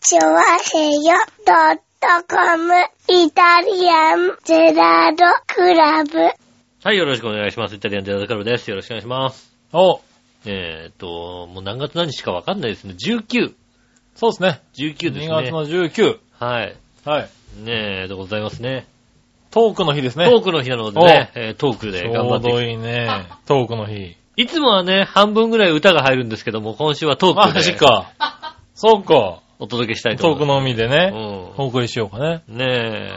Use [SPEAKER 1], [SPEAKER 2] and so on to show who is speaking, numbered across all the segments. [SPEAKER 1] チョワヘヨドットコムイタリアンゼラードクラブ。
[SPEAKER 2] はい、よろしくお願いします。イタリアンジェラートクラブです。よろしくお願いします。
[SPEAKER 3] お、
[SPEAKER 2] えーっと、もう何月何日かわかんないですね。19。
[SPEAKER 3] そうですね。
[SPEAKER 2] 19です
[SPEAKER 3] 2月
[SPEAKER 2] ね。
[SPEAKER 3] の19。
[SPEAKER 2] はい。
[SPEAKER 3] はい。
[SPEAKER 2] ねえ、でございますね。
[SPEAKER 3] トークの日ですね。
[SPEAKER 2] トークの日なのでね、えートーク
[SPEAKER 3] ち
[SPEAKER 2] で頑張
[SPEAKER 3] ょう
[SPEAKER 2] っていき
[SPEAKER 3] どいいね。トークの日。
[SPEAKER 2] いつもはね、半分ぐらい歌が入るんですけども、今週はトー
[SPEAKER 3] マ
[SPEAKER 2] ク
[SPEAKER 3] ジ
[SPEAKER 2] で
[SPEAKER 3] か。 そうか。
[SPEAKER 2] お届けしたいと
[SPEAKER 3] トー
[SPEAKER 2] 思
[SPEAKER 3] ク
[SPEAKER 2] いま
[SPEAKER 3] のみでね。
[SPEAKER 2] す。
[SPEAKER 3] お送りしようかね。
[SPEAKER 2] うん。ね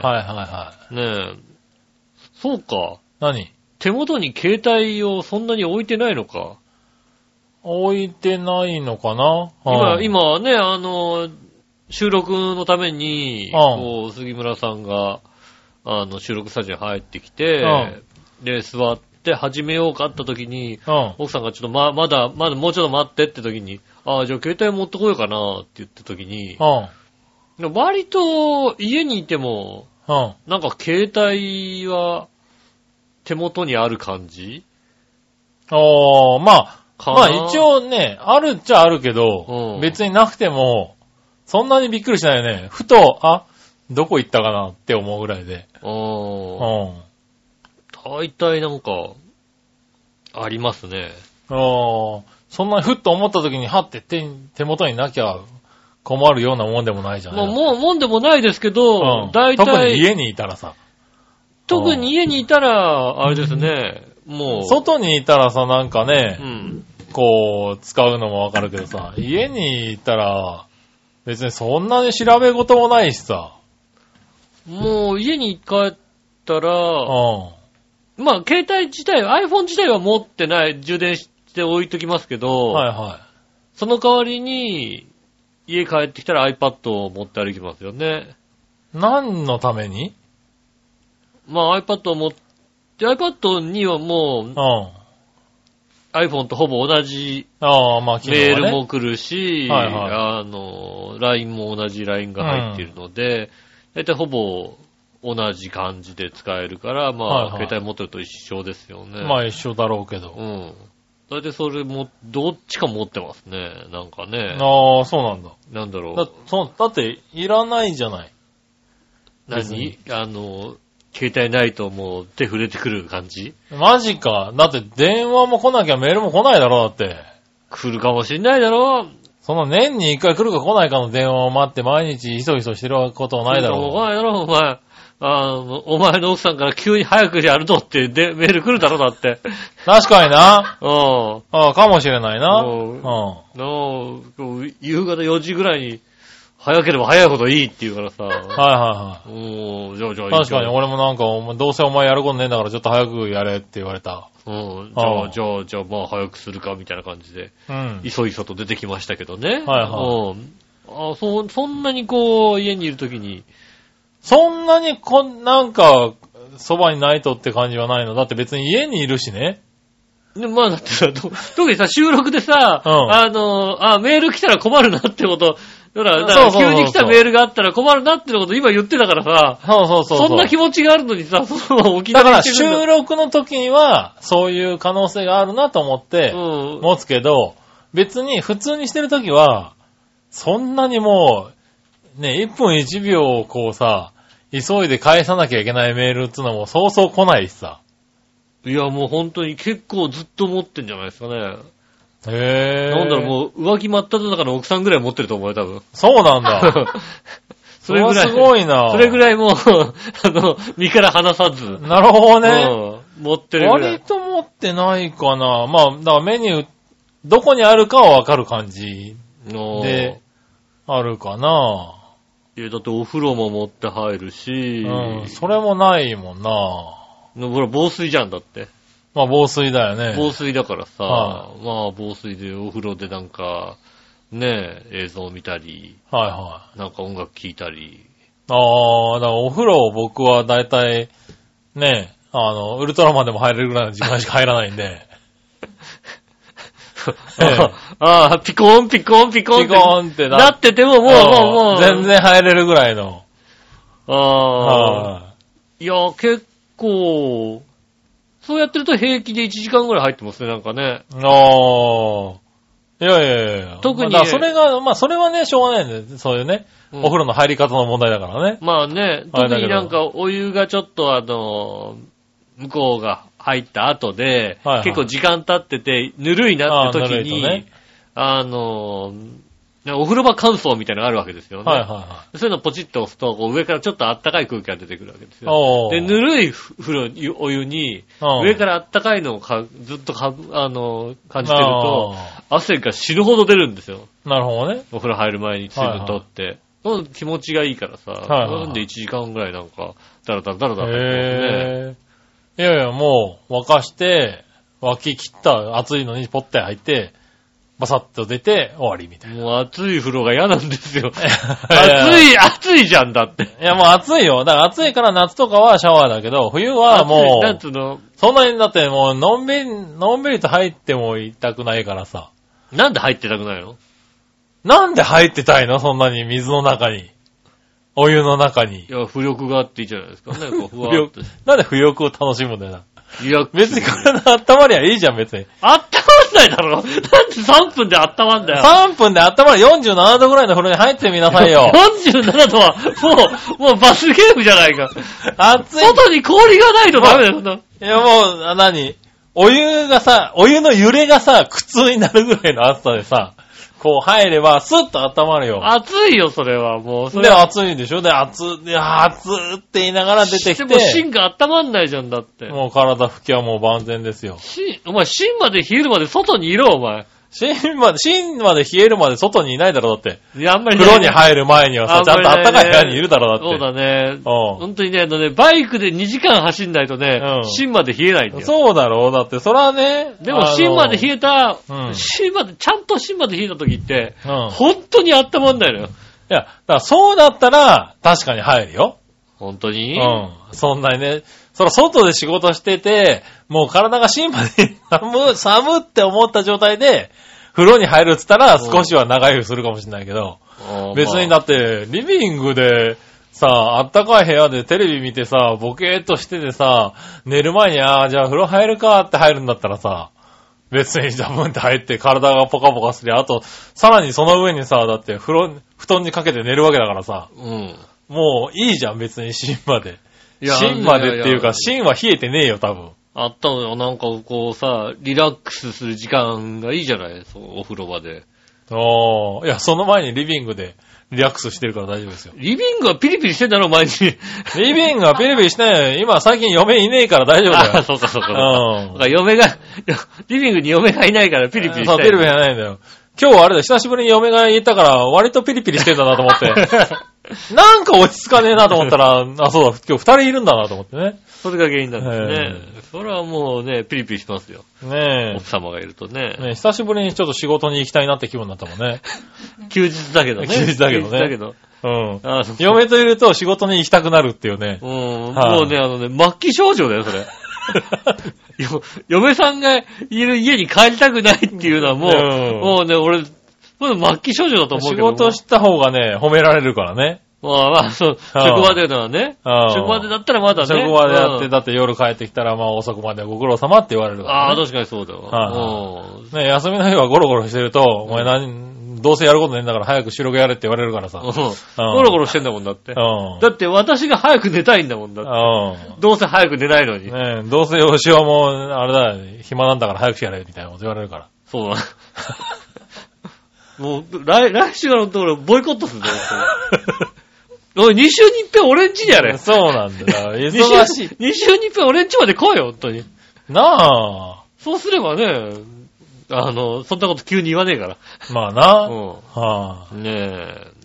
[SPEAKER 2] え。
[SPEAKER 3] はいはいはい。
[SPEAKER 2] ねえ。そうか。
[SPEAKER 3] 何
[SPEAKER 2] 手元に携帯をそんなに置いてないのか。
[SPEAKER 3] 置いてないのかな
[SPEAKER 2] 今、
[SPEAKER 3] うん
[SPEAKER 2] 今ね、あの、収録のために、
[SPEAKER 3] うん
[SPEAKER 2] こう、杉村さんが、あの、収録スタジオに入ってきて、で、座って始めようかって時に、
[SPEAKER 3] うん。
[SPEAKER 2] 奥さんがちょっとま、まだ、まだもうちょっと待ってって時に、ああ、じゃあ携帯持ってこようかなって言った時に、
[SPEAKER 3] うん。
[SPEAKER 2] 割と家にいても、
[SPEAKER 3] うん。
[SPEAKER 2] なんか携帯は手元にある感じ
[SPEAKER 3] おー、まあ、
[SPEAKER 2] か
[SPEAKER 3] ま
[SPEAKER 2] な
[SPEAKER 3] あ一、応ね、あるっちゃあるけ
[SPEAKER 2] う
[SPEAKER 3] ど
[SPEAKER 2] ん、
[SPEAKER 3] 別になくても、そんなにびっくりしないよね。ふと、あ、どこ行ったかなって思うぐらいで。う
[SPEAKER 2] うん
[SPEAKER 3] ん。
[SPEAKER 2] 大体なんか、ありますね。
[SPEAKER 3] ああ、そんなにふっと思った時に、はって手に手元になきゃ困るようなもんでもないじゃな
[SPEAKER 2] まあ、
[SPEAKER 3] い
[SPEAKER 2] もう、もんでもないですけ
[SPEAKER 3] う
[SPEAKER 2] ど
[SPEAKER 3] ん、
[SPEAKER 2] 大
[SPEAKER 3] 特に
[SPEAKER 2] 体、
[SPEAKER 3] 家にいたらさ、
[SPEAKER 2] 特に家にいたら、あれですね、もう、
[SPEAKER 3] 外にいたらさ、なんか
[SPEAKER 2] う
[SPEAKER 3] ね、
[SPEAKER 2] ん。
[SPEAKER 3] こう、使うのもわかるけどさ、家にいたら、別にそんなに調べ事もないしさ、
[SPEAKER 2] もう家に帰った
[SPEAKER 3] うん。
[SPEAKER 2] ら、まあ、携帯自体、iPhone 自体は持ってない、充電して置いときますけど、
[SPEAKER 3] はいは
[SPEAKER 2] その代わりに、家帰ってきたら iPad を持って歩きますよね。
[SPEAKER 3] い。何のために
[SPEAKER 2] まあ iPad を持って、iPad にはも
[SPEAKER 3] う。
[SPEAKER 2] うん
[SPEAKER 3] あ
[SPEAKER 2] iPhone とほぼ同じ
[SPEAKER 3] あ、まあ、昨日
[SPEAKER 2] メー
[SPEAKER 3] はね。
[SPEAKER 2] ルも来るし、
[SPEAKER 3] はいはい
[SPEAKER 2] あの、LINE も同じ LINE が入っているので、大体ほぼ同じ感じで使えるから、まあ、
[SPEAKER 3] はいはい
[SPEAKER 2] 携帯持ってると一緒ですよね。
[SPEAKER 3] まあ一緒だろうけ
[SPEAKER 2] う
[SPEAKER 3] ど。
[SPEAKER 2] ん。大体それも、どっちか持ってますね。なんかね。
[SPEAKER 3] ああ、そうなんだ。
[SPEAKER 2] なんだろう
[SPEAKER 3] だ。そうだって、いらないじゃない。別
[SPEAKER 2] 何
[SPEAKER 3] に
[SPEAKER 2] あの、携帯ないともう手触れてくる感じ
[SPEAKER 3] マジか。だって電話も来なきゃメールも来ないだろ、だって。
[SPEAKER 2] 来るかもしんないだろ
[SPEAKER 3] その年に一回来るか来ないかの電話を待って毎日ひそひそしてることはないだ
[SPEAKER 2] 来るかもわか
[SPEAKER 3] ろ
[SPEAKER 2] んないだろお前。あの、お前の奥さんから急に早くやるぞってでメール来るだろだって。
[SPEAKER 3] う。確かにな。
[SPEAKER 2] うん。
[SPEAKER 3] ああ、かもしれないな。
[SPEAKER 2] う
[SPEAKER 3] うん
[SPEAKER 2] な
[SPEAKER 3] ん。
[SPEAKER 2] あ、こう夕方4時ぐらいに、早ければ早いほどいいって言うから さ。
[SPEAKER 3] はいは
[SPEAKER 2] もう、じゃあじゃあ
[SPEAKER 3] いはい。
[SPEAKER 2] 一応
[SPEAKER 3] 確かに、俺もなんか、お前どうせお前やることねえんだからちょっと早くやれって言われた。
[SPEAKER 2] うん。じゃ
[SPEAKER 3] う
[SPEAKER 2] あ、
[SPEAKER 3] ん
[SPEAKER 2] じゃあ、じゃあ、まあ早くするかみたいな感じで、
[SPEAKER 3] うん。
[SPEAKER 2] いそいそと出てきましたけどね。
[SPEAKER 3] はい
[SPEAKER 2] う
[SPEAKER 3] は
[SPEAKER 2] ん。あそう、そんなにこう、家にいるときに、
[SPEAKER 3] そんなにこん、なんか、そばにないとって感じはないの。だって別に家にいるしね。
[SPEAKER 2] でまあだってさ、と特にさ、収録でさ、
[SPEAKER 3] うん
[SPEAKER 2] あの、あ、メール来たら困るなってこと、だから、だか
[SPEAKER 3] そ
[SPEAKER 2] ら
[SPEAKER 3] うそうそう
[SPEAKER 2] 急
[SPEAKER 3] そう
[SPEAKER 2] に来たメールがあったら困るなってこと今言ってたからさ、
[SPEAKER 3] そうそうそうう。
[SPEAKER 2] そんな気持ちがあるのにさ、そのまま沖
[SPEAKER 3] だか
[SPEAKER 2] 縄に
[SPEAKER 3] ら
[SPEAKER 2] 来てるんだ
[SPEAKER 3] 収録の時には、そういう可能性があるなと思って、
[SPEAKER 2] うん。
[SPEAKER 3] 持つけど、別に普通にしてるときは、そんなにもう、ね、1分1秒をこうさ、急いで返さなきゃいけないメールっつうのもそうそう来ないしさ。
[SPEAKER 2] いや、もう本当に結構ずっと持ってんじゃないですかね。
[SPEAKER 3] へぇ
[SPEAKER 2] なんだろう、もう浮気真っ只中の奥さんぐらい持ってると思うよ、多 分。
[SPEAKER 3] そうなんだ。
[SPEAKER 2] それぐらい
[SPEAKER 3] そはすごいな。
[SPEAKER 2] それぐ
[SPEAKER 3] い。
[SPEAKER 2] らいもう、あの、身から離さず、
[SPEAKER 3] なるほどね。
[SPEAKER 2] うん持ってるぐら
[SPEAKER 3] 割
[SPEAKER 2] い。
[SPEAKER 3] と持ってないかな。まあ、だからメニュー、どこにあるかはわかる感じ
[SPEAKER 2] の
[SPEAKER 3] で、あるかな。
[SPEAKER 2] いやだってお風呂も持って入るし、
[SPEAKER 3] うん。それもないもんな。
[SPEAKER 2] のほら、防水じゃんだって。
[SPEAKER 3] まあ、防水だよね。
[SPEAKER 2] 防水だからさ、
[SPEAKER 3] は
[SPEAKER 2] まあ防水でお風呂でなんか、ねえ、映像見たり、
[SPEAKER 3] はいはい。
[SPEAKER 2] なんか音楽聴いたり、
[SPEAKER 3] ああ、だからお風呂を僕は大体、ね、あの、ウルトラマンでも入れるぐらいの時間しか入らないんで、ええ
[SPEAKER 2] ああ、ピコンピコンピコン
[SPEAKER 3] ピ
[SPEAKER 2] って
[SPEAKER 3] コンって
[SPEAKER 2] な
[SPEAKER 3] な
[SPEAKER 2] ってても、もう、もう、もう。
[SPEAKER 3] 全。然入れるぐらいの。
[SPEAKER 2] ああ。
[SPEAKER 3] はい
[SPEAKER 2] や、結構、そうやってると平気で1時間ぐらい入ってますね、なんかね。
[SPEAKER 3] いああ。いやいやいや
[SPEAKER 2] 特に
[SPEAKER 3] まあだからそれが、まあそれはね、しょうがないんだよね。そういうね、
[SPEAKER 2] うん
[SPEAKER 3] お風呂の入り方の問題だからね。
[SPEAKER 2] まあね、
[SPEAKER 3] あれ
[SPEAKER 2] 特
[SPEAKER 3] だけ
[SPEAKER 2] に
[SPEAKER 3] ど
[SPEAKER 2] なんかお湯がちょっとあの、向こうが入った後で、
[SPEAKER 3] はいはい
[SPEAKER 2] 結構時間経ってて、ぬるいなって時
[SPEAKER 3] あーぬるい
[SPEAKER 2] に、
[SPEAKER 3] とね
[SPEAKER 2] あの、お風呂場乾燥みたいなのがあるわけですよね。
[SPEAKER 3] はいはいは
[SPEAKER 2] そういうのポチッと押すと、こう上からちょっと暖かい空気が出てくるわけです
[SPEAKER 3] い。
[SPEAKER 2] よ。
[SPEAKER 3] お
[SPEAKER 2] で、
[SPEAKER 3] ー
[SPEAKER 2] ぬるい風呂に、お湯に、
[SPEAKER 3] うん
[SPEAKER 2] 上から暖かいのをかずっとかぶ、あの、感じてると、
[SPEAKER 3] あ
[SPEAKER 2] 汗が死ぬほど出るんですよ。
[SPEAKER 3] ーなるほどね。
[SPEAKER 2] お風呂入る前に水分取って、そう気持ちがいいからさ、
[SPEAKER 3] はいはいはい
[SPEAKER 2] なんで1時間ぐらいなんか、だらだらだらだらね。
[SPEAKER 3] へえ。いやいや、もう、沸かして、沸き切った、熱いのにポッて入って、バサッと出て、終わりみたいな。
[SPEAKER 2] もう暑い風呂が嫌なんです よ。
[SPEAKER 3] や
[SPEAKER 2] 暑い、暑いじゃんだって。
[SPEAKER 3] いや、もう暑いよ。だから暑いから夏とかはシャワーだけど、冬はも
[SPEAKER 2] 暑いなん
[SPEAKER 3] う、
[SPEAKER 2] つうの、
[SPEAKER 3] そんなにだってもう、のんびり、のんびりと入っても痛くないからさ。
[SPEAKER 2] なんで入ってたくないの
[SPEAKER 3] なんで入ってたいのそんなに水の中に。お湯の中に
[SPEAKER 2] い。や、浮力があっていいじゃないですかね、こう、ふわっ と。
[SPEAKER 3] なんで不欲を楽しむんだよな。
[SPEAKER 2] いや、
[SPEAKER 3] 別 に体温まりゃいいじゃん、別に。
[SPEAKER 2] あったまんないだろなんで3分であったまんだよ。
[SPEAKER 3] 3分で温まり47度ぐらいの風呂に入ってみなさいよ。
[SPEAKER 2] 47度は、もう、もうバスゲームじゃないか。
[SPEAKER 3] 熱い。
[SPEAKER 2] 外に氷がないとダメだよ、そんな。
[SPEAKER 3] いやもう、あ何お湯がさ、お湯の揺れがさ、苦痛になるぐらいの暑さでさ、こう入れば、スッと温まるよ。
[SPEAKER 2] 暑いよ、それは、もう。それ
[SPEAKER 3] で、
[SPEAKER 2] は
[SPEAKER 3] 暑いんでしょで、暑い、で暑いって言いながら出てきて、
[SPEAKER 2] でも芯が温まんないじゃんだって。
[SPEAKER 3] もう体拭きはもう万全ですよ。
[SPEAKER 2] 芯、お前芯まで冷えるまで外にいろ、お前。
[SPEAKER 3] 芯まで、芯まで冷えるまで外にいないだろ、だって。
[SPEAKER 2] いや、あんまり、
[SPEAKER 3] 風呂に入る前にはさ、ちゃんと暖かい部屋にいるだろ、だって。
[SPEAKER 2] そうだね。
[SPEAKER 3] う
[SPEAKER 2] 本当にね、あのね、バイクで2時間走んないとね、
[SPEAKER 3] うん
[SPEAKER 2] 芯まで冷えないんだ
[SPEAKER 3] ん。
[SPEAKER 2] よ。
[SPEAKER 3] そうだろう、だって、それはね。
[SPEAKER 2] でも芯まで冷えた、
[SPEAKER 3] うん
[SPEAKER 2] 芯まで、ちゃんと芯まで冷えた時って、
[SPEAKER 3] え、うん。い
[SPEAKER 2] 本当に温まんないのよ。
[SPEAKER 3] や、だからそうだったら、確かに入るよ。
[SPEAKER 2] 本当に、
[SPEAKER 3] うん。そんなにね、そら外で仕事してて、もう体が芯まで 寒い、寒って思った状態で、風呂に入るっつったら少しは長い湯するかもしれないけど、
[SPEAKER 2] あー
[SPEAKER 3] 別にだって、リビングで、さあ、ったかい部屋でテレビ見てさ、ボケーっとしててさ、寝る前に、ああ、じゃあ風呂入るかって入るんだったらさ、別にダブンって入って体がポカポカすりゃ、あと、さらにその上にさ、だって風呂、布団にかけて寝るわけだからさ、
[SPEAKER 2] うん。
[SPEAKER 3] もういいじゃん、別に芯まで。
[SPEAKER 2] いや
[SPEAKER 3] 芯までっていう
[SPEAKER 2] や
[SPEAKER 3] か、芯は冷えてねえよ、多分。
[SPEAKER 2] あったのよ。なんかこうさ、リラックスする時間がいいじゃないそうお風呂場で。
[SPEAKER 3] おー、いや、その前にリビングでリラックスしてるから大丈夫ですよ。
[SPEAKER 2] リビングはピリピリしてんだろ、 毎日。
[SPEAKER 3] リビングはピリピリしないよ。今最近嫁いねえから大丈夫だ
[SPEAKER 2] あ、
[SPEAKER 3] よ。
[SPEAKER 2] そうかそうか。
[SPEAKER 3] うん
[SPEAKER 2] だから嫁が、 リビングに嫁がいないからピリピリし
[SPEAKER 3] そう、
[SPEAKER 2] て
[SPEAKER 3] ピリピリじゃないんだよ。今日はあれだ、久しぶりに嫁が言ったから、割とピリピリしてんだなと 思って。なんか落ち着かねえなと思ったら、あ、そうだ、今日二人いるんだなと思ってね。
[SPEAKER 2] それが原因なんですね。それはもうね、ピリピリしますよ。
[SPEAKER 3] ね
[SPEAKER 2] 奥様がいると
[SPEAKER 3] え。
[SPEAKER 2] ね。
[SPEAKER 3] ねえ久しぶりにちょっと仕事に行きたいなって気分になったも んね。
[SPEAKER 2] 休日だけどね。
[SPEAKER 3] 休日だけどね
[SPEAKER 2] 休日だけど。
[SPEAKER 3] うん。
[SPEAKER 2] あそう
[SPEAKER 3] 嫁といると仕事に行きたくなるっていうね
[SPEAKER 2] う。ん、
[SPEAKER 3] はい
[SPEAKER 2] もうね、あのね、末期症状だよ、 それ。よ嫁さんがいる家に帰りたくないっていうのはもう、
[SPEAKER 3] うん
[SPEAKER 2] もうね、俺、もう末期症状だと思うけ
[SPEAKER 3] 仕
[SPEAKER 2] ど。
[SPEAKER 3] 事した方がね、褒められるからね。
[SPEAKER 2] まあまあ、そう、
[SPEAKER 3] はい
[SPEAKER 2] 職場でならね。
[SPEAKER 3] はい
[SPEAKER 2] 職場でだったらまだね。
[SPEAKER 3] 職場でやっ
[SPEAKER 2] う
[SPEAKER 3] て、
[SPEAKER 2] ん
[SPEAKER 3] だって夜帰ってきたら、まあ遅くまでご苦労様って言われるか
[SPEAKER 2] ああ、
[SPEAKER 3] らね。
[SPEAKER 2] 確かにそうだわ。
[SPEAKER 3] は
[SPEAKER 2] うん
[SPEAKER 3] ね、休みの日はゴロゴロしてると、お前何、どうせやることねえんだから早く収録やれって言われるからさ。
[SPEAKER 2] うんゴロゴロしてんだもんだって。
[SPEAKER 3] うん。
[SPEAKER 2] だって私が早く寝たいんだもんだって。
[SPEAKER 3] う
[SPEAKER 2] どうせ早く寝ないのに
[SPEAKER 3] ん。。ねえ、どうせ吉尾も、あれだよ、暇なんだから早くやれ、みたいなこと言われるから。
[SPEAKER 2] そうだ。 もう、来、来週のところボイコットするんだよ。おい、2週に一遍俺んちやれ。
[SPEAKER 3] そうなんだ よ。
[SPEAKER 2] 2
[SPEAKER 3] 忙し
[SPEAKER 2] 週
[SPEAKER 3] い。
[SPEAKER 2] 二週に一遍俺んちまで来いよ、本当に。
[SPEAKER 3] なあ。
[SPEAKER 2] そうすればね、あの、そんなこと急に言わねえから。
[SPEAKER 3] まあな。は
[SPEAKER 2] う
[SPEAKER 3] あ、
[SPEAKER 2] ん。ね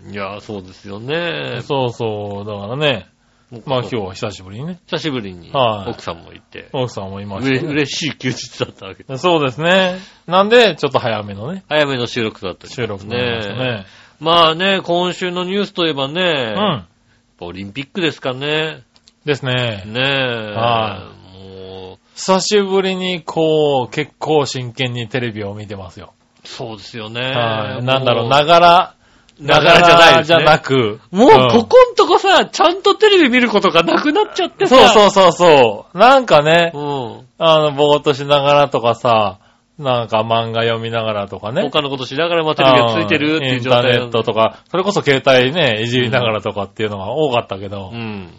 [SPEAKER 2] え。いや、そうですよね。
[SPEAKER 3] そうそう、だからね。まあ今日
[SPEAKER 2] 日。
[SPEAKER 3] は久しぶりにね。
[SPEAKER 2] 久しぶりに
[SPEAKER 3] はい
[SPEAKER 2] 奥さんも行って、
[SPEAKER 3] 奥さんもいま
[SPEAKER 2] う
[SPEAKER 3] し
[SPEAKER 2] れ
[SPEAKER 3] た、ね。
[SPEAKER 2] 嬉しい休日だったわけで
[SPEAKER 3] そうですね。なんで、ちょっと早めのね、
[SPEAKER 2] 早めの収録だったり
[SPEAKER 3] 収録になりましたね。
[SPEAKER 2] まあね、今週のニュースといえばね
[SPEAKER 3] う、ん。
[SPEAKER 2] オリンピックですかね。
[SPEAKER 3] ですね。
[SPEAKER 2] ねえ。
[SPEAKER 3] は
[SPEAKER 2] も
[SPEAKER 3] 久しぶりに、こう、結構真剣にテレビを見てますよ。
[SPEAKER 2] う、そうですよね。
[SPEAKER 3] はい。なんだろう、
[SPEAKER 2] な、
[SPEAKER 3] ながら、
[SPEAKER 2] ながらじゃないです、ね。
[SPEAKER 3] ながらじゃなく。
[SPEAKER 2] も
[SPEAKER 3] ん
[SPEAKER 2] う、ここんとこさ、ちゃんとテレビ見ることがなくなっちゃってさ。
[SPEAKER 3] そうそうそうそう。なんかね、
[SPEAKER 2] う。
[SPEAKER 3] あの、ぼーっとしながらとかさ、なんか漫画読みながらとかね。
[SPEAKER 2] 他のことしながらまあテレビがついてるっていう状態
[SPEAKER 3] インターネットとか、それこそ携帯ね、いじりながらとかっていうのが多かったけど、
[SPEAKER 2] うん。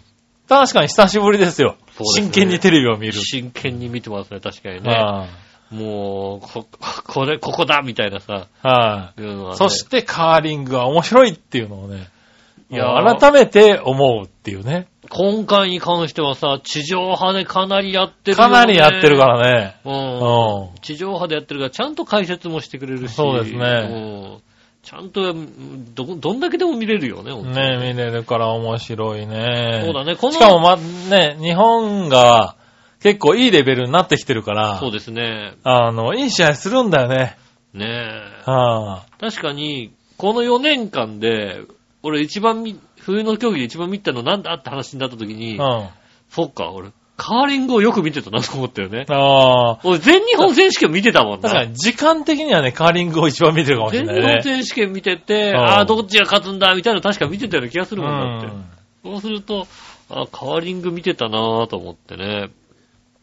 [SPEAKER 3] 確かに久しぶりですよ。
[SPEAKER 2] そうですね
[SPEAKER 3] 真剣にテレビを見る。
[SPEAKER 2] 真剣に見てますね、確かに
[SPEAKER 3] うん
[SPEAKER 2] ね。
[SPEAKER 3] はい、
[SPEAKER 2] もう、こ、これ、ここだみたいなさ、いうのはね
[SPEAKER 3] そしてカーリングは面白いっていうのをね、
[SPEAKER 2] いやー
[SPEAKER 3] 改めて思うっていうね。
[SPEAKER 2] 今回に関してはさ、地上波でかなりやってるよ
[SPEAKER 3] か
[SPEAKER 2] ね
[SPEAKER 3] なりやってるからね。う
[SPEAKER 2] うん。
[SPEAKER 3] ん。
[SPEAKER 2] 地上波でやってるから、ちゃんと解説もしてくれるし。
[SPEAKER 3] そうですね
[SPEAKER 2] うん。ちゃんと、うんど、どんだけでも見れるよね、本当に
[SPEAKER 3] ね見れるから面白いね。
[SPEAKER 2] そうだねこの
[SPEAKER 3] しかもま、ね、日本が結構いいレベルになってきてるから、
[SPEAKER 2] そうですね。
[SPEAKER 3] あの、いい試合するんだよね。
[SPEAKER 2] ねえ。
[SPEAKER 3] は
[SPEAKER 2] 確かに、この4年間で、俺一番み冬の競技で一番見たのなんだって話になった時
[SPEAKER 3] い
[SPEAKER 2] に、
[SPEAKER 3] うん。
[SPEAKER 2] そっか、俺、カーリングをよく見てたなと思ったよね。
[SPEAKER 3] ああ。
[SPEAKER 2] 俺、全日本選手権見てたもん
[SPEAKER 3] 確か
[SPEAKER 2] な。
[SPEAKER 3] に時間的にはね、カーリングを一番見てるかもしれ
[SPEAKER 2] 全
[SPEAKER 3] な
[SPEAKER 2] 日本
[SPEAKER 3] いね。
[SPEAKER 2] 選手権見てて、
[SPEAKER 3] うん
[SPEAKER 2] ああ、どっちが勝つんだ、みたいなの確か見てたような気がす
[SPEAKER 3] う
[SPEAKER 2] るもんだって。
[SPEAKER 3] ん。
[SPEAKER 2] そうすると、あカーリング見てたなぁと思ってね。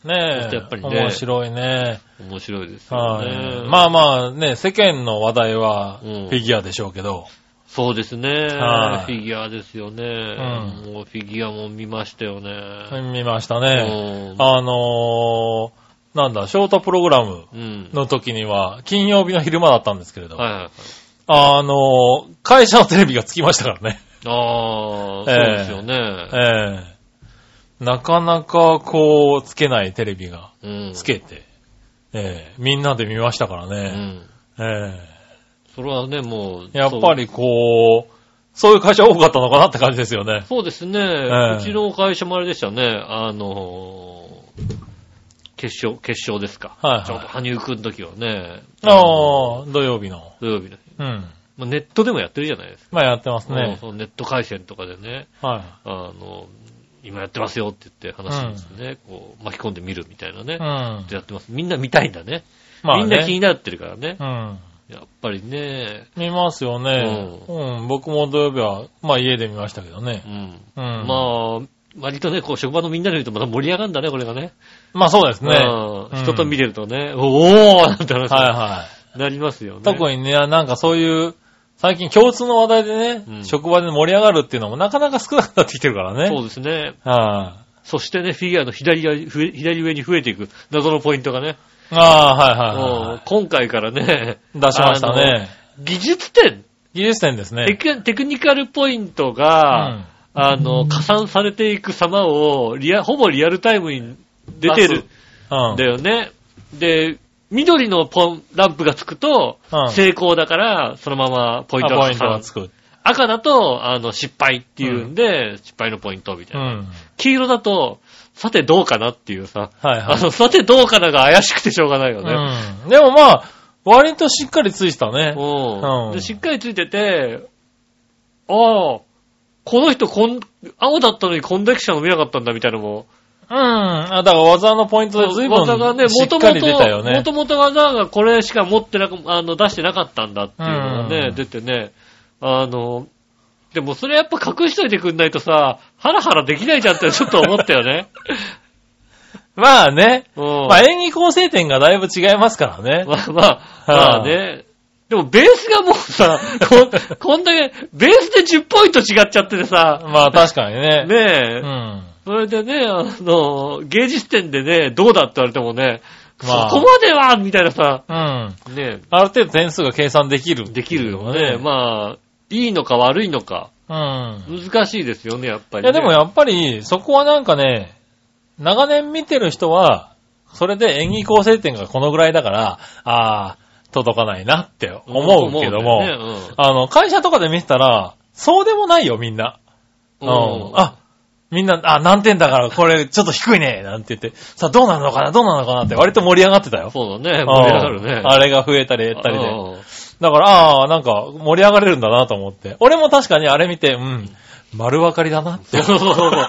[SPEAKER 3] ねえ。
[SPEAKER 2] やっぱりね
[SPEAKER 3] 面白いね。
[SPEAKER 2] 面白いですよ
[SPEAKER 3] は
[SPEAKER 2] ね。
[SPEAKER 3] い。まあまあね、世間の話題はフ
[SPEAKER 2] うん
[SPEAKER 3] ィギュアでしょうけど。
[SPEAKER 2] そうですね。フ
[SPEAKER 3] はい
[SPEAKER 2] ィギュアですよね。
[SPEAKER 3] う
[SPEAKER 2] もうフィギュアも見ましたよね。
[SPEAKER 3] 見ましたね。
[SPEAKER 2] うん
[SPEAKER 3] あのー、なんだ、ショートプログラム
[SPEAKER 2] うん。
[SPEAKER 3] の時には、金曜日の昼間だったんですけれど、
[SPEAKER 2] はいはいはい。
[SPEAKER 3] あのー、会社のテレビがつきましたからね。
[SPEAKER 2] ああ、
[SPEAKER 3] ええ
[SPEAKER 2] そうですよね。
[SPEAKER 3] ええなかなかこう、つけないテレビが
[SPEAKER 2] うん。
[SPEAKER 3] つけて、ええみんなで見ましたから
[SPEAKER 2] う
[SPEAKER 3] ね。
[SPEAKER 2] ん。
[SPEAKER 3] え
[SPEAKER 2] それはね、もう。
[SPEAKER 3] えやっぱりこう、そういう会社多かったのかなって感じですよね。
[SPEAKER 2] そう。そうですね。
[SPEAKER 3] え
[SPEAKER 2] うちの会社もあれでしたね。あのー決勝、決勝ですか。
[SPEAKER 3] はいはい
[SPEAKER 2] ちょうど羽生くんの時はね。
[SPEAKER 3] ああ、土曜日の。
[SPEAKER 2] 土曜日の日。
[SPEAKER 3] うん。
[SPEAKER 2] まあネットでもやってるじゃないですか。
[SPEAKER 3] まあやってます
[SPEAKER 2] うん
[SPEAKER 3] ね。
[SPEAKER 2] そのネット回線とかでね、
[SPEAKER 3] は。
[SPEAKER 2] あの、今やってますよって言って話をですね、こう巻き込んでみるみたいないね
[SPEAKER 3] うん。。
[SPEAKER 2] やってます。みんな見たいんだね。
[SPEAKER 3] まあ
[SPEAKER 2] みんな気
[SPEAKER 3] ね。
[SPEAKER 2] になってるからね。
[SPEAKER 3] うん。
[SPEAKER 2] やっぱりね、
[SPEAKER 3] 見ますよね。うん。僕も土曜日は、まあ家で見ましたけどね
[SPEAKER 2] う。ん。
[SPEAKER 3] うん。
[SPEAKER 2] まあ、割とね、こう職場のみんなで見るとまた盛り上がるんだね、これがね。
[SPEAKER 3] まあそうですね。は
[SPEAKER 2] うん
[SPEAKER 3] うん
[SPEAKER 2] 人と見れるとね、おーなんて
[SPEAKER 3] い
[SPEAKER 2] 話に
[SPEAKER 3] はい。
[SPEAKER 2] なりますよね。
[SPEAKER 3] 特にね、なんかそういう、最近共通の話題でね、
[SPEAKER 2] うん
[SPEAKER 3] 職場で盛り上がるっていうのもなかなか少なくなってきてるからね。
[SPEAKER 2] そうですね。
[SPEAKER 3] はい
[SPEAKER 2] そしてね、フィギュアの左がふえ左上に増えていく謎のポイントがね、
[SPEAKER 3] ああ、はいは
[SPEAKER 2] う
[SPEAKER 3] い、は
[SPEAKER 2] ん今回からね、
[SPEAKER 3] い。出しましたね。
[SPEAKER 2] 技術点
[SPEAKER 3] 技術点ですね。
[SPEAKER 2] テクテクニカルポイント
[SPEAKER 3] う
[SPEAKER 2] が、
[SPEAKER 3] ん、
[SPEAKER 2] あの、加算されていく様を、リア、ほぼリアルタイムに出てる
[SPEAKER 3] うん
[SPEAKER 2] んだよね。で、緑のポン、ランプがつくと
[SPEAKER 3] うん、
[SPEAKER 2] 成功だから、そのままポイント
[SPEAKER 3] あ
[SPEAKER 2] が
[SPEAKER 3] ポ
[SPEAKER 2] 加
[SPEAKER 3] イントが
[SPEAKER 2] 算
[SPEAKER 3] つ。く。
[SPEAKER 2] 赤だと、あの、失敗っていうんで、失敗のポイントみたいうな。
[SPEAKER 3] ん。
[SPEAKER 2] 黄色だと、さてどうかなっていうさ、
[SPEAKER 3] はい
[SPEAKER 2] あ
[SPEAKER 3] はい。
[SPEAKER 2] の、さてどうかなが怪しくてしょうがないよね。
[SPEAKER 3] うん。でもまあ、割としっかりついてたね。
[SPEAKER 2] うん
[SPEAKER 3] うん
[SPEAKER 2] でしっかりついてて、ああ、この人こん、青だったのにコンデクション伸びなかったんだみたいなのも。
[SPEAKER 3] うん。あ、だから技のポイントで随分し
[SPEAKER 2] 技がね、も
[SPEAKER 3] っ
[SPEAKER 2] と
[SPEAKER 3] か
[SPEAKER 2] も
[SPEAKER 3] り出たよ
[SPEAKER 2] と、
[SPEAKER 3] ね
[SPEAKER 2] も。ともと技がこれしか持ってなく、あの、出してなかったんだっていうのがね、
[SPEAKER 3] うん
[SPEAKER 2] 出てね、あの、でもそれやっぱ隠しといてくんないとさ、ハラハラできないじゃんってちょっと思ったよ ね。
[SPEAKER 3] まあね。
[SPEAKER 2] うん。
[SPEAKER 3] まあ演技構成点がだいぶ違いますからね。
[SPEAKER 2] まあまあ、まあね。でもベースがもうさ、こん、こんだけ、ベースで10ポイント違っちゃっててさ、
[SPEAKER 3] まあ確かにね。
[SPEAKER 2] ねえ、
[SPEAKER 3] うん。
[SPEAKER 2] それでね、あの、芸術点でね、どうだって言われてもね、
[SPEAKER 3] まあ
[SPEAKER 2] そこまではみたいなさ、
[SPEAKER 3] うん。
[SPEAKER 2] ね、
[SPEAKER 3] ある程度点数が計算できる。
[SPEAKER 2] できるよね。まあ、いいのか悪いのか、
[SPEAKER 3] うん。
[SPEAKER 2] 難しいですよね、やっぱり、
[SPEAKER 3] い
[SPEAKER 2] ね。
[SPEAKER 3] やでもやっぱり、そこはなんかね、長年見てる人は、それで演技構成点がこのぐらいだから、ああ、届かないなって思うけど
[SPEAKER 2] 思
[SPEAKER 3] も、
[SPEAKER 2] うんだよね
[SPEAKER 3] あの、会社とかで見てたら、そうでもないよ、みんな。
[SPEAKER 2] う
[SPEAKER 3] うんん。
[SPEAKER 2] うん
[SPEAKER 3] あ、みんな、あ、何点だから、これ、ちょっと低いね、なんて言って、さあ、どうなるのかな、どうなるのかなって、割と盛り上がってたよ。
[SPEAKER 2] そうだね、盛り上がるね
[SPEAKER 3] う。んあれが増えたり減ったりで。だから、ああ、なんか、盛り上がれるんだなと思って。俺も確かにあれ見て、うん、丸分かりだなって。
[SPEAKER 2] うんそうそうそうそう。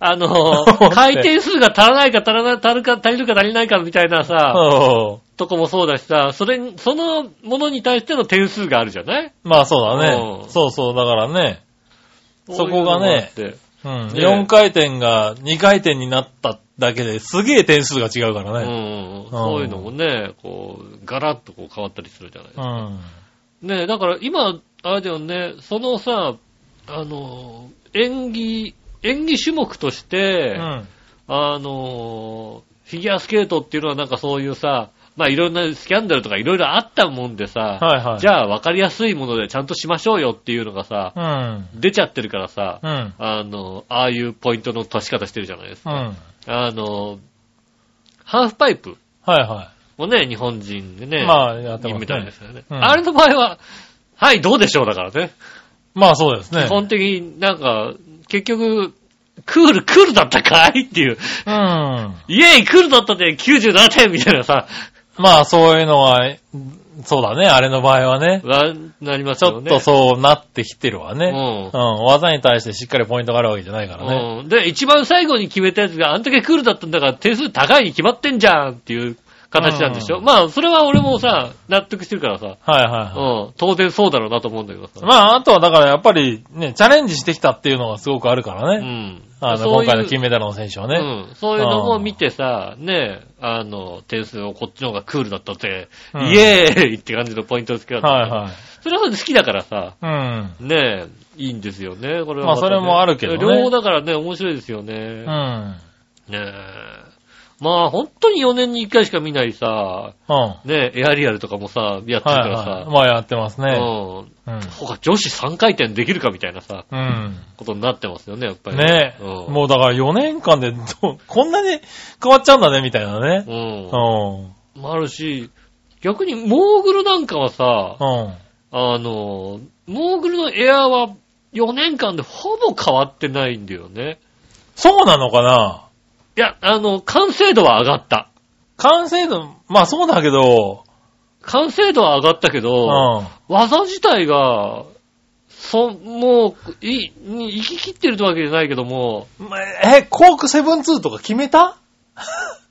[SPEAKER 2] あ の、回転数が足らないか足らない、足るか、足りるか足りないかみたいなさ、
[SPEAKER 3] う
[SPEAKER 2] とこもそうだしさ、それに、そのものに対しての点数があるじゃない
[SPEAKER 3] んまあそうだね
[SPEAKER 2] う。ん
[SPEAKER 3] そうそう、だからね。そこがね
[SPEAKER 2] そういうのもあって
[SPEAKER 3] う
[SPEAKER 2] ね
[SPEAKER 3] ん。4回転が2回転になっただけですげえ点数が違うから
[SPEAKER 2] うん
[SPEAKER 3] ね。
[SPEAKER 2] うんうん。そういうのもね、こう、ガラッとこう変わったりするじゃないです
[SPEAKER 3] う
[SPEAKER 2] か。
[SPEAKER 3] ん。
[SPEAKER 2] ねえ、だから今、あれだよね、そのさ、あの、演技、演技種目とし
[SPEAKER 3] う
[SPEAKER 2] て、
[SPEAKER 3] ん。
[SPEAKER 2] あの、フィギュアスケートっていうのはなんかそういうさ、まあいろんなスキャンダルとかいろいろあったもんでさ、
[SPEAKER 3] はいはい。
[SPEAKER 2] じゃあ分かりやすいものでちゃんとしましょうよっていうのがさ、
[SPEAKER 3] あ。うん。
[SPEAKER 2] 出ちゃってるからさ、
[SPEAKER 3] うん。
[SPEAKER 2] あの、ああいうポイントの足し方してるじゃないです
[SPEAKER 3] う
[SPEAKER 2] か。
[SPEAKER 3] ん。
[SPEAKER 2] あの、ハーフパイプ
[SPEAKER 3] はいは
[SPEAKER 2] もね、日本人でね、
[SPEAKER 3] い。まあ、やって
[SPEAKER 2] 銀
[SPEAKER 3] ます
[SPEAKER 2] メダルで
[SPEAKER 3] ね
[SPEAKER 2] す。よね。
[SPEAKER 3] うん
[SPEAKER 2] あれの場合は、はい、どうでしょうだからね。
[SPEAKER 3] まあそうですね
[SPEAKER 2] 基。本的になんか、結局、クール、クールだったかいっていう。
[SPEAKER 3] うん。ま
[SPEAKER 2] イェイ、クールだったで97点みたいなさ、
[SPEAKER 3] あそういうのは、そうだね、あれの場合はね。
[SPEAKER 2] な、なります
[SPEAKER 3] ちょ
[SPEAKER 2] よ
[SPEAKER 3] っ
[SPEAKER 2] ね。
[SPEAKER 3] とそうなってきてるわ
[SPEAKER 2] う
[SPEAKER 3] ね。
[SPEAKER 2] ん
[SPEAKER 3] うん。技に対してしっかりポイントがあるわけじゃないからね。
[SPEAKER 2] うん。で、一番最後に決めたやつがあんだけクールだったんだから点数高いに決まってんじゃんっていう形なんでしょ、
[SPEAKER 3] うん
[SPEAKER 2] まあ、それは俺もさ、納得してるからさ、
[SPEAKER 3] はいはいうは
[SPEAKER 2] ん。当然そうだろうなと思うんだけどさ。
[SPEAKER 3] い。まあ、あとはだからやっぱりね、チャレンジしてきたっていうのがすごくあるから
[SPEAKER 2] う
[SPEAKER 3] ね。
[SPEAKER 2] ん。
[SPEAKER 3] あの、
[SPEAKER 2] そうい
[SPEAKER 3] 今
[SPEAKER 2] う
[SPEAKER 3] 回の金メダルの選手はね。
[SPEAKER 2] うん。そういうのも見てさ、ねえ、あの、点数をこっちの方がクールだったって、
[SPEAKER 3] うん
[SPEAKER 2] イエーイって感じのポイントをつけられた。
[SPEAKER 3] はいはい。
[SPEAKER 2] それは好きだからさ、
[SPEAKER 3] うん。
[SPEAKER 2] ねえ、いいんですよね、これは
[SPEAKER 3] まあ
[SPEAKER 2] たね、
[SPEAKER 3] それもあるけどね
[SPEAKER 2] 両方だからね、面白いですよね。
[SPEAKER 3] う
[SPEAKER 2] ね
[SPEAKER 3] ん。
[SPEAKER 2] え。まあ、本当に4年に1回しか見ないさ、
[SPEAKER 3] うん。は
[SPEAKER 2] ねえ、エアリアルとかもさ、やっ
[SPEAKER 3] い
[SPEAKER 2] てるからさ、
[SPEAKER 3] はい。まあやってますね。
[SPEAKER 2] うん。
[SPEAKER 3] うん。
[SPEAKER 2] 他女子3回転できるかみたいなさ、
[SPEAKER 3] うん。
[SPEAKER 2] ことになってますよね、やっぱり。
[SPEAKER 3] ねえ。
[SPEAKER 2] うん。
[SPEAKER 3] もうだから4年間で ど、こんなに変わっちゃうんだね、みたいなね。
[SPEAKER 2] うん
[SPEAKER 3] う。ん。
[SPEAKER 2] もあるし、逆にモーグルなんかはさ、
[SPEAKER 3] うん。
[SPEAKER 2] あの、モーグルのエアは4年間でほぼ変わってないんだよね。
[SPEAKER 3] そうなのかない
[SPEAKER 2] や、あの、完成度は上がった。
[SPEAKER 3] 完成度、まあそうだけど、
[SPEAKER 2] 完成度は上がったけ
[SPEAKER 3] う
[SPEAKER 2] ど、
[SPEAKER 3] ん。
[SPEAKER 2] 技自体が、そ、もう、い、に行き切ってるってわけじゃないけども、
[SPEAKER 3] まえ、コーク7-2とか決めた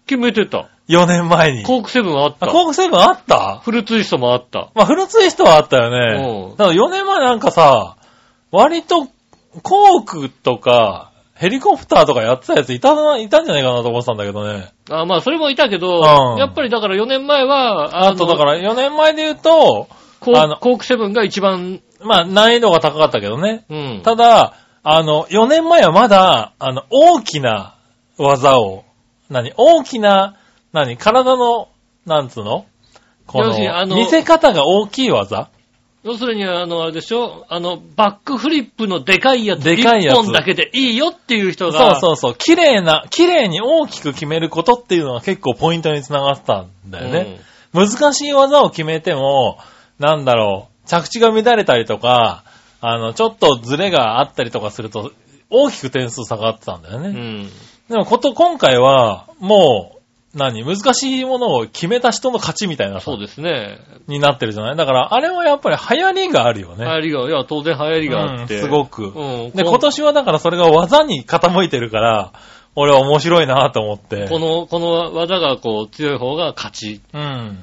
[SPEAKER 2] 決めてた。
[SPEAKER 3] ?4 年前に。
[SPEAKER 2] コークセブンあっ
[SPEAKER 3] あ
[SPEAKER 2] た。
[SPEAKER 3] コーク7あった
[SPEAKER 2] フルツイストもあった。
[SPEAKER 3] まあフルツイストはあったよね
[SPEAKER 2] う。ん
[SPEAKER 3] だから4年前なんかさ、割とコークとか、ヘリコプターとかやってたやついたな、いたんじゃないかなと思ってたんだけどね。
[SPEAKER 2] あまあ、それもいたけど、
[SPEAKER 3] うん
[SPEAKER 2] やっぱりだから4年前は、
[SPEAKER 3] あとだから4年前で言うと、
[SPEAKER 2] コー
[SPEAKER 3] あの
[SPEAKER 2] コークセブンが一番、
[SPEAKER 3] まあ難易度が高かったけどね。
[SPEAKER 2] うん。
[SPEAKER 3] ただ、あの、4年前はまだ、あの、大きな技を、何大きな、何体の、なんつうのこ
[SPEAKER 2] 要するにあの
[SPEAKER 3] の、見せ方が大きい技
[SPEAKER 2] 要するに、あの、あれでしょあの、バックフリップのでかいやつ、
[SPEAKER 3] でかいやつ
[SPEAKER 2] 1本だけでいいよっていう人
[SPEAKER 3] そう
[SPEAKER 2] が、
[SPEAKER 3] そうそう。綺麗な、綺麗に大きく決めることっていうのは結構ポイントにつながったんだよね。難しい技を決めても、なんだろう、着地が乱れたりとか、あの、ちょっとズレがあったりとかすると、大きく点数下がってたんだよね。
[SPEAKER 2] うん。うん。
[SPEAKER 3] でもこと、今回は、もう、何難しいものを決めた人の勝ちみたいなさ
[SPEAKER 2] そうですね。
[SPEAKER 3] になってるじゃないだから、あれはやっぱり流行りがあるよ
[SPEAKER 2] 流
[SPEAKER 3] ね。
[SPEAKER 2] 行りが、いや、当然流行りがあって。
[SPEAKER 3] うんすご
[SPEAKER 2] く。
[SPEAKER 3] く。
[SPEAKER 2] うん。
[SPEAKER 3] で、
[SPEAKER 2] こ
[SPEAKER 3] 今年はだからそれが技に傾いてるから、俺は面白いなと思って。
[SPEAKER 2] この、この技がこう、強い方が勝ち。
[SPEAKER 3] うん。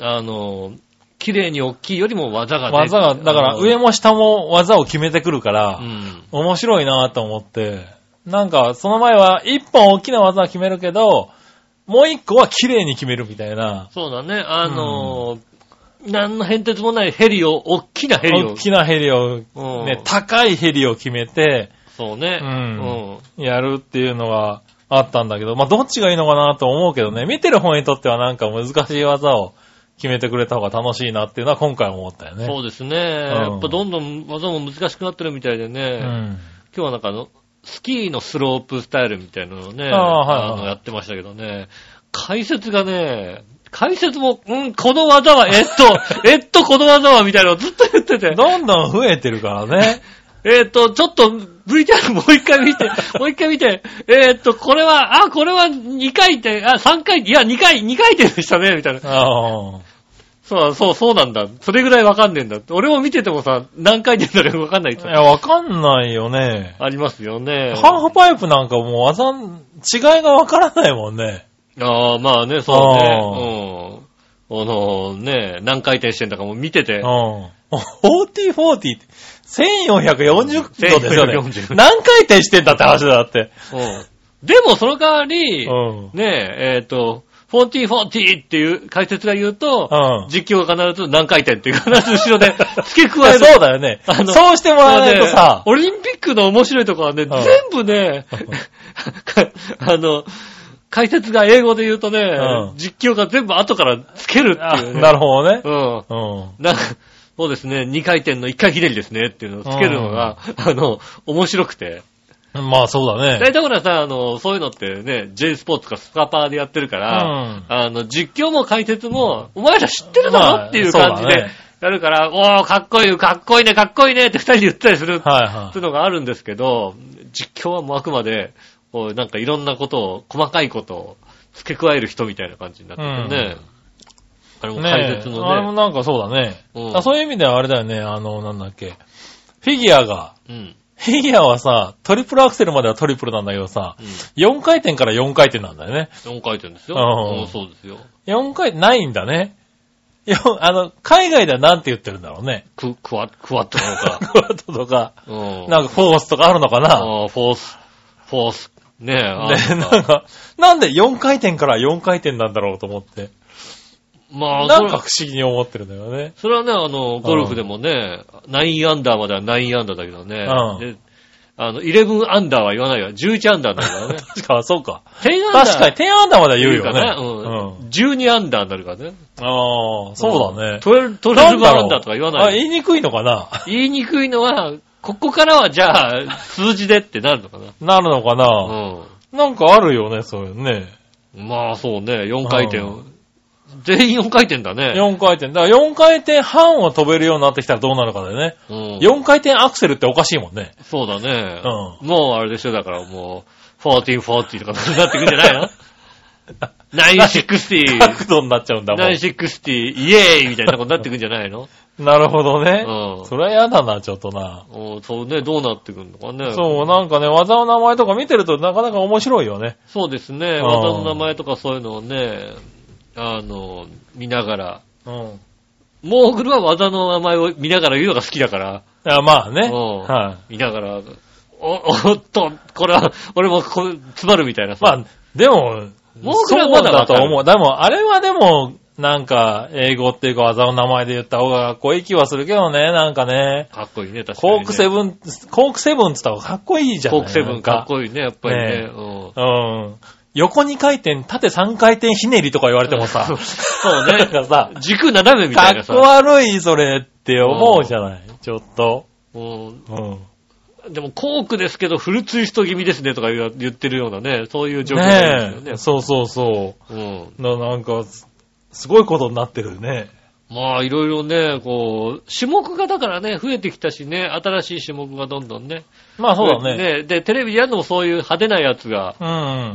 [SPEAKER 2] あの、綺麗に大きいよりも技がね
[SPEAKER 3] 技が、だから上
[SPEAKER 2] も。
[SPEAKER 3] も下も技を決めてくるか
[SPEAKER 2] う
[SPEAKER 3] ら、
[SPEAKER 2] ん。
[SPEAKER 3] 面白いなと思って。なんか、その前は一本大きな技を決めるけど、もう一個は綺麗に決めるみたいな。
[SPEAKER 2] そうだね。あの、何の変哲もないヘリを、大きなヘリを
[SPEAKER 3] 大。きなヘリを、
[SPEAKER 2] うん
[SPEAKER 3] ね、高いヘリを決めて
[SPEAKER 2] そうね。
[SPEAKER 3] うんやるっていうのがあったんだけど、まあどっちがいいのかなと思うけどね、見てる方にとってはなんか難しい技を決めてくれた方が楽しいなっていうのは今回思ったよね。
[SPEAKER 2] そうですね。やっぱどんどん技も難しくなってるみたいでね。
[SPEAKER 3] うん。
[SPEAKER 2] 今日はなんかあの、スキーのスロープスタイルみたいなのをね、
[SPEAKER 3] ああはいはい
[SPEAKER 2] の、やってましたけどね、解説がね、解説も、うん、この技は、えっ と、えっと、この技は、みたいなのをずっと言ってて、
[SPEAKER 3] どんどん増えてるから ね。
[SPEAKER 2] えっと、ちょっと、VTR もう一回見 て、もう一回見て、えっと、これは、あ、これは2回転、あ、3回、いや、2回、2回転でしたね、みたいな。
[SPEAKER 3] ああ
[SPEAKER 2] そう、そう、そうなんだ。それぐらいわかんねえんだ。俺も見ててもさ、何回転だかわかんない
[SPEAKER 3] い
[SPEAKER 2] って
[SPEAKER 3] や、わかんないよね。
[SPEAKER 2] ありますよね。
[SPEAKER 3] ハーフパイプなんかもう技、違いがわからないもんね。
[SPEAKER 2] ああ、まあね、そうね。うん。あのね、何回転してんだかも見て
[SPEAKER 3] う
[SPEAKER 2] て
[SPEAKER 3] ん。。4040って、 1440度ですよね
[SPEAKER 2] 1440。
[SPEAKER 3] 何回転してんだって話だって。
[SPEAKER 2] うんでも、その代わり、
[SPEAKER 3] うん。
[SPEAKER 2] ねえ、えっ、と、4040っていう解説が言うと、
[SPEAKER 3] うん
[SPEAKER 2] 実況が必ず何回転っていう必ず後ろ で付け
[SPEAKER 3] い
[SPEAKER 2] 加え
[SPEAKER 3] や
[SPEAKER 2] る。
[SPEAKER 3] そうだよね。
[SPEAKER 2] あの
[SPEAKER 3] そうしてもらわないと
[SPEAKER 2] あのね
[SPEAKER 3] さ、
[SPEAKER 2] オリンピックの面白いとこはね、
[SPEAKER 3] ん
[SPEAKER 2] 全部 ね、あの、解説が英語で言うとね、
[SPEAKER 3] うん
[SPEAKER 2] 実況が全部後から付けるっていう、ね。
[SPEAKER 3] なるほどね。
[SPEAKER 2] うん。
[SPEAKER 3] うん。
[SPEAKER 2] なんか、そうですね、2回転の1回ひねりですねっていうのをつけるのが、あの、面白くて。
[SPEAKER 3] まあそうだね。
[SPEAKER 2] 大体ほらさ、あの、そういうのってね、J スポーツかスカパーでやってるから、
[SPEAKER 3] うん
[SPEAKER 2] あの、実況も解説も、お前ら知ってるだ
[SPEAKER 3] ま
[SPEAKER 2] ろ
[SPEAKER 3] あ
[SPEAKER 2] っていう感じ
[SPEAKER 3] そうだ
[SPEAKER 2] で
[SPEAKER 3] ね、
[SPEAKER 2] やるから、おー、かっこいい、かっこいいね、かっこいいねって二人で言ったりする
[SPEAKER 3] はいは
[SPEAKER 2] っていうのがあるんですけど、実況はもうあくまで、こうなんかいろんなことを、細かいことを付け加える人みたいな感じになってるね。あれ
[SPEAKER 3] い。
[SPEAKER 2] も
[SPEAKER 3] ね
[SPEAKER 2] 解説
[SPEAKER 3] えあれも
[SPEAKER 2] のね。
[SPEAKER 3] なんかそうだね。
[SPEAKER 2] うん
[SPEAKER 3] あそういう意味ではあれだよね、あの、なんだっけ。フィギュアが、
[SPEAKER 2] うん。
[SPEAKER 3] フィギュアはさ、トリプルアクセルまではトリプルなんだけどさ、
[SPEAKER 2] うん。
[SPEAKER 3] 4回転から4回転なんだよね。
[SPEAKER 2] 4回転ですよ。
[SPEAKER 3] うん
[SPEAKER 2] うんそうですよ。
[SPEAKER 3] 4回、ないんだね。よ、あの、海外ではなんて言ってるんだろうね。
[SPEAKER 2] ク、クワ、クワッとなのか。
[SPEAKER 3] クワッドとか、
[SPEAKER 2] うん。
[SPEAKER 3] なんかフォースとかあるのかな。
[SPEAKER 2] ああ、フォース、フォース、ねえ、あ
[SPEAKER 3] で、
[SPEAKER 2] ー
[SPEAKER 3] なんか、なんで4回転から4回転なんだろうと思って。
[SPEAKER 2] まあ、
[SPEAKER 3] な
[SPEAKER 2] そ
[SPEAKER 3] ん
[SPEAKER 2] れ
[SPEAKER 3] か不思議に思ってるんだよね。
[SPEAKER 2] それはね、あの、ゴルフでもね、9アンダーまでは9アンダーだけどね
[SPEAKER 3] うん、
[SPEAKER 2] であの、11アンダーは言わないよ。11アンダーなんだからね。
[SPEAKER 3] 確か、そうか。
[SPEAKER 2] 10アンダー。
[SPEAKER 3] 確かに、10アンダーまでは言うよね。
[SPEAKER 2] うん。12アンダーになるからね。
[SPEAKER 3] うん。ああ、そうだね。
[SPEAKER 2] 12、12アンダーとか言わ
[SPEAKER 3] あ、
[SPEAKER 2] ないよ。
[SPEAKER 3] 言いにくいのかな
[SPEAKER 2] 言いにくいのは、ここからはじゃあ、数字でってなるのかな。
[SPEAKER 3] なるのかな、
[SPEAKER 2] うん。
[SPEAKER 3] なんかあるよね、そういうね。
[SPEAKER 2] まあそうね、4回転
[SPEAKER 3] う。
[SPEAKER 2] 全員4回転だね。
[SPEAKER 3] 4回転。だから4回転半を飛べるようになってきたらどうなるかだよね。
[SPEAKER 2] うん
[SPEAKER 3] 4回転アクセルっておかしいもんね。
[SPEAKER 2] そうだね。
[SPEAKER 3] う
[SPEAKER 2] もうあれでしょ、だからもう、14、40とかそうなってくんじゃないの ?960、
[SPEAKER 3] 角度になっちゃうんだもん。
[SPEAKER 2] 960、イエーイみたいなことになってくんじゃないの
[SPEAKER 3] なるほどね。
[SPEAKER 2] うん
[SPEAKER 3] それは嫌だな、ちょっとな。
[SPEAKER 2] おーそうね、どうなってくんのかね。
[SPEAKER 3] そう、なんかね、技の名前とか見てるとなかなか面白いよね。
[SPEAKER 2] そうですね、
[SPEAKER 3] うん
[SPEAKER 2] 技の名前とかそういうのをね、あの、見ながら。
[SPEAKER 3] うん。
[SPEAKER 2] モーグルは技の名前を見ながら言うのが好きだから、
[SPEAKER 3] あまあね。
[SPEAKER 2] うん
[SPEAKER 3] はい。
[SPEAKER 2] 見ながら、お、お っと、これは、俺もこう詰まるみたいなさ。
[SPEAKER 3] まあ、でも、
[SPEAKER 2] モーグルはまだわ
[SPEAKER 3] そう
[SPEAKER 2] かる
[SPEAKER 3] と思う。でも、あれはでも、なんか、英語っていうか技の名前で言った方がかっこいい気はするけどね、なんかね。
[SPEAKER 2] かっこいいね、確かに、ね。
[SPEAKER 3] コークセブン、コークセブンって言った方がかっこいいじゃん。
[SPEAKER 2] コークセブンかっこいいね、やっぱりね。
[SPEAKER 3] ね
[SPEAKER 2] うん。
[SPEAKER 3] なんかうん。横2回転、縦3回転ひねりとか言われても さ、
[SPEAKER 2] そうね。
[SPEAKER 3] なんかさ
[SPEAKER 2] 軸斜め みた
[SPEAKER 3] か
[SPEAKER 2] いな
[SPEAKER 3] っ
[SPEAKER 2] さ。
[SPEAKER 3] こ悪いそれって思うじゃない。ちょっと。
[SPEAKER 2] うん
[SPEAKER 3] うん。
[SPEAKER 2] でもコークですけどフルツイスト気味ですねとか言う言ってるようなね、そういう状況なん
[SPEAKER 3] ね
[SPEAKER 2] で
[SPEAKER 3] え。
[SPEAKER 2] す
[SPEAKER 3] そうそうそ
[SPEAKER 2] よね。
[SPEAKER 3] う。ななんか、すすごいことになってるね。
[SPEAKER 2] うん。まあいろいろね、こう、種目がだからね、増えてきたしね、新しい種目がどんどんね。
[SPEAKER 3] まあそうだね。
[SPEAKER 2] ねで、テレビでやるのもそういう派手なやつが、
[SPEAKER 3] う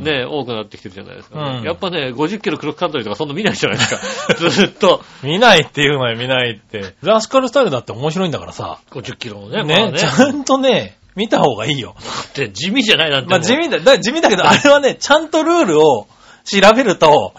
[SPEAKER 3] ん。
[SPEAKER 2] ね、多くなってきてるじゃないですか、ね
[SPEAKER 3] うん
[SPEAKER 2] やっぱね、50キロクロスカントリーとかそんな見ないじゃない ですか。ずーっと。
[SPEAKER 3] 見ないっていうのよ、見ないって。クラシカルスタイルだって面白いんだからさ。
[SPEAKER 2] 50キロをね、
[SPEAKER 3] ね、
[SPEAKER 2] まあね。
[SPEAKER 3] ちゃんとね、見た方がいいよ。
[SPEAKER 2] って地味じゃないなんてもう。
[SPEAKER 3] まあ地味だ、だ地味だけど、あれはね、ちゃんとルールを調べると、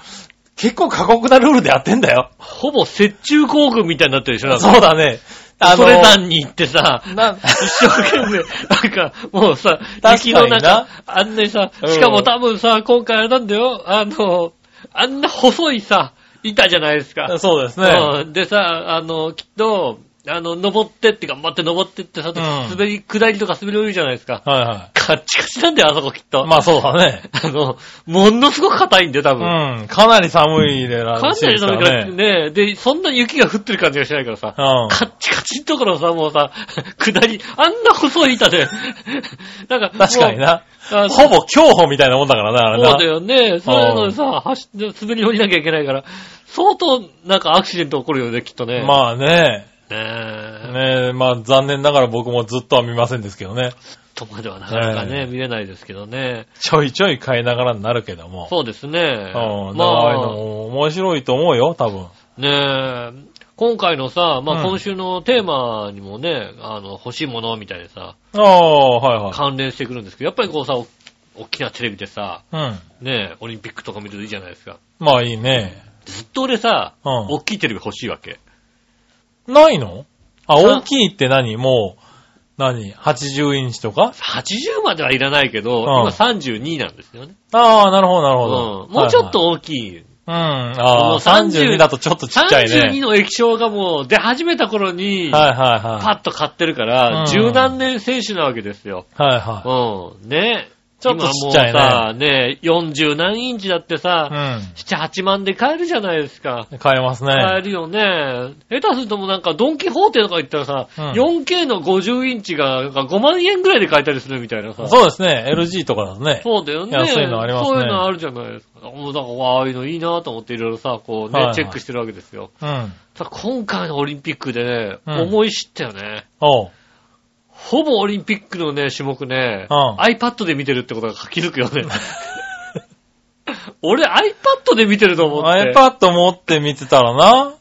[SPEAKER 3] 結構過酷なルールでやってんだよ。
[SPEAKER 2] ほぼ雪中行軍みたいになってるでしょなんか
[SPEAKER 3] そうだね。あ
[SPEAKER 2] それ
[SPEAKER 3] の、
[SPEAKER 2] 山に行ってさ、
[SPEAKER 3] な、
[SPEAKER 2] 一生懸命、なんか、もうさ、
[SPEAKER 3] か
[SPEAKER 2] 雪
[SPEAKER 3] にな
[SPEAKER 2] の中、あんなにさ、
[SPEAKER 3] うん
[SPEAKER 2] しかも多分さ、今回あれなんだよ、あの、あんな細いさ、板じゃないですか。
[SPEAKER 3] そうですね。
[SPEAKER 2] うんでさ、あの、きっと、あの、登ってって頑張って登ってってさ、
[SPEAKER 3] ん
[SPEAKER 2] 滑り、下りとか滑り降りるじゃないですか。
[SPEAKER 3] はいは
[SPEAKER 2] カッチカチなんだよ、あそこきっと。
[SPEAKER 3] い。まあそうだね。
[SPEAKER 2] あの、ものすごく硬いんだよ、多分。
[SPEAKER 3] うん。かなり寒いで
[SPEAKER 2] か
[SPEAKER 3] ら
[SPEAKER 2] ん
[SPEAKER 3] しい
[SPEAKER 2] な
[SPEAKER 3] で
[SPEAKER 2] り
[SPEAKER 3] す
[SPEAKER 2] 寒
[SPEAKER 3] か
[SPEAKER 2] くなっ
[SPEAKER 3] ら
[SPEAKER 2] て
[SPEAKER 3] ね。
[SPEAKER 2] ね、で、そんなに雪が降ってる感じがしないからさ、
[SPEAKER 3] うん
[SPEAKER 2] カッチカチのところさ、もうさ、 下り、あんな細い板で、 なんか、
[SPEAKER 3] 確かにな。
[SPEAKER 2] もう。あ
[SPEAKER 3] ほぼ競歩みたいなもんだからな、あれ
[SPEAKER 2] そうだ
[SPEAKER 3] な。
[SPEAKER 2] よね。そういうのでさ、走って滑り降りなきゃいけないから、相当、なんかアクシデント起こるよね、きっとね。あ。
[SPEAKER 3] まあね。
[SPEAKER 2] ねえ。
[SPEAKER 3] ねまあ残念ながら僕もずっとは見ませんですけどね。
[SPEAKER 2] とまではなかなかね、
[SPEAKER 3] ええ
[SPEAKER 2] 見れないですけどね。
[SPEAKER 3] ちょいちょい変えながらになるけども。
[SPEAKER 2] そうですね。
[SPEAKER 3] うん。だ
[SPEAKER 2] ま
[SPEAKER 3] からああいうの
[SPEAKER 2] あ、
[SPEAKER 3] も面白いと思うよ、多分。
[SPEAKER 2] ねえ、今回のさ、まあ
[SPEAKER 3] うん
[SPEAKER 2] 今週のテーマにもね、あの、欲しいものみたいでさ、
[SPEAKER 3] ああ、はい
[SPEAKER 2] 関連してくるんですけど、やっぱりこうさ、お大きなテレビでさ、
[SPEAKER 3] はい。うん。
[SPEAKER 2] ねえ、オリンピックとか見るといいじゃないですか。
[SPEAKER 3] まあいいね。
[SPEAKER 2] ずっと俺さ、
[SPEAKER 3] うん
[SPEAKER 2] 大きいテレビ欲しいわけ。
[SPEAKER 3] ないのあ、
[SPEAKER 2] うん
[SPEAKER 3] 大きいって何もう、何 ?80 インチとか
[SPEAKER 2] 80まではいらないけど、
[SPEAKER 3] うん
[SPEAKER 2] 今32なんですよね。
[SPEAKER 3] ああ、なるほど、なるほど
[SPEAKER 2] う。んもうちょっと大きい。
[SPEAKER 3] はいはい。うん、あ
[SPEAKER 2] もう
[SPEAKER 3] あ、32だとちょっとちっちゃい
[SPEAKER 2] 32
[SPEAKER 3] ね。
[SPEAKER 2] の液晶がもう出始めた頃に、
[SPEAKER 3] はいはいはい。
[SPEAKER 2] パッと買ってるから、
[SPEAKER 3] うん
[SPEAKER 2] 十何年選手なわけですよ。
[SPEAKER 3] はいは
[SPEAKER 2] うん。ね
[SPEAKER 3] ちょっとちっちゃいね
[SPEAKER 2] 今もうさ、ね40何インチだってさ、
[SPEAKER 3] い。
[SPEAKER 2] 7、8万で買えるじゃないですか。
[SPEAKER 3] うん。買えますね。
[SPEAKER 2] 買えるよね。下手するともうなんかドンキホーテとか行ったらさ、
[SPEAKER 3] うん
[SPEAKER 2] 4K の50インチがなんか5万円ぐらいで買えたりするみたいなさ。
[SPEAKER 3] そうですね。LG とかだとね。
[SPEAKER 2] そうだよね。
[SPEAKER 3] 安いのあります
[SPEAKER 2] そ
[SPEAKER 3] ね
[SPEAKER 2] ういうのあるじゃないですか。もうだから、わああいうのいいなと思っていろいろさ、こうね、
[SPEAKER 3] はいはい
[SPEAKER 2] チェックしてるわけですよ。
[SPEAKER 3] うん。
[SPEAKER 2] ただ今回のオリンピックでね、
[SPEAKER 3] うん
[SPEAKER 2] 思い知ったよね。
[SPEAKER 3] おう。
[SPEAKER 2] ほぼオリンピックのね、種目ね、
[SPEAKER 3] うん
[SPEAKER 2] iPad で見てるってことが気づくよね。 俺 iPad で見てると思って。
[SPEAKER 3] iPad 持って見てたらな。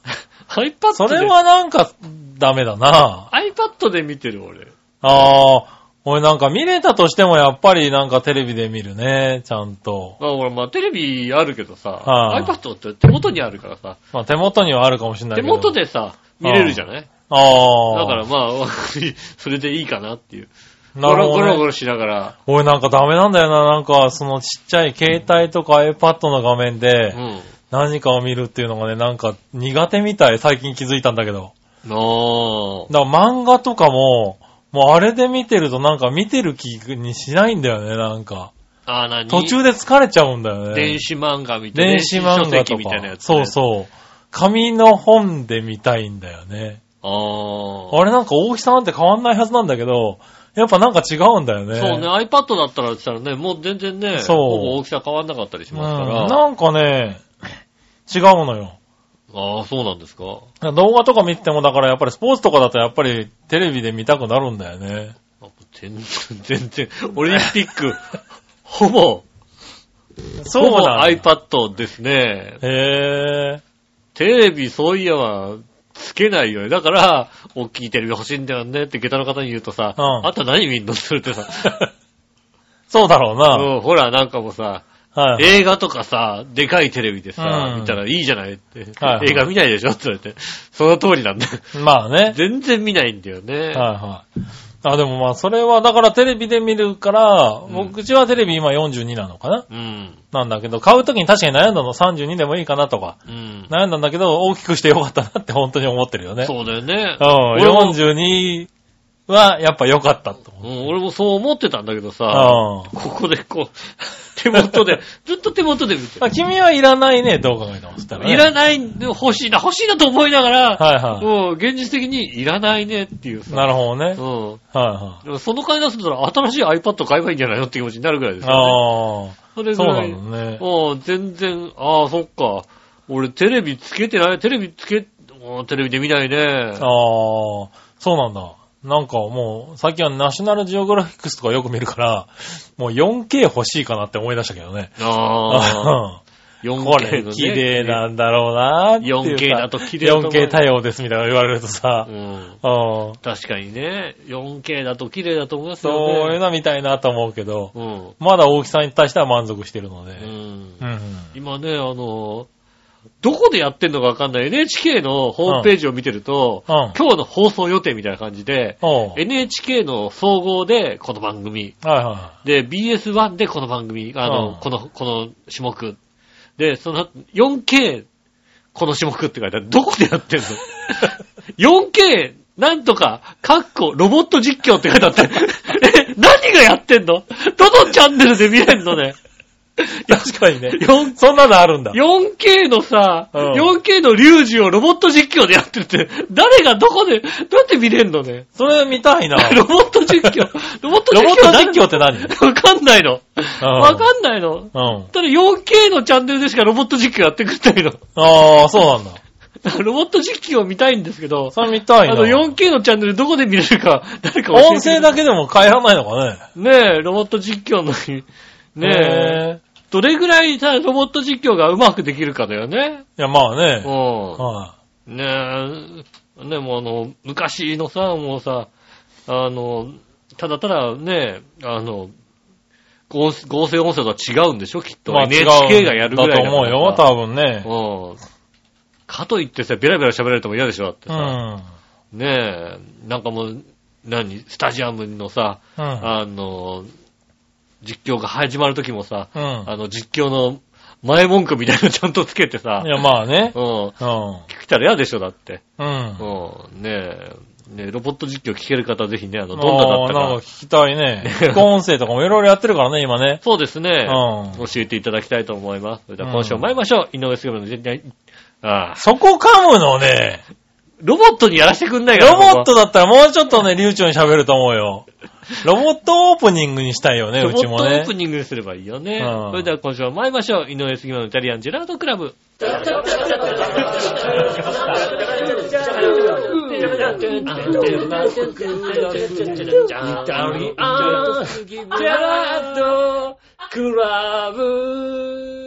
[SPEAKER 2] iPad で。
[SPEAKER 3] それはなんか、ダメだな。
[SPEAKER 2] iPad で見てる俺。
[SPEAKER 3] ああ、俺なんか見れたとしてもやっぱりなんかテレビで見るね、ちゃんと。
[SPEAKER 2] まあ俺まあテレビあるけどさ、
[SPEAKER 3] はい
[SPEAKER 2] iPad って手元にあるからさ、
[SPEAKER 3] まあ手元にはあるかもしれない
[SPEAKER 2] 手
[SPEAKER 3] けど。
[SPEAKER 2] 元。でさ、見れるじゃない
[SPEAKER 3] ああ。
[SPEAKER 2] だから、まあ、 それでいいかなっていう。
[SPEAKER 3] なるほ
[SPEAKER 2] ゴロゴロゴ
[SPEAKER 3] ど、ね。
[SPEAKER 2] ロしながら。
[SPEAKER 3] 俺なんかダメなんだよな。なんかそのちっちゃい携帯とか iPad の画面
[SPEAKER 2] う
[SPEAKER 3] で
[SPEAKER 2] ん。
[SPEAKER 3] 何かを見るっていうのがね、なんか苦手みたい。最近気づいたんだけど。
[SPEAKER 2] の
[SPEAKER 3] だから漫画とかも、もうあれで見てるとなんか見てる気にしないんだよね、なんか。
[SPEAKER 2] ああ、なに
[SPEAKER 3] 途中で疲れちゃうんだよね。
[SPEAKER 2] 電子漫画みたいな。
[SPEAKER 3] 電子漫
[SPEAKER 2] 電
[SPEAKER 3] 画
[SPEAKER 2] 子書籍
[SPEAKER 3] と
[SPEAKER 2] みたいなや
[SPEAKER 3] か。
[SPEAKER 2] つ、
[SPEAKER 3] そうそう。紙の本で見たいんだよね。
[SPEAKER 2] う。ああ。
[SPEAKER 3] あれなんか大きさなんて変わんないはずなんだけど、やっぱなんか違うんだよね。
[SPEAKER 2] そうね、iPad だったらしたらね、もう全然ね、
[SPEAKER 3] そう
[SPEAKER 2] ほぼ大きさ変わんなかったりし
[SPEAKER 3] うん
[SPEAKER 2] ますから。
[SPEAKER 3] なんかね、違うのよ。
[SPEAKER 2] ああ、そうなんですか。
[SPEAKER 3] 動画とか見てもだからやっぱりスポーツとかだとやっぱりテレビで見たくなるんだよね。
[SPEAKER 2] あ全然、 全然、オリンピック、 ほぼ、
[SPEAKER 3] そ
[SPEAKER 2] ほ
[SPEAKER 3] う
[SPEAKER 2] ぼ
[SPEAKER 3] なんだ。
[SPEAKER 2] iPad ですね。
[SPEAKER 3] へ
[SPEAKER 2] テレビ、そういやは、つけないよね。だから、大きいテレビ欲しいんだよねって下駄の方に言うとさ、
[SPEAKER 3] うん
[SPEAKER 2] あんた何見んのそれってさ、
[SPEAKER 3] ー。そうだろうな。
[SPEAKER 2] うん、ほら、なんかもうさ、
[SPEAKER 3] はい
[SPEAKER 2] 映画とかさ、でかいテレビでさ、
[SPEAKER 3] うん
[SPEAKER 2] 見たらいいじゃないって、
[SPEAKER 3] はいはい
[SPEAKER 2] 映画見ないでしょって言われて。その通りなんだよ。
[SPEAKER 3] まあね。
[SPEAKER 2] 全然見ないんだよね。
[SPEAKER 3] はいはい。あ、でもまあ、それは、だからテレビで見るから、
[SPEAKER 2] ん
[SPEAKER 3] 僕うちはテレビ今42なのかな
[SPEAKER 2] うん。
[SPEAKER 3] なんだけど、買うときに確かに悩んだの32でもいいかなとか、
[SPEAKER 2] うん。
[SPEAKER 3] 悩んだんだけど、大きくしてよかったなって本当に思ってるよね。
[SPEAKER 2] そうだよね。
[SPEAKER 3] うん、
[SPEAKER 2] 俺も
[SPEAKER 3] 42はやっぱ良かったと
[SPEAKER 2] う
[SPEAKER 3] 思う。
[SPEAKER 2] ん俺もそう思ってたんだけどさ、
[SPEAKER 3] う
[SPEAKER 2] ここでこう、 手元 で、ずっと手元で見て
[SPEAKER 3] ん。。あ君はいらないね、どう考えてもしたら、ね。
[SPEAKER 2] いらない、欲しいな、欲しいなと思いながら、
[SPEAKER 3] はいは
[SPEAKER 2] うん現実的にいらないねっていう
[SPEAKER 3] い。
[SPEAKER 2] さ。
[SPEAKER 3] なるほどね。はい
[SPEAKER 2] うん。
[SPEAKER 3] は
[SPEAKER 2] でもその金出すんだったら新しい iPad 買えばいいんじゃないのって気持ちになるぐらいで
[SPEAKER 3] い。
[SPEAKER 2] すよ、ね。
[SPEAKER 3] あ
[SPEAKER 2] そ
[SPEAKER 3] あ、
[SPEAKER 2] れ
[SPEAKER 3] そ
[SPEAKER 2] ぐ
[SPEAKER 3] う
[SPEAKER 2] ら。
[SPEAKER 3] ないのね。
[SPEAKER 2] ああ、全然、ああ、そっか。俺テレビつけてない、テレビつけ、ああテレビで見ないね。
[SPEAKER 3] ああ、そうなんだ。なんかもう、最近はナショナルジオグラフィックスとかよく見るから、もう 4K 欲しいかなって思い出したけどね。
[SPEAKER 2] ああ、
[SPEAKER 3] うん
[SPEAKER 2] 4K
[SPEAKER 3] こ
[SPEAKER 2] の
[SPEAKER 3] れ
[SPEAKER 2] ね。
[SPEAKER 3] 綺麗なんだろうなーっていうさ
[SPEAKER 2] 4K だと綺麗だと思う
[SPEAKER 3] 4K 対応ですみたいなの言われると さ
[SPEAKER 2] う、ん。
[SPEAKER 3] うん。
[SPEAKER 2] 確かにね、4K だと綺麗だと思いますよね。
[SPEAKER 3] そういうの見たいなと思うけど、
[SPEAKER 2] うん。
[SPEAKER 3] まだ大きさに対しては満足してるの
[SPEAKER 2] う
[SPEAKER 3] で。
[SPEAKER 2] ん
[SPEAKER 3] う。ん。
[SPEAKER 2] 今ね、あの、どこでやってんのかわかんない NHK のホームページを見てると、
[SPEAKER 3] うんうん
[SPEAKER 2] 今日の放送予定みたいな感じで、
[SPEAKER 3] おう
[SPEAKER 2] NHK の総合でこの番組、
[SPEAKER 3] はいは
[SPEAKER 2] で、BS1 でこの番組、あの、
[SPEAKER 3] うん
[SPEAKER 2] この、この種目。で、その、4K、この種目って書いてある。どこでや ってんの ?4K、なんとか、カッコ、ロボット実況って書いてあ って。え、何がやってんのどのチャンネルで見れんのね。
[SPEAKER 3] い。 確かにね。
[SPEAKER 2] 4K
[SPEAKER 3] そんなのあるんだ。
[SPEAKER 2] 4K のさ、
[SPEAKER 3] うん
[SPEAKER 2] 4K のリュウジをロボット実況でやってるって、誰がどこで、どうやって見れんのね。
[SPEAKER 3] それ見た いな。
[SPEAKER 2] ロボット実 況、ロボット
[SPEAKER 3] ロボット実況
[SPEAKER 2] 況
[SPEAKER 3] って何
[SPEAKER 2] 誰わかんないの。
[SPEAKER 3] うん
[SPEAKER 2] わかんないの。
[SPEAKER 3] うん。
[SPEAKER 2] ただ 4K のチャンネルでしかロボット実況やってくんないの。
[SPEAKER 3] ああ、そうなんだ。
[SPEAKER 2] ロボット実況を見たいんですけど、
[SPEAKER 3] それ見た
[SPEAKER 2] あ
[SPEAKER 3] いな。
[SPEAKER 2] の 4K のチャンネルどこで見れるか、 誰か教えて。
[SPEAKER 3] 音声だけでも変えらないのかね。
[SPEAKER 2] ねえ、ロボット実況の日、ねえ、
[SPEAKER 3] え。
[SPEAKER 2] どれぐらいさ、ロボット実況がうまくできるかだよね。
[SPEAKER 3] いや、まあね。
[SPEAKER 2] う
[SPEAKER 3] は
[SPEAKER 2] ん。ねえ、ねえもうあの、昔のさ、もうさ、あの、ただただね、あの、合成合成音声とは違うんでしょきっ
[SPEAKER 3] い。
[SPEAKER 2] と。
[SPEAKER 3] まあ、
[SPEAKER 2] NHK がやるぐらい
[SPEAKER 3] だと思うよ、多分ね。
[SPEAKER 2] うん。かといってさ、ベラベラ喋られても嫌でしょだって
[SPEAKER 3] う
[SPEAKER 2] さ。
[SPEAKER 3] ん。
[SPEAKER 2] ねえ、なんかもう、何、スタジアムのさ、
[SPEAKER 3] うん。
[SPEAKER 2] あの、実況が始まる時もさ、
[SPEAKER 3] うん。
[SPEAKER 2] あの、実況の前文句みたいなのちゃんとつけてさ
[SPEAKER 3] い、や、まあね。
[SPEAKER 2] うん、
[SPEAKER 3] うん。
[SPEAKER 2] 来たら嫌でしょ、だって。
[SPEAKER 3] うん。
[SPEAKER 2] うん、ねえ、ねえロボット実況聞ける方はぜひね、あの、どんなだ
[SPEAKER 3] あ
[SPEAKER 2] っ
[SPEAKER 3] あ
[SPEAKER 2] た
[SPEAKER 3] なん
[SPEAKER 2] か
[SPEAKER 3] か、聞きたいね。副音声とかもいろいろやってるからね、今ね。
[SPEAKER 2] そうですね、
[SPEAKER 3] う
[SPEAKER 2] 教えていただきたいと思います。それでは
[SPEAKER 3] うん
[SPEAKER 2] 今週も参りましょう。井上杉村の全体、ああ、
[SPEAKER 3] そこ噛むのね。
[SPEAKER 2] ロボットにやらせてくんないかな
[SPEAKER 3] ロボッ
[SPEAKER 2] こ
[SPEAKER 3] トだったらもうちょっとね、流暢に喋ると思うよ。ロボットオープニングにしたいよね、
[SPEAKER 2] こは
[SPEAKER 3] うち
[SPEAKER 2] ロボッ
[SPEAKER 3] も
[SPEAKER 2] トオ
[SPEAKER 3] ね
[SPEAKER 2] ープ。ニングにすればいいよね。
[SPEAKER 3] うん
[SPEAKER 2] それでは今週も参りましょう。井上杉村のイタリアンジェラートクラブ。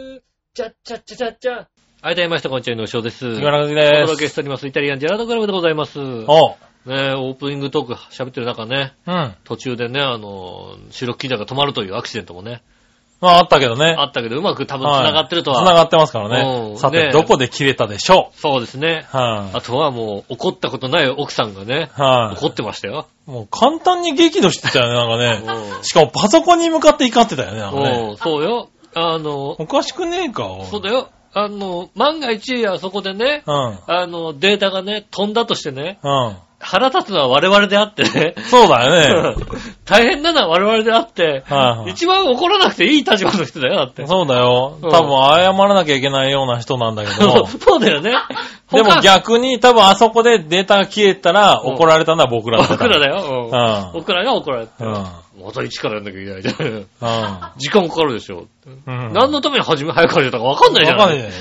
[SPEAKER 2] はい、どうもみなさんこんにちは、のしおです。
[SPEAKER 3] 木村和
[SPEAKER 2] お
[SPEAKER 3] 樹で
[SPEAKER 2] 届け
[SPEAKER 3] す。
[SPEAKER 2] しております。イタリアンジェラートクラブでございます。ね
[SPEAKER 3] おう。
[SPEAKER 2] えオープニングトーク喋ってる中ね、
[SPEAKER 3] うん。ま
[SPEAKER 2] 途中でね、あの、収録機材が止まるというアクシデントもね、
[SPEAKER 3] あ、あったけどね。
[SPEAKER 2] あったけど、うまく多分繋がってるとは。
[SPEAKER 3] 繋がってますから
[SPEAKER 2] うん
[SPEAKER 3] ね。さ
[SPEAKER 2] ね
[SPEAKER 3] て、どこで切れたでしょ
[SPEAKER 2] そうですね。
[SPEAKER 3] うはい
[SPEAKER 2] あとはもう、怒ったことない奥さんがね、
[SPEAKER 3] は
[SPEAKER 2] 怒ってましたよ。
[SPEAKER 3] い。もう簡単に激怒してたよね、なんか
[SPEAKER 2] うん
[SPEAKER 3] ね。しかもパソコンに向かって怒ってたよね、なんかね。
[SPEAKER 2] うん、そうよ。あの、
[SPEAKER 3] おかしくねえか、おい
[SPEAKER 2] そうだよ。あの、万が一、あそこでね、
[SPEAKER 3] うん。
[SPEAKER 2] あの、データがね、飛んだとしてね、
[SPEAKER 3] うん。
[SPEAKER 2] 腹立つのは我々であってね、
[SPEAKER 3] そうだよね。
[SPEAKER 2] 大変なのは我々であって、
[SPEAKER 3] はいはい
[SPEAKER 2] 一番怒らなくていい立場の人だよ、だって。
[SPEAKER 3] そうだよ。
[SPEAKER 2] う
[SPEAKER 3] 多
[SPEAKER 2] ん
[SPEAKER 3] 分謝らなきゃいけないような人なんだけども。
[SPEAKER 2] そうだよね。
[SPEAKER 3] でも
[SPEAKER 2] 他
[SPEAKER 3] 逆に多分あそこでデータが消えたら
[SPEAKER 2] うん
[SPEAKER 3] 怒られたのは僕らだった。
[SPEAKER 2] 僕らだよ。う
[SPEAKER 3] うん
[SPEAKER 2] 僕らが怒られて。
[SPEAKER 3] よ。
[SPEAKER 2] また一からやんなきゃいけないじゃん。
[SPEAKER 3] う
[SPEAKER 2] 時間かかるでしょ。
[SPEAKER 3] ん。うん。
[SPEAKER 2] 何のために初め早く始めたかわかんないじゃ
[SPEAKER 3] わかんない
[SPEAKER 2] ん。
[SPEAKER 3] じゃ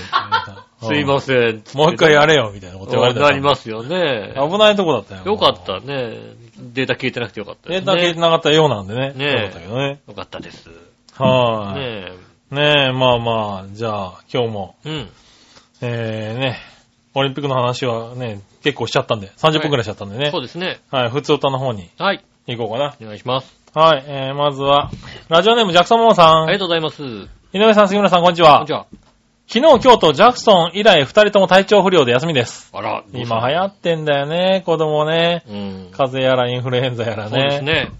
[SPEAKER 2] すいません。
[SPEAKER 3] もう一回
[SPEAKER 2] る
[SPEAKER 3] やれよ、みたいなこと言われた。
[SPEAKER 2] なりますすよね。
[SPEAKER 3] 危ないとこだったよ。
[SPEAKER 2] よかったね。データ消えてなくてよかったで
[SPEAKER 3] デ
[SPEAKER 2] す
[SPEAKER 3] ー
[SPEAKER 2] ね。
[SPEAKER 3] タ消えてなかったようなんでね。
[SPEAKER 2] ねえ
[SPEAKER 3] そうだったけどね。
[SPEAKER 2] よかったです。ね
[SPEAKER 3] は
[SPEAKER 2] え。
[SPEAKER 3] い。ねえ、まあまあ、じゃあ、今日も、
[SPEAKER 2] うん。
[SPEAKER 3] えーね、オリンピックの話はね、結構しちゃったんで、30分くらいしちゃったんでね
[SPEAKER 2] そ。うですね。
[SPEAKER 3] はい、普通歌の方に
[SPEAKER 2] はい。
[SPEAKER 3] 行こうかな。
[SPEAKER 2] お願いします。
[SPEAKER 3] はい、えー、まずは、ラジオネームジャクソンモモさん。
[SPEAKER 2] ありがとうございます。こん
[SPEAKER 3] 井上さん、杉村さん、こんにちは
[SPEAKER 2] に。ちは。
[SPEAKER 3] 昨日、今日とジャクソン以来、二人とも体調不良で休みです。
[SPEAKER 2] あら、どうした
[SPEAKER 3] 今流行ってんだよね、子供ね。
[SPEAKER 2] うん。
[SPEAKER 3] 風邪やらインフルエンザやら
[SPEAKER 2] そうです
[SPEAKER 3] ね。
[SPEAKER 2] ね。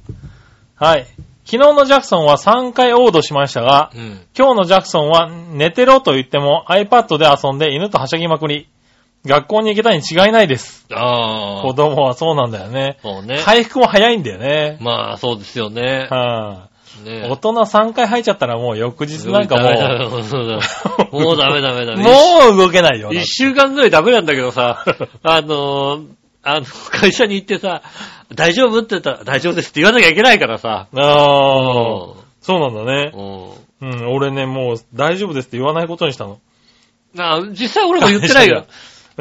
[SPEAKER 3] はい。昨日のジャクソンは3回オードしましたが
[SPEAKER 2] う、ん。
[SPEAKER 3] 今日のジャクソンは寝てろと言っても iPad で遊んで犬とはしゃぎまくり。学校に行けたに違いないです。
[SPEAKER 2] あ
[SPEAKER 3] 子
[SPEAKER 2] あ。
[SPEAKER 3] 供はそうなんだよね。
[SPEAKER 2] そうね。
[SPEAKER 3] 回復も早いんだよね。
[SPEAKER 2] まあ、そうですよね。
[SPEAKER 3] は
[SPEAKER 2] ね
[SPEAKER 3] い。大人3回入っちゃったらもう翌日なんかもう、
[SPEAKER 2] もう。そうだもうダ メダメダメ。
[SPEAKER 3] もう動けないよ。
[SPEAKER 2] 一週間ぐらいダメなんだけど さ、あのーあの、会社に行ってさ、大丈夫って言ったら、大丈夫ですって言わなきゃいけないからさ。
[SPEAKER 3] ああ、そうなんだね。
[SPEAKER 2] うん
[SPEAKER 3] うん、俺ね、もう大丈夫ですって言わないことにしたの。
[SPEAKER 2] なあ実際俺も言ってないよ。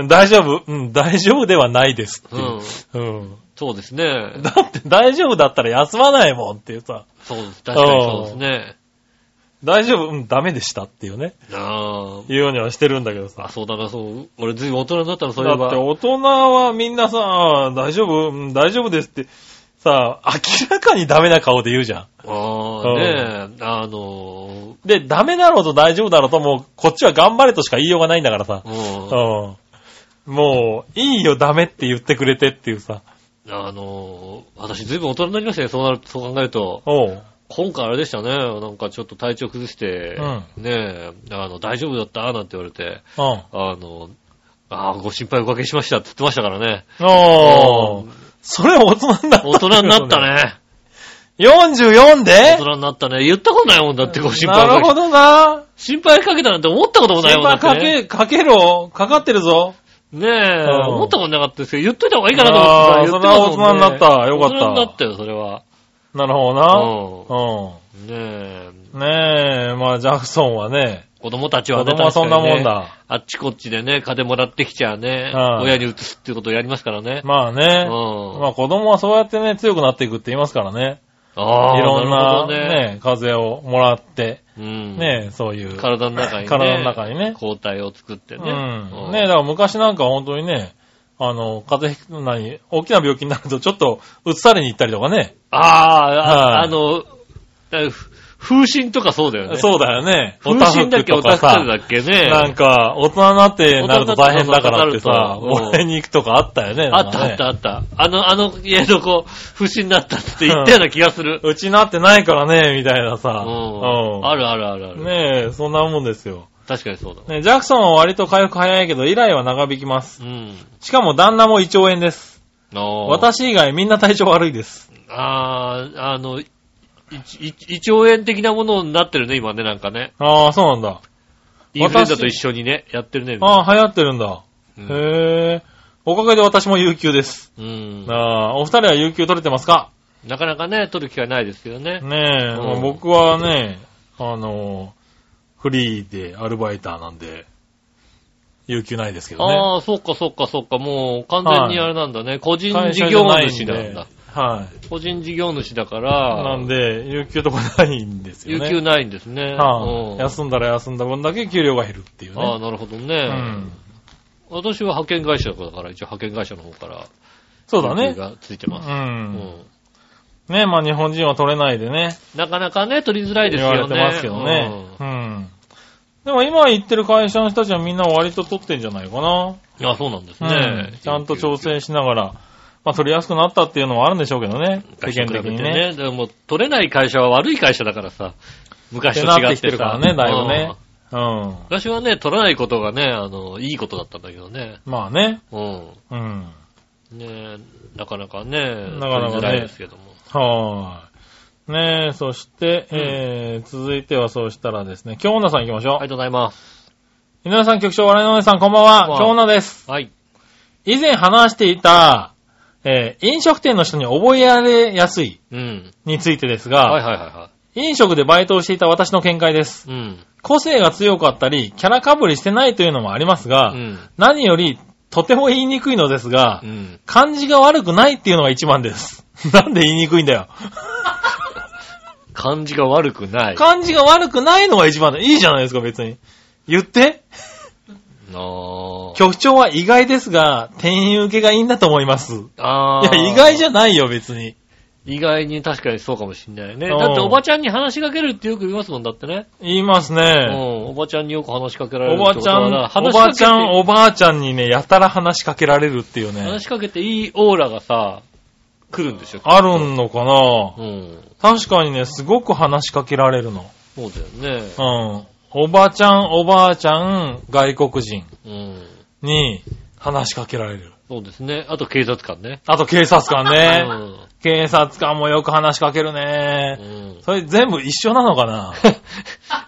[SPEAKER 3] 大丈夫うん、大丈夫ではないですって
[SPEAKER 2] う
[SPEAKER 3] い
[SPEAKER 2] ん
[SPEAKER 3] う。。うん。
[SPEAKER 2] そうですね。
[SPEAKER 3] だって大丈夫だったら休まないもんっていうさ、
[SPEAKER 2] そうです。確かにそうですね。
[SPEAKER 3] 大丈夫うん、ダメでしたっていうね、
[SPEAKER 2] あ
[SPEAKER 3] いうようにはしてるんだけど
[SPEAKER 2] あ。あ、
[SPEAKER 3] さ。
[SPEAKER 2] そうだな、そう。俺ずいぶん大人になったの、そういえ
[SPEAKER 3] だって
[SPEAKER 2] ば。
[SPEAKER 3] 大人はみんなさ、大丈夫うん、大丈夫ですって、さ、明らかにダメな顔で言うじゃん。
[SPEAKER 2] ああ、ねえ、あの
[SPEAKER 3] で、ダメだろうと大丈夫だろうともう、こっちは頑張れとしか言いようがないんだからさ
[SPEAKER 2] ー、。も
[SPEAKER 3] うん。もう、いいよ、ダメって言ってくれてっていうさ。
[SPEAKER 2] う、あのー、私ずいぶん大人になりましたね、そうなる、そう考えると。
[SPEAKER 3] おう。
[SPEAKER 2] 今回あれでしたね、なんかちょっと体調崩して、
[SPEAKER 3] う
[SPEAKER 2] ねえ、あの、大丈夫だったなんて言われて、
[SPEAKER 3] うん。
[SPEAKER 2] あの、ああ、ご心配おかけしましたって言ってましたからね。
[SPEAKER 3] お
[SPEAKER 2] う
[SPEAKER 3] ー。それ大人になった。
[SPEAKER 2] 大人になった。ね。大
[SPEAKER 3] 44で
[SPEAKER 2] 人になったね。言ったことないもんだって、ご心配
[SPEAKER 3] な
[SPEAKER 2] お
[SPEAKER 3] る
[SPEAKER 2] か
[SPEAKER 3] ほ
[SPEAKER 2] け。
[SPEAKER 3] どな。
[SPEAKER 2] 心配かけたなんて思ったこともない
[SPEAKER 3] 心
[SPEAKER 2] もんだ
[SPEAKER 3] 配
[SPEAKER 2] って
[SPEAKER 3] か
[SPEAKER 2] ね。
[SPEAKER 3] け、かけろ。かかってるぞ。
[SPEAKER 2] ねえ、
[SPEAKER 3] うん
[SPEAKER 2] 思ったことなかったですけど、言っといた方がいいかなと思ってさ、言ってましたもんね
[SPEAKER 3] ああそれは大人になったよか
[SPEAKER 2] 大
[SPEAKER 3] った
[SPEAKER 2] 人になったよ、それは。
[SPEAKER 3] なるほどな。
[SPEAKER 2] うん。ねえ、
[SPEAKER 3] うん。ねえ、まあ、ジャクソンはね、
[SPEAKER 2] 子供たちは
[SPEAKER 3] 子
[SPEAKER 2] ね、
[SPEAKER 3] 供はそんなもん
[SPEAKER 2] 確かにね。
[SPEAKER 3] だ。
[SPEAKER 2] あっちこっちでね、金もらってきちゃね、
[SPEAKER 3] うん
[SPEAKER 2] 親に移すっていうことをやりますからね。
[SPEAKER 3] まあね。
[SPEAKER 2] うん
[SPEAKER 3] まあ、子供はそうやってね、強くなっていくって言いますからね。
[SPEAKER 2] ああ、
[SPEAKER 3] いろん
[SPEAKER 2] るほど
[SPEAKER 3] な、
[SPEAKER 2] ね。
[SPEAKER 3] ね、風邪をもらって、
[SPEAKER 2] うん、
[SPEAKER 3] ね、そういう。
[SPEAKER 2] 体の中にね。
[SPEAKER 3] 体の中にね
[SPEAKER 2] 抗体を作ってね。
[SPEAKER 3] うん。ねだから昔なんか本当にね、あの、風邪ひくの何、大きな病気になるとちょっと移されに行ったりとかね。
[SPEAKER 2] ああ、あ
[SPEAKER 3] はい
[SPEAKER 2] あの、だからふ風神とかそうだよね。
[SPEAKER 3] そうだよね。
[SPEAKER 2] 風神だっけ、オ
[SPEAKER 3] お
[SPEAKER 2] タ
[SPEAKER 3] たふくとかさ
[SPEAKER 2] フクだっけね。
[SPEAKER 3] なんか、大人になってなると大変だからってさ、
[SPEAKER 2] 大人になってなると
[SPEAKER 3] もらいに行くとかあったよね。
[SPEAKER 2] あ
[SPEAKER 3] なん
[SPEAKER 2] っ
[SPEAKER 3] か
[SPEAKER 2] たあ
[SPEAKER 3] ね
[SPEAKER 2] ったあった。あの、あの家の子、不審だったって言ったような気がする。
[SPEAKER 3] うちなってないからね、みたいなさ。
[SPEAKER 2] うん。
[SPEAKER 3] うん
[SPEAKER 2] あるあるあるある。
[SPEAKER 3] ねえ、そんなもんですよ。
[SPEAKER 2] 確かにそうだわ。
[SPEAKER 3] ねジャクソンは割と回復早いけど、以来は長引きます。
[SPEAKER 2] うん。
[SPEAKER 3] しかも旦那も胃腸炎です。
[SPEAKER 2] あー。
[SPEAKER 3] 私以外みんな体調悪いです。
[SPEAKER 2] あー、あの、いい一応炎的なものになってるね、今ね、なんかね。
[SPEAKER 3] ああ、そうなんだ。
[SPEAKER 2] インフルエンザと一緒にね、やってるね。
[SPEAKER 3] ああ、流行ってるんだ。
[SPEAKER 2] うん
[SPEAKER 3] へえ。おかげで私も有給です。
[SPEAKER 2] うん。
[SPEAKER 3] ああ、お二人は有給取れてますか
[SPEAKER 2] なかなかね、取る機会ないですけどね。
[SPEAKER 3] ねえ、
[SPEAKER 2] うん
[SPEAKER 3] まあ僕はね、あの、フリーでアルバイターなんで、有給ないですけどね。
[SPEAKER 2] ああ、そっかそっかそっか、もう完全にあれなんだね。個人事業
[SPEAKER 3] 会社
[SPEAKER 2] 主
[SPEAKER 3] じゃ
[SPEAKER 2] な
[SPEAKER 3] ない
[SPEAKER 2] ん
[SPEAKER 3] ん
[SPEAKER 2] だ
[SPEAKER 3] で。。はい。
[SPEAKER 2] 個人事業主だから、
[SPEAKER 3] なんで、有給とかないんですよ
[SPEAKER 2] 有
[SPEAKER 3] ね。
[SPEAKER 2] 給ないんですね。
[SPEAKER 3] は
[SPEAKER 2] うん
[SPEAKER 3] い。休んだら休んだ分だけ給料が減るっていう
[SPEAKER 2] ああ、
[SPEAKER 3] ね。
[SPEAKER 2] なるほどね。
[SPEAKER 3] うん。
[SPEAKER 2] 私は派遣会社だから、一応派遣会社の方から、
[SPEAKER 3] そうだ
[SPEAKER 2] 有
[SPEAKER 3] ね
[SPEAKER 2] 給。がついてます。
[SPEAKER 3] う。
[SPEAKER 2] うんん
[SPEAKER 3] ねまあ日本人は取れないでね、
[SPEAKER 2] なかなかね、取りづらいです
[SPEAKER 3] 言
[SPEAKER 2] よ
[SPEAKER 3] わ
[SPEAKER 2] ね。
[SPEAKER 3] れてますけどね。うん。でも今行ってる会社の人たちはみんな割と取ってんじゃないかな。
[SPEAKER 2] うん。あそうなんです
[SPEAKER 3] ね
[SPEAKER 2] ね。
[SPEAKER 3] ちゃんと調整しながら、まあ取りやすくなったっていうのはあるんでしょうけどね。世
[SPEAKER 2] 会社
[SPEAKER 3] 間
[SPEAKER 2] に比べ
[SPEAKER 3] 的
[SPEAKER 2] て
[SPEAKER 3] にね。
[SPEAKER 2] ね。でも、取れない会社は悪い会社だからさ、昔と違ってさ。
[SPEAKER 3] ってなってきてるからねだいぶね
[SPEAKER 2] うん
[SPEAKER 3] うん。
[SPEAKER 2] 昔はね、取らないことがね、あの、いいことだったんだけどね。
[SPEAKER 3] まあね。
[SPEAKER 2] うん。
[SPEAKER 3] うん。
[SPEAKER 2] ねえなかなかね、
[SPEAKER 3] なかなか
[SPEAKER 2] 取りづ
[SPEAKER 3] ね
[SPEAKER 2] らいですけども。
[SPEAKER 3] はーい。ねえ、そして、えー、続いてはそうしたらですね、京女さん行きましょ
[SPEAKER 2] あ
[SPEAKER 3] う。
[SPEAKER 2] りがとうございます。
[SPEAKER 3] 井上さん局長、笑いのお姉さん、こんばん
[SPEAKER 2] こ
[SPEAKER 3] は。
[SPEAKER 2] んばんは
[SPEAKER 3] 京女です。
[SPEAKER 2] はい。
[SPEAKER 3] 以前話していた、えー、飲食店の人に覚えられやすい
[SPEAKER 2] うん。
[SPEAKER 3] についてですが、
[SPEAKER 2] はいはいはいは
[SPEAKER 3] 飲食でバイトをしていた私の見解です。
[SPEAKER 2] い。うん。
[SPEAKER 3] 個性が強かったり、キャラかぶりしてないというのもあります
[SPEAKER 2] う
[SPEAKER 3] が、
[SPEAKER 2] ん。
[SPEAKER 3] 何より、とても言いにくいのですが、
[SPEAKER 2] うん。
[SPEAKER 3] 漢字が悪くないっていうのが一番です。 なんで言いにくいんだよ。
[SPEAKER 2] 感じが悪くない。あ
[SPEAKER 3] 漢字が悪くないのが一番だ。いいじゃないですか、別に。言って。
[SPEAKER 2] ー
[SPEAKER 3] 局長は意外ですが、店員受けがいいんだと思います。い
[SPEAKER 2] あー
[SPEAKER 3] や、意外じゃないよ、別に。
[SPEAKER 2] 意外に確かにそうかもしんないね。
[SPEAKER 3] うん
[SPEAKER 2] だっておばちゃんに話しかけるってよく言いますもんだってね。
[SPEAKER 3] 言います
[SPEAKER 2] うん
[SPEAKER 3] ね。。
[SPEAKER 2] おばちゃんによく話しかけられ
[SPEAKER 3] お
[SPEAKER 2] るっ
[SPEAKER 3] ば
[SPEAKER 2] てこ
[SPEAKER 3] ち
[SPEAKER 2] と
[SPEAKER 3] ゃん、
[SPEAKER 2] はな
[SPEAKER 3] お
[SPEAKER 2] 話しか
[SPEAKER 3] ば
[SPEAKER 2] けて
[SPEAKER 3] ちゃん、おばあちゃんにね、やたら話しかけられるっていうね
[SPEAKER 2] 話。しかけていいオーラがさ、来るんでしょ。
[SPEAKER 3] あるのかな
[SPEAKER 2] うん。
[SPEAKER 3] 確かにね、すごく話しかけられるの。
[SPEAKER 2] そうだよね。
[SPEAKER 3] うん。おばちゃん、おばあちゃん、外国人
[SPEAKER 2] うん。
[SPEAKER 3] に話しかけられる。
[SPEAKER 2] そうですね。あと警察官ね。
[SPEAKER 3] あと警察官ね。
[SPEAKER 2] うん
[SPEAKER 3] 警察官もよく話しかけるね。
[SPEAKER 2] うん
[SPEAKER 3] それ全部一緒なのかな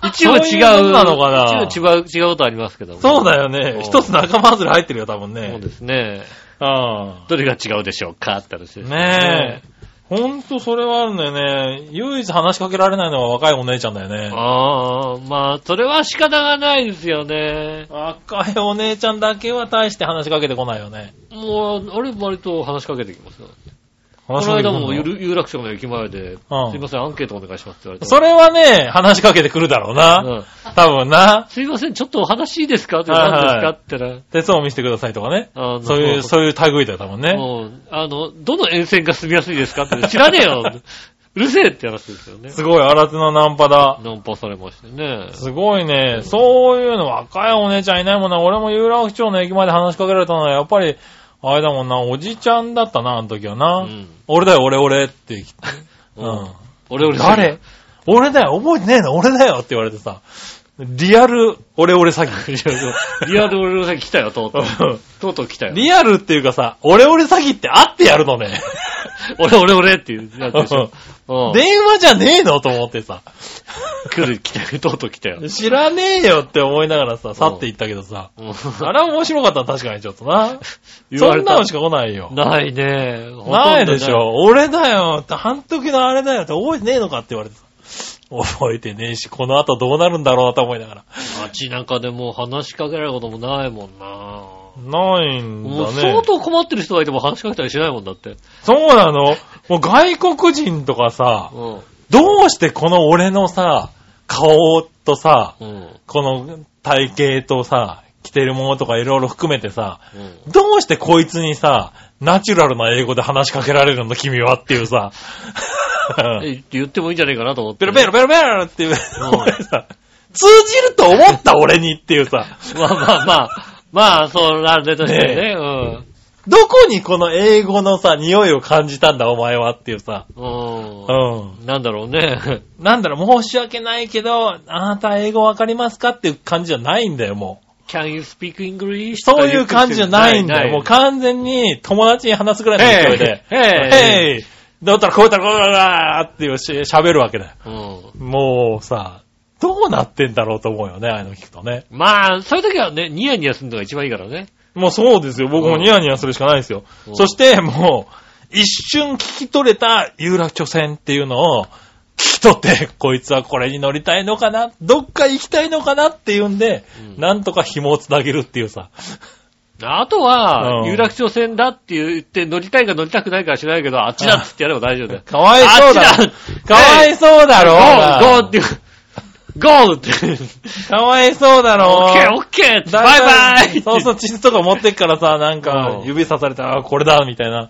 [SPEAKER 2] 一応違う。
[SPEAKER 3] そういうもんなのかな
[SPEAKER 2] 一応違う、違うことありますけども。
[SPEAKER 3] そうだよ
[SPEAKER 2] うん
[SPEAKER 3] ね。一つ仲間外れ入ってるよ、多分
[SPEAKER 2] そう
[SPEAKER 3] ね。
[SPEAKER 2] ですね。
[SPEAKER 3] あ
[SPEAKER 2] どれが違うでしょうかって話で
[SPEAKER 3] あ
[SPEAKER 2] す
[SPEAKER 3] ねえ。ほんとそれはあるんだよね。唯一話しかけられないのは若いお姉ちゃんだよ
[SPEAKER 2] え
[SPEAKER 3] ね。
[SPEAKER 2] ああ、まあ、それは仕方がないですよね。
[SPEAKER 3] 若いお姉ちゃんだけは大して話しかけてこないよね。
[SPEAKER 2] もう、俺割と話しかけてきますよ。こ
[SPEAKER 3] 話し
[SPEAKER 2] の
[SPEAKER 3] かけて
[SPEAKER 2] 間
[SPEAKER 3] くるの
[SPEAKER 2] も有有楽町の駅前で、
[SPEAKER 3] うん
[SPEAKER 2] すいません、アンケートお願いしますって言われて。
[SPEAKER 3] それはね、話しかけてくるだろうな。
[SPEAKER 2] うん
[SPEAKER 3] 多分な。
[SPEAKER 2] すいません、ちょっとお話いいですかって
[SPEAKER 3] はいはい
[SPEAKER 2] 何ですかってな。
[SPEAKER 3] 手相を見せてくださいとかね。
[SPEAKER 2] あの
[SPEAKER 3] そういう、そういう類だよ、多分ね。
[SPEAKER 2] うんあの、どの沿線が住みやすいですかって知らねえよ。うるせえって話ですよね。
[SPEAKER 3] すごい、新手のナンパだ。
[SPEAKER 2] ナンパされましてね。
[SPEAKER 3] すごいね。そういうの若いお姉ちゃんいないもんな。俺も有楽町の駅まで話しかけられたのは、やっぱり、あれだもんな、おじちゃんだったな、あの時はな。
[SPEAKER 2] うん。
[SPEAKER 3] 俺だよ、俺、俺って。うん。
[SPEAKER 2] 俺俺
[SPEAKER 3] 誰俺だよ、覚えてねえの、俺だよって言われてさ。リアル、俺、俺詐 欺。
[SPEAKER 2] リアル俺の先来たよ、とうとう。とうとう来たよ。
[SPEAKER 3] リアルっていうかさ、俺、俺詐欺って会ってやるのね。
[SPEAKER 2] 俺俺俺っていうやつでしょ。うん
[SPEAKER 3] 電話じゃねえのと思ってさ。
[SPEAKER 2] 来る、来たよ、とうとう来たよ。
[SPEAKER 3] 知らねえよって思いながらさ、去っていったけどさ。
[SPEAKER 2] うん
[SPEAKER 3] あれは面白かった、確かにちょっとな。
[SPEAKER 2] 言
[SPEAKER 3] そ
[SPEAKER 2] われ
[SPEAKER 3] ん
[SPEAKER 2] た
[SPEAKER 3] なのしか来ないよ。
[SPEAKER 2] ないね。
[SPEAKER 3] ないで
[SPEAKER 2] ほとんど
[SPEAKER 3] し
[SPEAKER 2] ない。
[SPEAKER 3] ょ。俺だよって、半時のあれだよって覚えてねえのかって言われてさ。覚えてねえし、この後どうなるんだろうなと思いながら。
[SPEAKER 2] 街なんかでもう話しかけられることもないもんな。
[SPEAKER 3] ないん
[SPEAKER 2] も
[SPEAKER 3] だ
[SPEAKER 2] う
[SPEAKER 3] ね
[SPEAKER 2] 相。当困ってる人がいても話しかけたりしないもんだって。
[SPEAKER 3] そうなのもう外国人とかさ
[SPEAKER 2] う、ん。
[SPEAKER 3] どうしてこの俺のさ、顔とさ、
[SPEAKER 2] うん。
[SPEAKER 3] この体型とさ、着てるものとかいろいろ含めてさ、
[SPEAKER 2] うん。
[SPEAKER 3] どうして こいつにさ、ナチュラルな英語で話しかけられるの君はっていうさ、
[SPEAKER 2] えって言ってもいいんじゃないかなと思って。
[SPEAKER 3] ベロベロベロベロっていう、俺さ、通じると思った俺にっていうさ、
[SPEAKER 2] まあまあまあ、まあ、そうなんでとしてね
[SPEAKER 3] ね
[SPEAKER 2] うん。
[SPEAKER 3] どこにこの英語のさ、匂いを感じたんだお前はっていうさ、う。
[SPEAKER 2] うんん。なんだろうね。
[SPEAKER 3] なんだろう、申し訳ないけど、あなた英語わかりますかっていう感じじゃないんだよ、もう。
[SPEAKER 2] Can you speak English?
[SPEAKER 3] そういう感じじゃないんだよ。もう
[SPEAKER 2] か
[SPEAKER 3] 完全に友達に話すぐらいの勢いで、
[SPEAKER 2] へいへ
[SPEAKER 3] へいだったらこうやったらこうだらっていうし喋るわけだよ。
[SPEAKER 2] うん。
[SPEAKER 3] もうさ、どうなってんだろうと思うよね、ああいうの聞くとね。
[SPEAKER 2] まあ、そういう時はね、ニヤニヤするのが一番いいからね。
[SPEAKER 3] もうそうですよ。僕もニヤニヤするしかないですよ。
[SPEAKER 2] うん
[SPEAKER 3] そしてもう、一瞬聞き取れた有楽町線っていうのを、聞き取って、こいつはこれに乗りたいのかなどっか行きたいのかなっていうんで、
[SPEAKER 2] うん
[SPEAKER 3] なんとか紐をつなげるっていうさ。
[SPEAKER 2] あとは、
[SPEAKER 3] うん
[SPEAKER 2] 有楽町線だって言って乗りたいか乗りたくないかは知らないけど、あっちだっつってやれば大丈夫だよ。
[SPEAKER 3] かわいそうだ
[SPEAKER 2] あっちだ
[SPEAKER 3] かわいそうだろ
[SPEAKER 2] ゴーゴーっていう、ゴーって。
[SPEAKER 3] かわいそうだ
[SPEAKER 2] オッケー
[SPEAKER 3] ろ
[SPEAKER 2] オッケー
[SPEAKER 3] だん
[SPEAKER 2] バ
[SPEAKER 3] だん
[SPEAKER 2] イ バイ
[SPEAKER 3] そうそう、地図とか持ってっからさ、なんか
[SPEAKER 2] う、ん
[SPEAKER 3] 指さされたら、あこれだ、みたいな。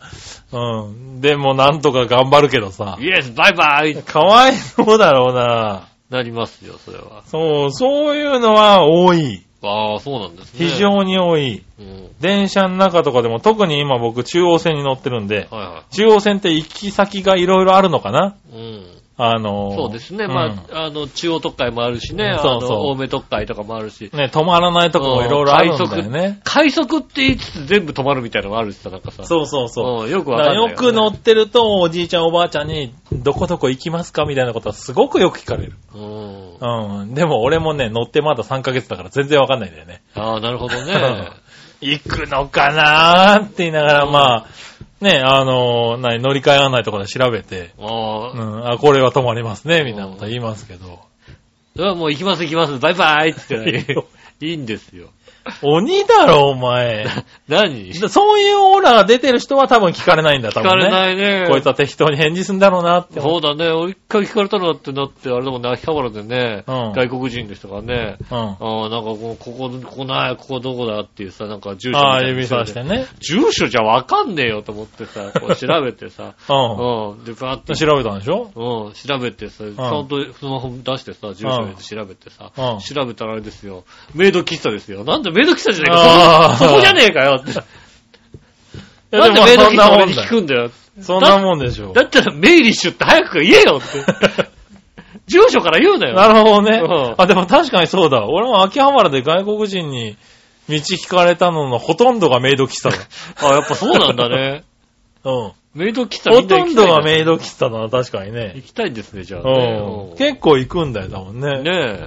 [SPEAKER 3] うん。でも、なんとか頑張るけどさ。
[SPEAKER 2] イエスバイバイ
[SPEAKER 3] かわいそうだろうな。
[SPEAKER 2] なりますよ、それは。
[SPEAKER 3] そう、そういうのは多い。
[SPEAKER 2] ああ、そうなんですね。
[SPEAKER 3] 非常に多い。
[SPEAKER 2] うん。
[SPEAKER 3] 電車の中とかでも、特に今僕、中央線に乗ってるんで、
[SPEAKER 2] はいは。
[SPEAKER 3] 中央線って行き先がいろいろあるのかな
[SPEAKER 2] う
[SPEAKER 3] い
[SPEAKER 2] ん。
[SPEAKER 3] あのー
[SPEAKER 2] そうですね。
[SPEAKER 3] ん
[SPEAKER 2] まあ、あの、中央特会もあるしね、あ
[SPEAKER 3] そうそう
[SPEAKER 2] の、青梅特会とかもあるし。
[SPEAKER 3] ね、止まらないとこもいろいろあるんだよ
[SPEAKER 2] 快速。。
[SPEAKER 3] ね
[SPEAKER 2] 快速って言いつつ全部止まるみたいなのもあるしさ、なんかさ。
[SPEAKER 3] そうそうそう。
[SPEAKER 2] うん。よくわ
[SPEAKER 3] だ
[SPEAKER 2] か
[SPEAKER 3] か
[SPEAKER 2] ん
[SPEAKER 3] ら
[SPEAKER 2] ない、
[SPEAKER 3] よく乗っ。てると、おじいちゃんおばあちゃんに、どこどこ行きますかみたいなことはすごくよく聞かれる。
[SPEAKER 2] うん。
[SPEAKER 3] うん。でも俺もね、乗ってまだ3ヶ月だから全然わかんないんだよね。
[SPEAKER 2] ああ、なるほど ね。
[SPEAKER 3] 行くのかなーって言いながら、まあ、ね、あのー何、乗り換え案内とかで調べて、
[SPEAKER 2] あ
[SPEAKER 3] う
[SPEAKER 2] あ、
[SPEAKER 3] ん、あ、これは止まりますね、みたいなこと言いますけど。
[SPEAKER 2] それはもう行きます行きます、バイバイって言ってない いいんですよ。
[SPEAKER 3] 鬼だろ、お前。
[SPEAKER 2] 何聞
[SPEAKER 3] そういうオーラが出てる人は多分聞かれないんだ、
[SPEAKER 2] か
[SPEAKER 3] 多分ね。
[SPEAKER 2] れないね。
[SPEAKER 3] こいつは適当に返事すんだろうなって思。
[SPEAKER 2] そううだね。俺一回聞かれたのだってなって、あれでもね、秋葉原でね、
[SPEAKER 3] うん
[SPEAKER 2] 外国人の人がね、
[SPEAKER 3] う
[SPEAKER 2] あ
[SPEAKER 3] ん。
[SPEAKER 2] あ、なんかこう、ここ、ここない、ここどこだっていうさ、なんか住所み
[SPEAKER 3] ああ、
[SPEAKER 2] たいな
[SPEAKER 3] 指さしてね。
[SPEAKER 2] 住所じゃわかんねえよと思ってさ、こう調べてさ、
[SPEAKER 3] う
[SPEAKER 2] うん。で、バーって
[SPEAKER 3] ん。、調べたんでしょ
[SPEAKER 2] うん、調べてさ、ちゃんとスマホ出してさ、住所入れて調べてさ、
[SPEAKER 3] うん
[SPEAKER 2] 調べたらあれですよ、メイド喫茶ですよ。なんでメイド喫茶じゃねえ
[SPEAKER 3] あ
[SPEAKER 2] か
[SPEAKER 3] ー
[SPEAKER 2] そこそこじゃねえか よって。
[SPEAKER 3] いや
[SPEAKER 2] なんでメイド
[SPEAKER 3] そ
[SPEAKER 2] 喫
[SPEAKER 3] ん
[SPEAKER 2] 茶
[SPEAKER 3] な
[SPEAKER 2] 俺
[SPEAKER 3] もん
[SPEAKER 2] に
[SPEAKER 3] だ
[SPEAKER 2] 聞
[SPEAKER 3] よ。
[SPEAKER 2] くんだよ。
[SPEAKER 3] そんなもんでしょ。
[SPEAKER 2] だったらメイリッシュって早く言えよ って。住所から言うなよ。
[SPEAKER 3] なるほどね
[SPEAKER 2] うん。
[SPEAKER 3] あ、でも確かにそうだ。俺も秋葉原で外国人に道聞かれたののほとんどがメイド喫茶だ。
[SPEAKER 2] あ、やっぱそうなんだね。
[SPEAKER 3] うん。
[SPEAKER 2] メイド喫茶
[SPEAKER 3] ほ
[SPEAKER 2] みんな
[SPEAKER 3] と
[SPEAKER 2] 行
[SPEAKER 3] ん
[SPEAKER 2] きた
[SPEAKER 3] ど
[SPEAKER 2] いだ
[SPEAKER 3] がメイド喫茶だな、確かにね。
[SPEAKER 2] 行きたいんですね、じゃあね。う
[SPEAKER 3] う。
[SPEAKER 2] んん
[SPEAKER 3] 結構行くんだよ、多分ね。
[SPEAKER 2] ね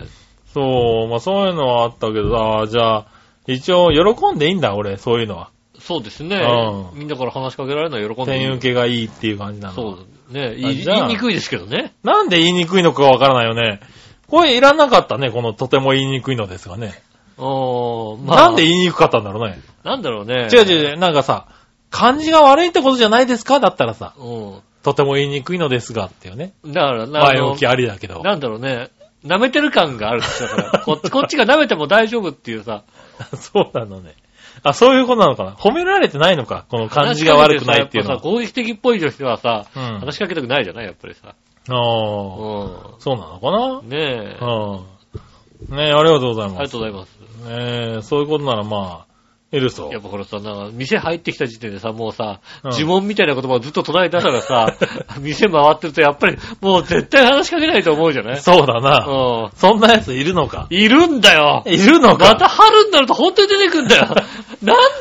[SPEAKER 3] そう、まあそういうのはあったけど、ああ、じゃあ、一応喜んでいいんだ、俺、そういうのは。
[SPEAKER 2] え。そうですね
[SPEAKER 3] う。ん
[SPEAKER 2] みんなから話しかけられるのは喜んでいい
[SPEAKER 3] 天受けがいいっていう感じなの。
[SPEAKER 2] そう。ねえ、言い
[SPEAKER 3] あじゃあ
[SPEAKER 2] 言いにくいですけどね。
[SPEAKER 3] なんで言いにくいのかわからないよね。これいらなかったね、このとても言いにくいのですがね。
[SPEAKER 2] おー、まあ。
[SPEAKER 3] なんで言いにくかったんだろうね。
[SPEAKER 2] なんだろうね。
[SPEAKER 3] 違う違う違う、なんかさ、感じが悪いってことじゃないですかだったらさ、
[SPEAKER 2] う。
[SPEAKER 3] とても言いにくいのですがっていうね。
[SPEAKER 2] うん。だから、なあ
[SPEAKER 3] 前
[SPEAKER 2] の
[SPEAKER 3] 置きありだけど。
[SPEAKER 2] なんだろうね。舐めてる感があるんですよだから。こっち、こっちが舐めても大丈夫っていうさ。
[SPEAKER 3] そうなのね。あ、そういうことなのかな。褒められてないのか、この感じが悪くないってい
[SPEAKER 2] 話しかけて
[SPEAKER 3] うの
[SPEAKER 2] さやっぱさ、
[SPEAKER 3] は。
[SPEAKER 2] 攻撃的っぽい女子はさ、
[SPEAKER 3] うん
[SPEAKER 2] 話しかけたくないじゃないやっぱりさ。
[SPEAKER 3] あー
[SPEAKER 2] う
[SPEAKER 3] そうなのかな。
[SPEAKER 2] ん。ねえ。あ
[SPEAKER 3] うん。ねえ、ありがとうござい
[SPEAKER 2] り
[SPEAKER 3] ま
[SPEAKER 2] が
[SPEAKER 3] す。
[SPEAKER 2] とうございます。
[SPEAKER 3] ねえ、そういうことならまあ、いるそ
[SPEAKER 2] やっ
[SPEAKER 3] う。
[SPEAKER 2] ぱこれさ、なんか、店入ってきた時点でさ、もうさ、
[SPEAKER 3] うん
[SPEAKER 2] 呪文みたいな言葉をずっと唱えながら さ、店回ってるとやっぱり、もう絶対話しかけないと思うじゃない
[SPEAKER 3] そうだな。
[SPEAKER 2] う
[SPEAKER 3] そんなやついるのか。
[SPEAKER 2] ん。いるんだよ
[SPEAKER 3] いる
[SPEAKER 2] ま
[SPEAKER 3] の
[SPEAKER 2] た
[SPEAKER 3] か。
[SPEAKER 2] 春になると本当に出てくん だよなんで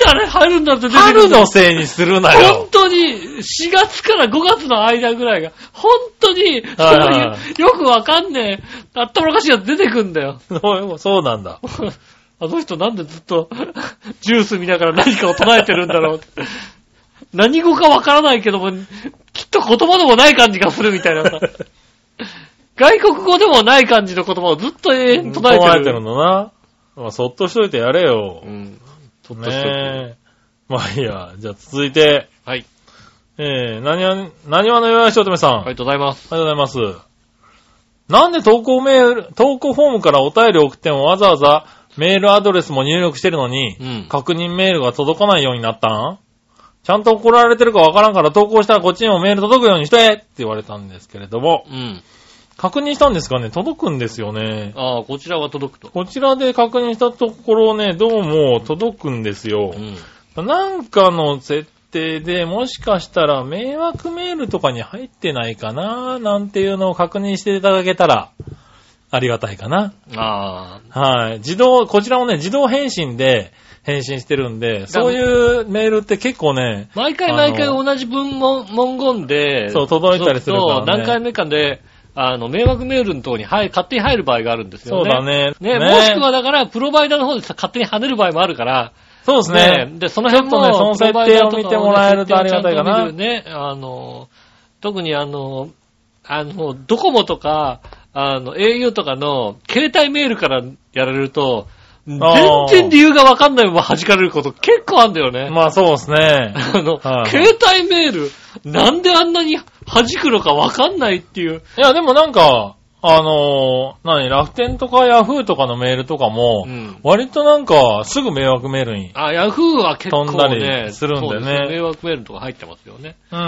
[SPEAKER 2] あれ春になると出てくる
[SPEAKER 3] 春
[SPEAKER 2] んだよ
[SPEAKER 3] のせいにするな
[SPEAKER 2] 本
[SPEAKER 3] よ。
[SPEAKER 2] 当に、4月から5月の間ぐらいが、本当に、そう
[SPEAKER 3] はいは
[SPEAKER 2] い
[SPEAKER 3] い
[SPEAKER 2] う、よくわかんねえ、あったらかしいやつ出てくんだよ。
[SPEAKER 3] そうそうなんだ。
[SPEAKER 2] あの人なんでずっと、ジュース見ながら何かを唱えてるんだろうって。何語かわからないけども、きっと言葉でもない感じがするみたいなさ。外国語でもない感じの言葉をずっと永遠に唱えてる。
[SPEAKER 3] 唱えてるのな。まあ、そっとしといてやれよ
[SPEAKER 2] う。ん。ちょっとしとく
[SPEAKER 3] ねえ。まあいいや。じゃあ続いて、
[SPEAKER 2] はい。
[SPEAKER 3] えー、何わ、何わのよやしおとめさん。
[SPEAKER 2] あ
[SPEAKER 3] あ
[SPEAKER 2] り
[SPEAKER 3] り
[SPEAKER 2] がとうございます。
[SPEAKER 3] がとうございます。なんで投稿メール、投稿フォームからお便りを送ってもわざわざメールアドレスも入力してるのに、
[SPEAKER 2] うん
[SPEAKER 3] 確認メールが届かないようになったんちゃんと怒られてるかわからんから投稿したらこっちにもメール届くようにしてって言われたんですけれども、
[SPEAKER 2] うん。
[SPEAKER 3] 確認したんですかね届くんですよね。
[SPEAKER 2] ああ、こちらは届くと。
[SPEAKER 3] こちらで確認したところね、どうも届くんですよ
[SPEAKER 2] う。ん。
[SPEAKER 3] なんかの設定でもしかしたら迷惑メールとかに入ってないかななんていうのを確認していただけたらありがたいかな。
[SPEAKER 2] あ
[SPEAKER 3] はい。自動、こちらもね、自動返信で返信してるんで、そういうメールって結構ね、
[SPEAKER 2] あ。毎回毎回同じ文文文言で、
[SPEAKER 3] そう届いたりするからね
[SPEAKER 2] そう何回目かで、あの、迷惑メールのところに入勝手に入る場合があるんですよ
[SPEAKER 3] そう
[SPEAKER 2] ね。
[SPEAKER 3] だ。
[SPEAKER 2] ね、
[SPEAKER 3] ね。
[SPEAKER 2] もしくはだから、プロバイダーの方でさ勝手に跳ねる場合もあるから、
[SPEAKER 3] そうですね。
[SPEAKER 2] で、その辺も、
[SPEAKER 3] ちょっとねその設定を見てもらえるとありがたいかな
[SPEAKER 2] プロバイダーとかのね設定をちゃんと見るね、あの、特にあの、あの、ドコモとか、あの、au とかの携帯メールからやられると、全
[SPEAKER 3] あー
[SPEAKER 2] 然理由がわかんないまま弾かれること結構あんだよね。
[SPEAKER 3] まあそうですね。
[SPEAKER 2] あの、
[SPEAKER 3] はい
[SPEAKER 2] 携帯メール、なんであんなに弾くのかわかんないっていう。
[SPEAKER 3] いや、でもなんか、あのー何、楽天とかヤフーとかのメールとかも、
[SPEAKER 2] うん
[SPEAKER 3] 割となんか、すぐ迷惑メールに。
[SPEAKER 2] あ、ヤフーは結構ね、
[SPEAKER 3] 飛んだりするんだよ
[SPEAKER 2] そ
[SPEAKER 3] ね
[SPEAKER 2] うです迷惑メールとか入ってますよね。
[SPEAKER 3] うん。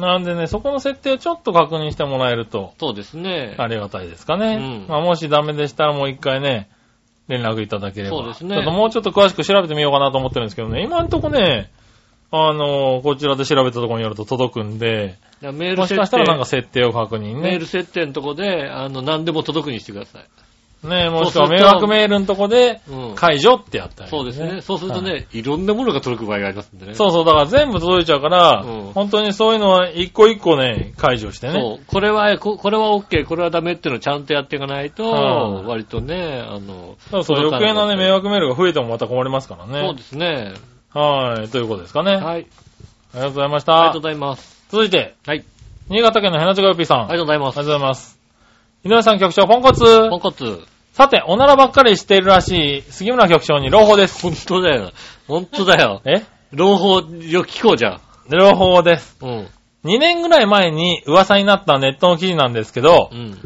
[SPEAKER 3] なんでね、そこの設定をちょっと確認してもらえると、
[SPEAKER 2] そうですね。
[SPEAKER 3] ありがたいですかね。
[SPEAKER 2] うん
[SPEAKER 3] まあ、もしダメでしたらもう一回ね、連絡いただければ。
[SPEAKER 2] そうですね
[SPEAKER 3] ちょっともうちょっと詳しく調べてみようかなと思ってるんですけどね、今んとこね、あのーこちらで調べたところによると届くんで、
[SPEAKER 2] だからメール
[SPEAKER 3] も
[SPEAKER 2] 設
[SPEAKER 3] し
[SPEAKER 2] 定
[SPEAKER 3] かしたらなんか設定を確認
[SPEAKER 2] メー
[SPEAKER 3] ね。
[SPEAKER 2] ル設定のとこで、あの、何でも届くにしてください。
[SPEAKER 3] ねもしく
[SPEAKER 2] そう
[SPEAKER 3] は
[SPEAKER 2] する
[SPEAKER 3] 迷
[SPEAKER 2] と
[SPEAKER 3] 惑メールのとこで
[SPEAKER 2] うん、
[SPEAKER 3] 解除ってやったり、
[SPEAKER 2] そうですね。そうすると
[SPEAKER 3] はい
[SPEAKER 2] ね、いろんなものが届く場合がありますんでね。
[SPEAKER 3] そうそう、だから全部届いちゃうから、
[SPEAKER 2] うん
[SPEAKER 3] 本当にそういうのは一個一個ね、解除してね。
[SPEAKER 2] そうこれは、ここれは OK、これはダメっていうのをちゃんとやっていかないと、
[SPEAKER 3] はい
[SPEAKER 2] 割とね、あの、
[SPEAKER 3] そうそう
[SPEAKER 2] 届か
[SPEAKER 3] 余計なね、迷
[SPEAKER 2] かっ
[SPEAKER 3] 惑メールが増えてもまた困りますから
[SPEAKER 2] たそう
[SPEAKER 3] ね
[SPEAKER 2] で。すね。
[SPEAKER 3] はい、ということですかね。あ
[SPEAKER 2] はい。
[SPEAKER 3] りがとうございまし
[SPEAKER 2] ありが
[SPEAKER 3] た
[SPEAKER 2] とう。ございます。
[SPEAKER 3] 続いて、
[SPEAKER 2] はい。
[SPEAKER 3] 新潟県のヘナチョコヨッピーさん。
[SPEAKER 2] ありがとうございます。
[SPEAKER 3] ありがとうございます。井上さん局長、ポンコツ。
[SPEAKER 2] ポンコツ。
[SPEAKER 3] さて、おならばっかりしているらしい杉村局長に朗報です。
[SPEAKER 2] 本当だよ。本当だよ。
[SPEAKER 3] え
[SPEAKER 2] 朗報、よ、聞こうじゃん。
[SPEAKER 3] 朗報です。
[SPEAKER 2] うん。
[SPEAKER 3] 2年ぐらい前に噂になったネットの記事なんですけど
[SPEAKER 2] う、ん。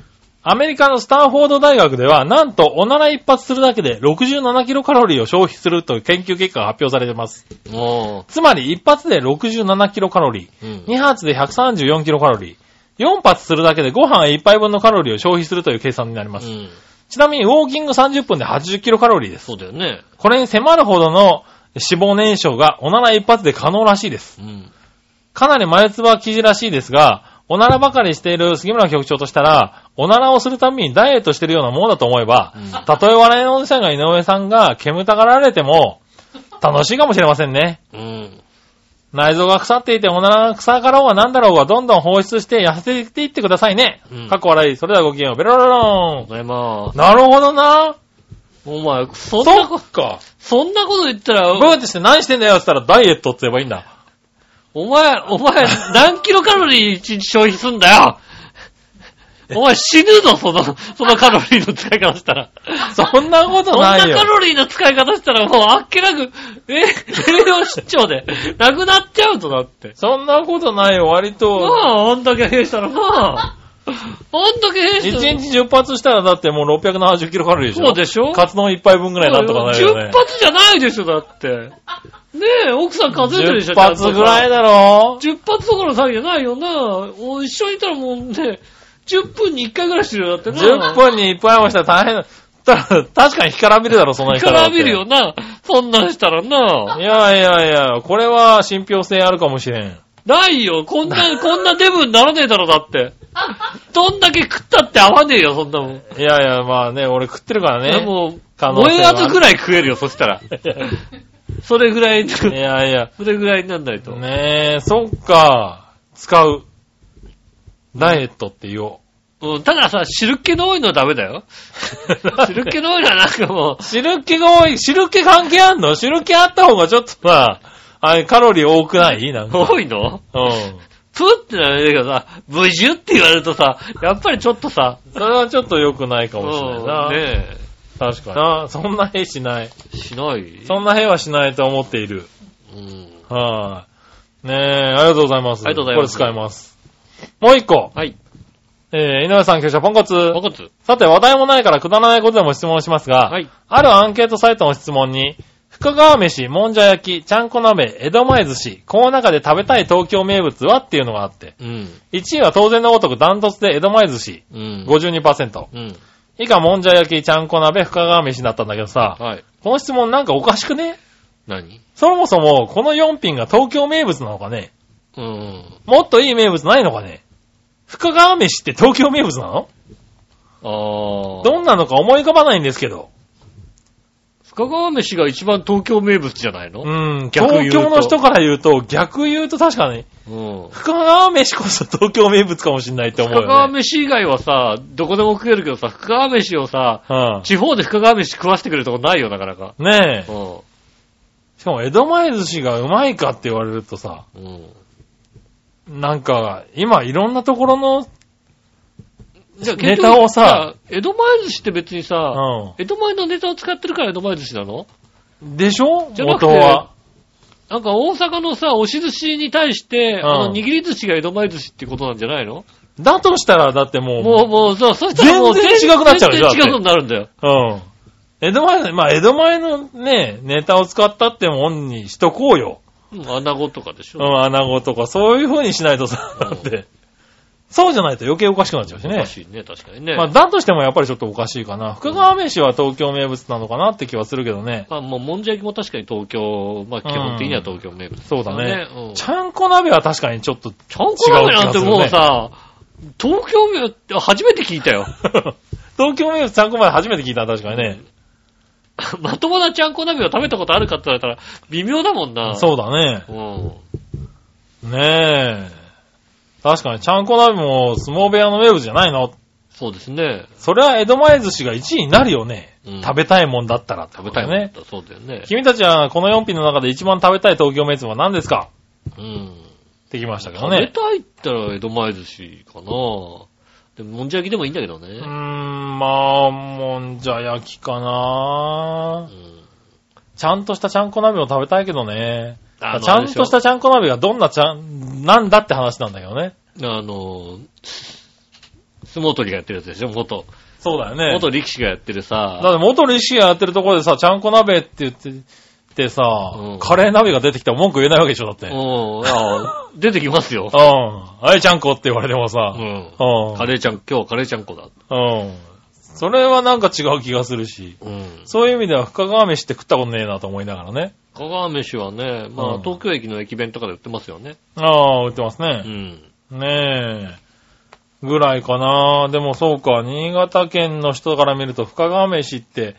[SPEAKER 3] アメリカのスタンフォード大学では、なんとおなら一発するだけで67キロカロリーを消費するという研究結果が発表されています。
[SPEAKER 2] も
[SPEAKER 3] つまり、一発で67キロカロリ
[SPEAKER 2] う、うん
[SPEAKER 3] ー、。2発で134キロカロリー、4発するだけでご飯1杯分のカロリーを消費するという計算になり
[SPEAKER 2] う
[SPEAKER 3] ます。
[SPEAKER 2] ん。
[SPEAKER 3] ちなみに、ウォーキング30分で80キロカロリーです。
[SPEAKER 2] そうだよね。
[SPEAKER 3] これに迫るほどの脂肪燃焼がおなら一発で可能らしいです。
[SPEAKER 2] うん。
[SPEAKER 3] かなり前唾は記事らしいですが、おならばかりしている杉村局長としたら、おならをするたびにダイエットしてるようなものだと思えば
[SPEAKER 2] うん、
[SPEAKER 3] たとえ笑いのおじさんが井上さんが煙たがられても、楽しいかもしれませんね。
[SPEAKER 2] うん。
[SPEAKER 3] 内臓が腐っていておならが臭かろうが何だろうがどんどん放出して痩せていってくださいね
[SPEAKER 2] うん。
[SPEAKER 3] かっこ笑い。それではごきげんよう。ベロロ
[SPEAKER 2] ありがと
[SPEAKER 3] ロ
[SPEAKER 2] うございま
[SPEAKER 3] ーン。なるほどな。
[SPEAKER 2] す。お前、そんな
[SPEAKER 3] そ
[SPEAKER 2] こ、
[SPEAKER 3] っか。
[SPEAKER 2] そんなこと言った
[SPEAKER 3] ブー
[SPEAKER 2] ら、
[SPEAKER 3] ってして何してんだよって言ったらダイエットって言えばいいん だ。
[SPEAKER 2] お前、お前、何キロカロリー一日消費すんだよお前死ぬぞ、その、そのカロリーの使い方したら。
[SPEAKER 3] そんなこと
[SPEAKER 2] そん
[SPEAKER 3] ない
[SPEAKER 2] な
[SPEAKER 3] よ。
[SPEAKER 2] カロリーの使い方したらもうあっけなく、え、栄養失調で、なくなっちゃうとだって。
[SPEAKER 3] そんなことないよ。割と。
[SPEAKER 2] まあ、あんだけ減 したら、まあ、あんだけ減し
[SPEAKER 3] 一
[SPEAKER 2] たら、
[SPEAKER 3] 日10発したらだってもう670キロカロリーでしょ
[SPEAKER 2] そうでしょ
[SPEAKER 3] カツ丼1杯分ぐらいなんとかなるよね
[SPEAKER 2] 10。発じゃないでしょ、だって。ねえ、奥さん数えてるでしょ、
[SPEAKER 3] 10発ぐらい
[SPEAKER 2] だ。
[SPEAKER 3] だろ
[SPEAKER 2] 10発どころの詐欺じゃないよな。お一緒にいたらもうね、10分に1回ぐらいしてるよ、だってな。
[SPEAKER 3] 10分に1杯もしたら大変だ。ただ確かに干からびるだろ、そんな
[SPEAKER 2] に
[SPEAKER 3] に
[SPEAKER 2] からびるよ。な。そんなんしたら
[SPEAKER 3] い
[SPEAKER 2] な。
[SPEAKER 3] やいやいや、これは信憑性あるかもしれん。
[SPEAKER 2] ないよ、こんな、こんなデブにならねえだろ、だって。どんだけ食ったって合わねえよ、そんなもん。
[SPEAKER 3] いやいや、まあね、俺食ってるからね。
[SPEAKER 2] もう、
[SPEAKER 3] 可能性は
[SPEAKER 2] 燃えあずぐらい食えるよ、そしたら。 それぐらい、
[SPEAKER 3] いやいや、
[SPEAKER 2] それぐらいになんないと。
[SPEAKER 3] ねえ、そっか、使う。ダイエットって言お
[SPEAKER 2] うん、たださ、汁気の多いのはダメだ よ。
[SPEAKER 3] う。
[SPEAKER 2] 汁気の多いのはなんかも
[SPEAKER 3] 汁気が多い。汁気関係あんの汁気あった方がちょっとさ、あれカロリー多くないなん
[SPEAKER 2] う、
[SPEAKER 3] か。
[SPEAKER 2] 多いの
[SPEAKER 3] うん。
[SPEAKER 2] プーってなるけどさ、ブジュって言われるとさ、やっぱりちょっとさ、
[SPEAKER 3] それはちょっと良くないか
[SPEAKER 2] うん
[SPEAKER 3] もしれないな。
[SPEAKER 2] ね
[SPEAKER 3] 確かにな。そんな屁しない。
[SPEAKER 2] え、しない。
[SPEAKER 3] そんな屁はしないと思っている。
[SPEAKER 2] うん。
[SPEAKER 3] はい、ねえ、ありがとうございます。
[SPEAKER 2] ありがとうございます
[SPEAKER 3] これ使います。もう一個。
[SPEAKER 2] はい。
[SPEAKER 3] えー、井上さん、挙手ポンコツ。
[SPEAKER 2] ポンコツ。
[SPEAKER 3] さて、話題もないからくだらないことでも質問しますが、
[SPEAKER 2] はい。
[SPEAKER 3] あるアンケートサイトの質問に、深川飯、もんじゃ焼き、ちゃんこ鍋、江戸前寿司、この中で食べたい東京名物はっていうのがあって、
[SPEAKER 2] うん。
[SPEAKER 3] 1位は当然のごとくダントツで江戸前寿司、
[SPEAKER 2] うん。
[SPEAKER 3] 52%。
[SPEAKER 2] うん。
[SPEAKER 3] 以下、もんじゃ焼き、ちゃんこ鍋、深川飯だったんだけどさ、
[SPEAKER 2] はい。
[SPEAKER 3] この質問なんかおかしくね
[SPEAKER 2] 何
[SPEAKER 3] そもそも、この4品が東京名物なのかね
[SPEAKER 2] うん。
[SPEAKER 3] もっといい名物ないのかね深川飯って東京名物なの
[SPEAKER 2] ああ。
[SPEAKER 3] どんなのか思い浮かばないんですけど。
[SPEAKER 2] 深川飯が一番東京名物じゃないの
[SPEAKER 3] うん、
[SPEAKER 2] 逆言
[SPEAKER 3] 東
[SPEAKER 2] うと
[SPEAKER 3] 京の人から言うと、逆言うと確かに、
[SPEAKER 2] うん。
[SPEAKER 3] 深川飯こそ東京名物かもしんないって思うよ、
[SPEAKER 2] 深
[SPEAKER 3] ね。
[SPEAKER 2] 川飯以外はさ、どこでも食えるけどさ、深川飯をさ、地方で深川飯食わせてくれるとこないよ、なかなか。
[SPEAKER 3] うん。ね
[SPEAKER 2] う
[SPEAKER 3] え。
[SPEAKER 2] ん。
[SPEAKER 3] しかも、江戸前寿司がうまいかって言われるとさ、
[SPEAKER 2] うん。
[SPEAKER 3] なんか、今いろんなところの、
[SPEAKER 2] じゃあ
[SPEAKER 3] ネタをさ、
[SPEAKER 2] 結局江戸前寿司って別にさ、
[SPEAKER 3] う
[SPEAKER 2] 江戸前のネタを使ってるから江戸前寿司なの
[SPEAKER 3] ん。でしょ
[SPEAKER 2] じゃなくて
[SPEAKER 3] 元は。
[SPEAKER 2] なんか大阪のさ、押し寿司に対して、
[SPEAKER 3] ん
[SPEAKER 2] あの、握り寿司が江戸前寿司ってことなんじゃないの
[SPEAKER 3] だとしたら、だってもう、
[SPEAKER 2] もう、もう、そう、そしたらもう
[SPEAKER 3] 全然違くなっちゃうでしょ
[SPEAKER 2] 全然違うことになるんだよ。
[SPEAKER 3] うん。江戸前、まあ、江戸前のね、ネタを使ったってもんにしとこうよ。
[SPEAKER 2] うん、穴子とかでし
[SPEAKER 3] う
[SPEAKER 2] ょ。
[SPEAKER 3] ん、穴子とか、そういう風にしないとさ、
[SPEAKER 2] うん
[SPEAKER 3] だって。そうじゃないと余計おかしくなっちゃうし
[SPEAKER 2] お
[SPEAKER 3] ね
[SPEAKER 2] か。しいね、確かにね。
[SPEAKER 3] まあ、だとしてもやっぱりちょっとおかしいかな。深川飯は東京名物なのかなって気はするけどね。
[SPEAKER 2] まあ、もう、もんじゃ焼きも確かに東京、まあ、基本的には東京名物、
[SPEAKER 3] そうだね。
[SPEAKER 2] うん
[SPEAKER 3] ちゃんこ鍋は確かにちょっと、
[SPEAKER 2] ちゃんこ鍋なんてもうさ、東京名って初めて聞いたよ。
[SPEAKER 3] 東京名物ちゃんこ鍋初めて聞いた、確かにね。
[SPEAKER 2] まともなちゃんこ鍋を食べたことあるかって言われたら、微妙だもんな。
[SPEAKER 3] そうだね。
[SPEAKER 2] う。うん。
[SPEAKER 3] ねえ。確かに、ちゃんこ鍋も相撲部屋の名物じゃないの
[SPEAKER 2] そうですね。
[SPEAKER 3] それは江戸前寿司が1位になるよね。
[SPEAKER 2] うん
[SPEAKER 3] 食べたいもんだったらって
[SPEAKER 2] 食
[SPEAKER 3] こ
[SPEAKER 2] べた
[SPEAKER 3] とだ
[SPEAKER 2] いも
[SPEAKER 3] よ
[SPEAKER 2] んだっ
[SPEAKER 3] ね。
[SPEAKER 2] たらそうだよね。
[SPEAKER 3] 君たちはこの4品の中で一番食べたい東京名物は何ですか
[SPEAKER 2] うん。
[SPEAKER 3] ってきましたけど
[SPEAKER 2] 食べ
[SPEAKER 3] ね。
[SPEAKER 2] たいったら江戸前寿司かな。でも、もんじゃ焼きでもいいんだけど
[SPEAKER 3] うー
[SPEAKER 2] ね。
[SPEAKER 3] ん、まあ、もんじゃ焼きか
[SPEAKER 2] う。
[SPEAKER 3] なんちゃんとしたちゃんこ鍋を食べたいけどね。
[SPEAKER 2] あの
[SPEAKER 3] ちゃんとしたちゃんこ鍋がどんなちゃん、なんだって話なんだけどね。
[SPEAKER 2] あの、相撲取りがやってるやつでしょ、元。
[SPEAKER 3] そうだよね。
[SPEAKER 2] 元力士がやってるさ。
[SPEAKER 3] だって元力士がやってるところでさ、ちゃんこ鍋って言って、ってさ、
[SPEAKER 2] うん
[SPEAKER 3] カレー鍋が出てきたら文句言えないわけでしょ、だって。うん。
[SPEAKER 2] うん、あ出てきますよ。
[SPEAKER 3] あれちゃんこって言われても
[SPEAKER 2] う
[SPEAKER 3] さ、
[SPEAKER 2] ん。
[SPEAKER 3] うん。
[SPEAKER 2] カレーちゃん、今日はカレーちゃんこだ。
[SPEAKER 3] うん。それはなんか違う気がするし、
[SPEAKER 2] うん。
[SPEAKER 3] そういう意味では深川飯って食ったことねえなと思いながらね。
[SPEAKER 2] 香川飯はね、まあ、
[SPEAKER 3] うん
[SPEAKER 2] 東京駅の駅弁とかで売ってますよね。
[SPEAKER 3] ああ、売ってます
[SPEAKER 2] う
[SPEAKER 3] ね。
[SPEAKER 2] ん。
[SPEAKER 3] ねえ。ぐらいかな。でもそうか、新潟県の人から見ると深川飯って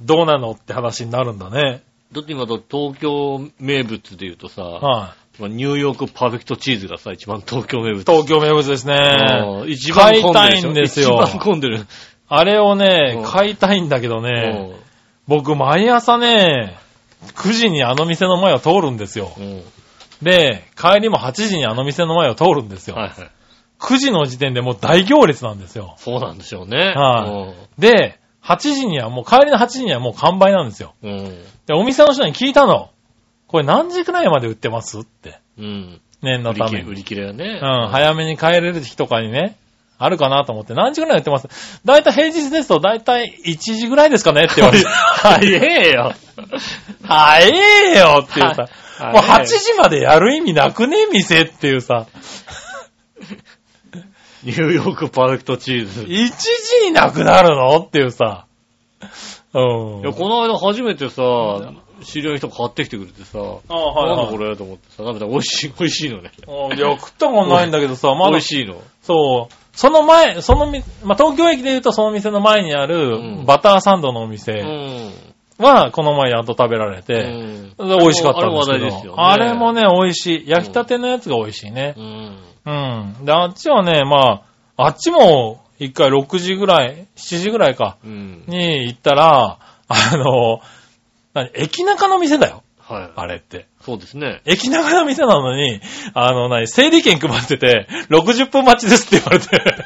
[SPEAKER 3] どうなのって話になるんだね。
[SPEAKER 2] だって今だ、東京名物で言うとさ、
[SPEAKER 3] は
[SPEAKER 2] まあニューヨークパーフェクトチーズがさ、一番東京名物。
[SPEAKER 3] い。東京名物ですね。
[SPEAKER 2] うん一番混んでる
[SPEAKER 3] 買いたいんですよ
[SPEAKER 2] 一番混んでる。
[SPEAKER 3] あれをね
[SPEAKER 2] うん、
[SPEAKER 3] 買いたいんだけどね、僕毎朝ね、9時にあの店の前を通るんですよ。
[SPEAKER 2] うん。うん
[SPEAKER 3] で、帰りも8時にあの店の前を通るんですよ。
[SPEAKER 2] はいはい。
[SPEAKER 3] 9時の時点でもう大行列なんですよ。
[SPEAKER 2] そうなんでしょうね。
[SPEAKER 3] はで、8時にはもう、帰りの8時にはもう完売なんですよ。
[SPEAKER 2] い。うん。
[SPEAKER 3] で、お店の人に聞いたの。これ何時くらいまで売ってますって。
[SPEAKER 2] うん。
[SPEAKER 3] 念の
[SPEAKER 2] 売り
[SPEAKER 3] た
[SPEAKER 2] 切
[SPEAKER 3] め
[SPEAKER 2] れ、
[SPEAKER 3] に。う
[SPEAKER 2] 売
[SPEAKER 3] ん、
[SPEAKER 2] り切れだね。
[SPEAKER 3] 早めに帰れる日とかにね、あるかなと思って、何時くらい売ってますだいたい平日ですと、だいたい1時ぐらいですかねって言わ れて。
[SPEAKER 2] 早えよ。
[SPEAKER 3] 早えよっていうさ。
[SPEAKER 2] は
[SPEAKER 3] もう
[SPEAKER 2] 早
[SPEAKER 3] 8
[SPEAKER 2] い
[SPEAKER 3] 時までやる意味なくね店っていうさ。
[SPEAKER 2] ニューヨークパーフェクトチーズ。
[SPEAKER 3] 1時になくなるのっていうさ。うん。
[SPEAKER 2] いや、この間初めてさ、知り合いの人が買ってきてくれてさ、
[SPEAKER 3] ああ、
[SPEAKER 2] なん
[SPEAKER 3] はい、
[SPEAKER 2] だ
[SPEAKER 3] は
[SPEAKER 2] こ
[SPEAKER 3] い。
[SPEAKER 2] れと思ってさ、食べたら美味しい、美味しいのね。
[SPEAKER 3] あいや、食ったことないんだけどさ、ま
[SPEAKER 2] 美
[SPEAKER 3] だ
[SPEAKER 2] 味、しいの。
[SPEAKER 3] そう、その前、そのみ、まあ、東京駅で言うとその店の前にあ
[SPEAKER 2] う
[SPEAKER 3] る
[SPEAKER 2] ん
[SPEAKER 3] バターサンドのお
[SPEAKER 2] う
[SPEAKER 3] 店
[SPEAKER 2] ん。
[SPEAKER 3] は、この前やっと食べられ
[SPEAKER 2] う
[SPEAKER 3] て、
[SPEAKER 2] ん。
[SPEAKER 3] で美味しかった
[SPEAKER 2] あれ
[SPEAKER 3] んです
[SPEAKER 2] も話題
[SPEAKER 3] け
[SPEAKER 2] ですよね
[SPEAKER 3] ど、あれもね、美味しい。焼きたてのやつが美味しいね
[SPEAKER 2] う。ん。
[SPEAKER 3] うん。で、あっちはね、まあ、あっちも、一回6時ぐらい、7時ぐらいか、
[SPEAKER 2] うん。
[SPEAKER 3] に行ったら、あの、何、駅中の店だよ。
[SPEAKER 2] はい。
[SPEAKER 3] あれって。
[SPEAKER 2] そうですね。
[SPEAKER 3] 駅中の店なのに、あの、何、整理券配ってて、60分待ちですって言われ て。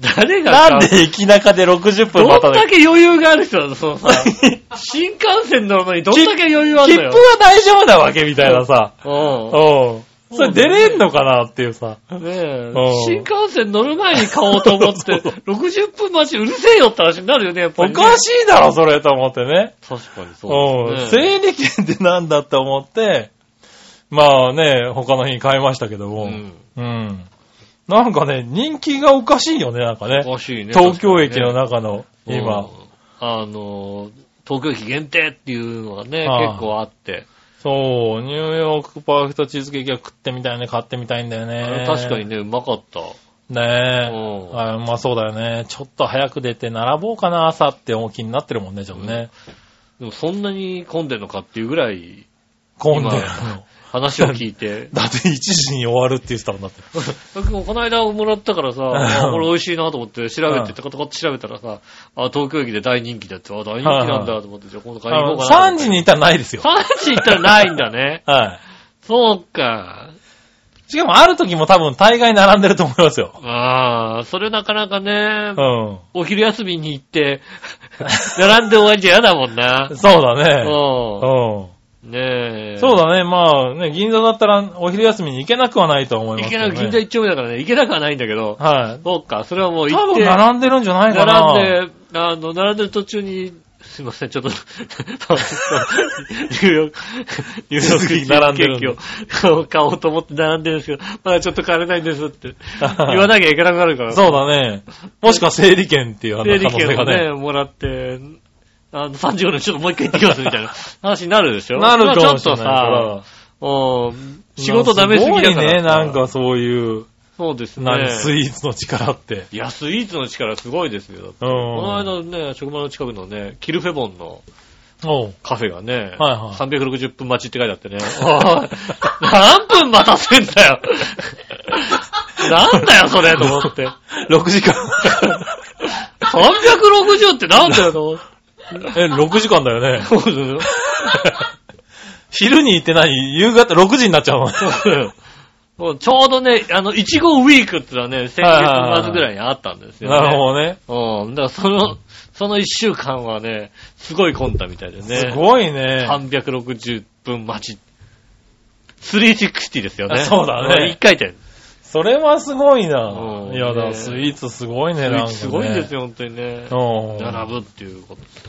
[SPEAKER 2] 誰がさ
[SPEAKER 3] なんで駅中で60分待
[SPEAKER 2] ど
[SPEAKER 3] た
[SPEAKER 2] ん
[SPEAKER 3] な
[SPEAKER 2] だ
[SPEAKER 3] い
[SPEAKER 2] け余裕がある人なのそ のさ、新幹線乗るのにどんだけ余裕ある
[SPEAKER 3] 切
[SPEAKER 2] の
[SPEAKER 3] 符
[SPEAKER 2] よ。
[SPEAKER 3] は大丈夫なわけみたいなさ。
[SPEAKER 2] うん。
[SPEAKER 3] うそれ出れんのかなっていうさ。
[SPEAKER 2] ねえ
[SPEAKER 3] うん、
[SPEAKER 2] 新幹線乗る前に買おうと思って、
[SPEAKER 3] そうそう
[SPEAKER 2] 60分待ちうるせえよって話になるよね、やっぱ
[SPEAKER 3] お
[SPEAKER 2] り、ね。
[SPEAKER 3] かしいだろ、それと思ってね。
[SPEAKER 2] 確かにそう
[SPEAKER 3] うん。
[SPEAKER 2] ですね。
[SPEAKER 3] 整理券ってなんだって思って、まあね、他の日に買いましたけども。うん。なんかね、人気がおかしいよね、なんかね。
[SPEAKER 2] おかしいね。
[SPEAKER 3] 東京駅の
[SPEAKER 2] 中、
[SPEAKER 3] 中の、今、
[SPEAKER 2] うんあの、東京駅限定っていうのがね、
[SPEAKER 3] ああ
[SPEAKER 2] 結構あって。
[SPEAKER 3] そう、ニューヨークパーフェクトチーズケーキは食ってみたいね、買ってみたいんだよ
[SPEAKER 2] あ
[SPEAKER 3] ね
[SPEAKER 2] れ。確かに。ね、うまかった。
[SPEAKER 3] ねえ。
[SPEAKER 2] うん
[SPEAKER 3] あまあそうだよね。ちょっと早く出て並ぼうかな、朝って思う気になってるもんね、ちょっとね。
[SPEAKER 2] でもそんなに混んでるのかっていうぐらい
[SPEAKER 3] 混んでる。
[SPEAKER 2] 今話を聞いて
[SPEAKER 3] だって1時に終わるって言ってたもんだって。
[SPEAKER 2] 僕もこの間もらったからさ、あこれ美味しいなと思って調べて、とかとかって調べたらさ、あ、東京駅で大人気だって、あ、大人気なんだと思って、じゃあ今度買い
[SPEAKER 3] あ
[SPEAKER 2] に行
[SPEAKER 3] の
[SPEAKER 2] こうかな。
[SPEAKER 3] 3時に行ったらないですよ。。
[SPEAKER 2] 3時行ったらないんだね
[SPEAKER 3] は
[SPEAKER 2] そうか。
[SPEAKER 3] い。しかもある時も多分大概並んでると思いますよ。
[SPEAKER 2] ああ、それなかなかね、
[SPEAKER 3] う
[SPEAKER 2] お昼休みに行って、並んで終わりじゃ嫌だもんな。
[SPEAKER 3] ん。 そうだね。
[SPEAKER 2] う。
[SPEAKER 3] うん
[SPEAKER 2] ねえ。
[SPEAKER 3] ん。そうだね。まあね、銀座だったらお昼休みに行けなくはないと思いま
[SPEAKER 2] 行
[SPEAKER 3] す
[SPEAKER 2] け
[SPEAKER 3] け
[SPEAKER 2] な
[SPEAKER 3] ど、
[SPEAKER 2] く、
[SPEAKER 3] ね。
[SPEAKER 2] 銀座一丁目だからね、行けなくはないんだけど、
[SPEAKER 3] はい。
[SPEAKER 2] そうか、それはもう行
[SPEAKER 3] 多
[SPEAKER 2] って。
[SPEAKER 3] 分並んでるんじゃないかな。
[SPEAKER 2] 並んで、あの、並んでる途中に、すいません、ちょっと、ニューヨーク、ニューヨークに並んでケーキを買おうと思って並んでるんですけど、まだちょっと買えないんです って言わなきゃいけなくなるから。
[SPEAKER 3] そうだね。もしくは整理券っていうあの
[SPEAKER 2] 整理
[SPEAKER 3] 可能性
[SPEAKER 2] 券
[SPEAKER 3] が
[SPEAKER 2] を
[SPEAKER 3] ね。
[SPEAKER 2] ね、もらって、あの、3時頃にちょっともう一回行ってきますみたい な話になるでしょ
[SPEAKER 3] なるかもしれ
[SPEAKER 2] ちょっと
[SPEAKER 3] な
[SPEAKER 2] さ
[SPEAKER 3] い。、
[SPEAKER 2] うん仕事ダメすぎだから
[SPEAKER 3] すごいね、なんかそういう、
[SPEAKER 2] そうですね。
[SPEAKER 3] 何、スイーツの力って。
[SPEAKER 2] いや、スイーツの力すごいですよ。だって
[SPEAKER 3] うん。
[SPEAKER 2] この間ね、職場の近くのね、キルフェボンの、
[SPEAKER 3] おう
[SPEAKER 2] カフェがね、
[SPEAKER 3] はいはい
[SPEAKER 2] 360分待ちって書いてあって ね、おい何分待たせんだよなんだよそれと思 って。
[SPEAKER 3] 6時間。
[SPEAKER 2] 360ってなんだよと思って。
[SPEAKER 3] え、6時間だ よね。
[SPEAKER 2] そうですよ
[SPEAKER 3] 昼に行って何夕方6時になっちゃう の。
[SPEAKER 2] もうちょうどね、あの、いちごウィークってのはね、先月末ぐらいにあったんですよ、ね。
[SPEAKER 3] なるほどね。
[SPEAKER 2] うん。だからその、その1週間はね、すごい混んだみたいですね。
[SPEAKER 3] ごいね。
[SPEAKER 2] 360分待ち。360ですよね。
[SPEAKER 3] あそうだね
[SPEAKER 2] 1回転。
[SPEAKER 3] それはすご
[SPEAKER 2] う
[SPEAKER 3] い
[SPEAKER 2] ん
[SPEAKER 3] な。いやだ、
[SPEAKER 2] ね
[SPEAKER 3] スイーツすごいね、なんか、ね。
[SPEAKER 2] すごいんですよ、本当にね。
[SPEAKER 3] よ
[SPEAKER 2] 並ぶっていうことです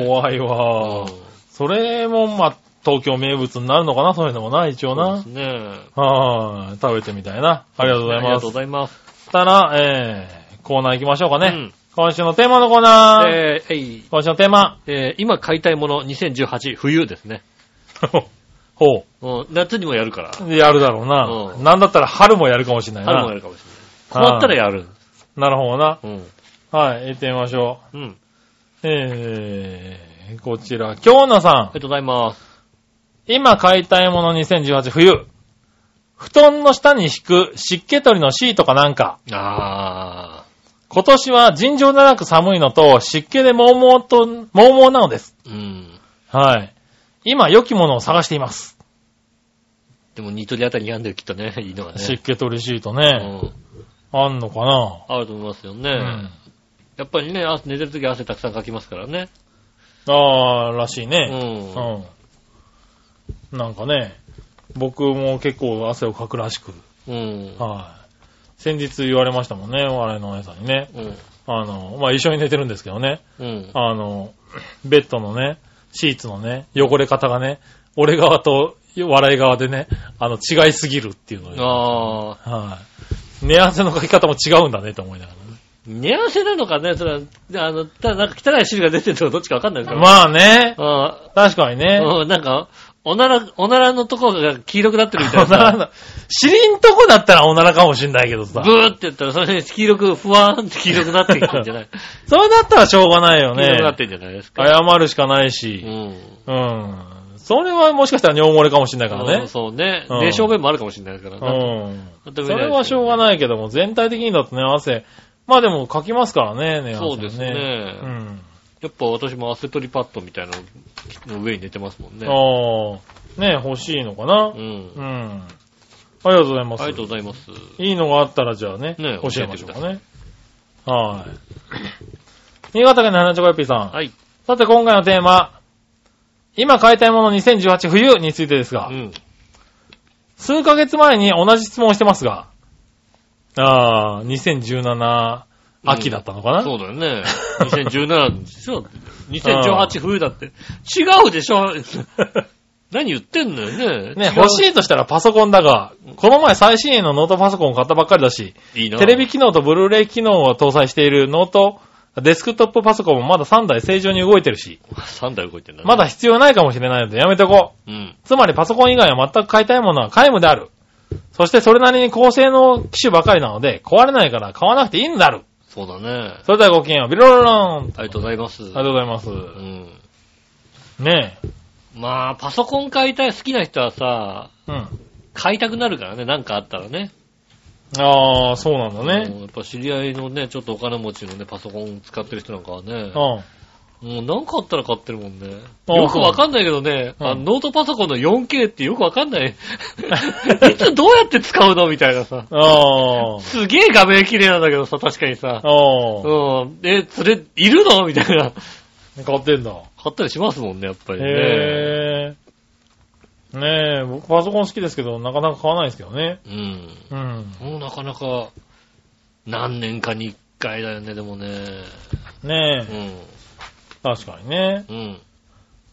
[SPEAKER 2] よね。
[SPEAKER 3] 怖いわ。それも、まあ、東京名物になるのかな、そういうのもな、一応
[SPEAKER 2] そう
[SPEAKER 3] な
[SPEAKER 2] です。ね。
[SPEAKER 3] はい、食べてみたいな。ありがとうござい
[SPEAKER 2] ありが
[SPEAKER 3] ます
[SPEAKER 2] とう。ございます。
[SPEAKER 3] したら、えー、コーナー行きましょうかね。
[SPEAKER 2] うん
[SPEAKER 3] 今週のテーマのコーナー。
[SPEAKER 2] えーえい
[SPEAKER 3] 今週のテーマ。
[SPEAKER 2] えー今買いたいもの2018冬ですね。
[SPEAKER 3] ほ
[SPEAKER 2] もう夏にもやるから。
[SPEAKER 3] う。やるだろうな。
[SPEAKER 2] うん
[SPEAKER 3] なんだったら春もやるかもしれないな。
[SPEAKER 2] 春もやるかもしれない。困ったらやる。
[SPEAKER 3] なるほどな。
[SPEAKER 2] うん。
[SPEAKER 3] はい、行ってみましょ
[SPEAKER 2] うん。あり
[SPEAKER 3] う。えー、こちら、京奈さん。
[SPEAKER 2] がとうございます。
[SPEAKER 3] 今買いたいもの2018冬。布団の下に敷く湿気取りのシートかなんか。
[SPEAKER 2] あ
[SPEAKER 3] 今年は尋常ならく寒いのと湿気でもうもうと、もうもうなのです。
[SPEAKER 2] ー。うん。
[SPEAKER 3] はい。今、良きものを探しています。
[SPEAKER 2] でもニトリあたりに病んでるきっとね、 いいのがね。
[SPEAKER 3] 湿気取りシート
[SPEAKER 2] う
[SPEAKER 3] ね。
[SPEAKER 2] ん。
[SPEAKER 3] あんのかな
[SPEAKER 2] あると思いますよね。
[SPEAKER 3] うん。
[SPEAKER 2] やっぱりね、汗寝てるとき汗たくさんかきますからね。
[SPEAKER 3] あー、らしいうね。
[SPEAKER 2] ん。
[SPEAKER 3] うん。なんかね、僕も結構汗をかくらしく。
[SPEAKER 2] うん。
[SPEAKER 3] はい。先日言われましたもんね、我々の姉さんにね。
[SPEAKER 2] うん。
[SPEAKER 3] あの、まあ、一緒に寝てるんですけどね。
[SPEAKER 2] うん。
[SPEAKER 3] あの、ベッドのね、シーツのね、汚れ方がね、俺側と笑い側でね、あの、違いすぎるっていうの
[SPEAKER 2] あ
[SPEAKER 3] よ。
[SPEAKER 2] あ。
[SPEAKER 3] はい。寝汗のかき方も違うんだねと思いながらね。
[SPEAKER 2] 寝汗なのかね、それは、あの、ただなんか汚い汁が出てるのかどっちかわかんないですから。
[SPEAKER 3] まあね、
[SPEAKER 2] あ
[SPEAKER 3] 確かにね。
[SPEAKER 2] うん、なんか、おなら、おならのところが黄色くなってるみた
[SPEAKER 3] お
[SPEAKER 2] い
[SPEAKER 3] なら
[SPEAKER 2] な。
[SPEAKER 3] だ。尻んとこだったらおならかもしんないけどさ
[SPEAKER 2] ブ。ーって言ったら、それに黄色く、ふわーんって黄色くなってきたんじゃない
[SPEAKER 3] それだったらしょうがないよ
[SPEAKER 2] 黄色くなっ
[SPEAKER 3] ね。
[SPEAKER 2] てんじゃないですか。
[SPEAKER 3] 謝るしかないうし。
[SPEAKER 2] ん。
[SPEAKER 3] うん。それはもしかしたら尿漏れかもしんないから
[SPEAKER 2] うん
[SPEAKER 3] ね。
[SPEAKER 2] そうね。
[SPEAKER 3] うん
[SPEAKER 2] 寝小便もあるかもしれないからな。
[SPEAKER 3] うん。
[SPEAKER 2] 全く見ないです
[SPEAKER 3] そ
[SPEAKER 2] よね
[SPEAKER 3] れはしょうがないけども、全体的にだとね、汗。まあでもかきますからね、ね、汗
[SPEAKER 2] そうですね
[SPEAKER 3] う。ん。
[SPEAKER 2] やっぱ私も汗取りパッドみたいなのの上に寝てますもんね。
[SPEAKER 3] ああ。ね、欲しいのかな
[SPEAKER 2] う。ん
[SPEAKER 3] う。ん。ありがとうございます。
[SPEAKER 2] ありがとうございます。
[SPEAKER 3] いいのがあったらじゃあね、
[SPEAKER 2] ね
[SPEAKER 3] 教えましょうかね。はい。新潟県の花チョコヨッピーさん。
[SPEAKER 2] はい。
[SPEAKER 3] さて今回のテーマ、今買いたいもの2018冬についてですが、
[SPEAKER 2] うん。
[SPEAKER 3] 数ヶ月前に同じ質問をしてますが、あー、2017秋だったのかな、
[SPEAKER 2] そうだよね。2017でしょ ?2018 冬だって。違うでしょ 何言ってんのよね。
[SPEAKER 3] ね、欲し
[SPEAKER 2] い。
[SPEAKER 3] いとしたらパソコンだが、この前最新鋭のノートパソコンを買ったばっかりだし、
[SPEAKER 2] いいな。
[SPEAKER 3] テレビ機能とブルーレイ機能を搭載しているノート、デスクトップパソコンもまだ3台正常に動いてるし、
[SPEAKER 2] 3台動いてんだね。
[SPEAKER 3] まだ。必要ないかもしれないのでやめとこう。
[SPEAKER 2] うん。
[SPEAKER 3] つまりパソコン以外は全く買いたいものは皆無である。そしてそれなりに高性能機種ばかりなので、壊れないから買わなくていいんだる。
[SPEAKER 2] そうだね。
[SPEAKER 3] それではごきげんよう。ビロロローン。
[SPEAKER 2] ありがとうございます。
[SPEAKER 3] ありがとうございます。
[SPEAKER 2] うん。
[SPEAKER 3] ね
[SPEAKER 2] まあ、パソコン買いたい好きな人はさ、
[SPEAKER 3] え。うん。
[SPEAKER 2] 買いたくなるからね、なんかあったらね。
[SPEAKER 3] ああ、そうなんだ
[SPEAKER 2] うん
[SPEAKER 3] ね。
[SPEAKER 2] やっぱ知り合いのね、ちょっとお金持ちのね、パソコン使ってる人なんかはね、
[SPEAKER 3] うん。
[SPEAKER 2] もうなんかあったら買ってるもんね。
[SPEAKER 3] あ
[SPEAKER 2] よくわかんないけどね、
[SPEAKER 3] うん
[SPEAKER 2] あノートパソコンの 4K ってよくわかん ない。いつどうやって使うのみたいなさ。
[SPEAKER 3] ああ。
[SPEAKER 2] すげえ画面綺麗なんだけどさ、確かにさ。
[SPEAKER 3] ああ。
[SPEAKER 2] うん。え、それ、いるのみたいな。
[SPEAKER 3] 買ってんだ。
[SPEAKER 2] 買ったりしますもんね、やっぱりね。
[SPEAKER 3] へえ。ねえ、僕パソコン好きですけど、なかなか買わないですけどね。
[SPEAKER 2] うん。
[SPEAKER 3] うん。
[SPEAKER 2] もうなかなか、何年かに1回だよね、でもね。
[SPEAKER 3] ね
[SPEAKER 2] う
[SPEAKER 3] え、
[SPEAKER 2] ん。
[SPEAKER 3] 確かにね。
[SPEAKER 2] うん。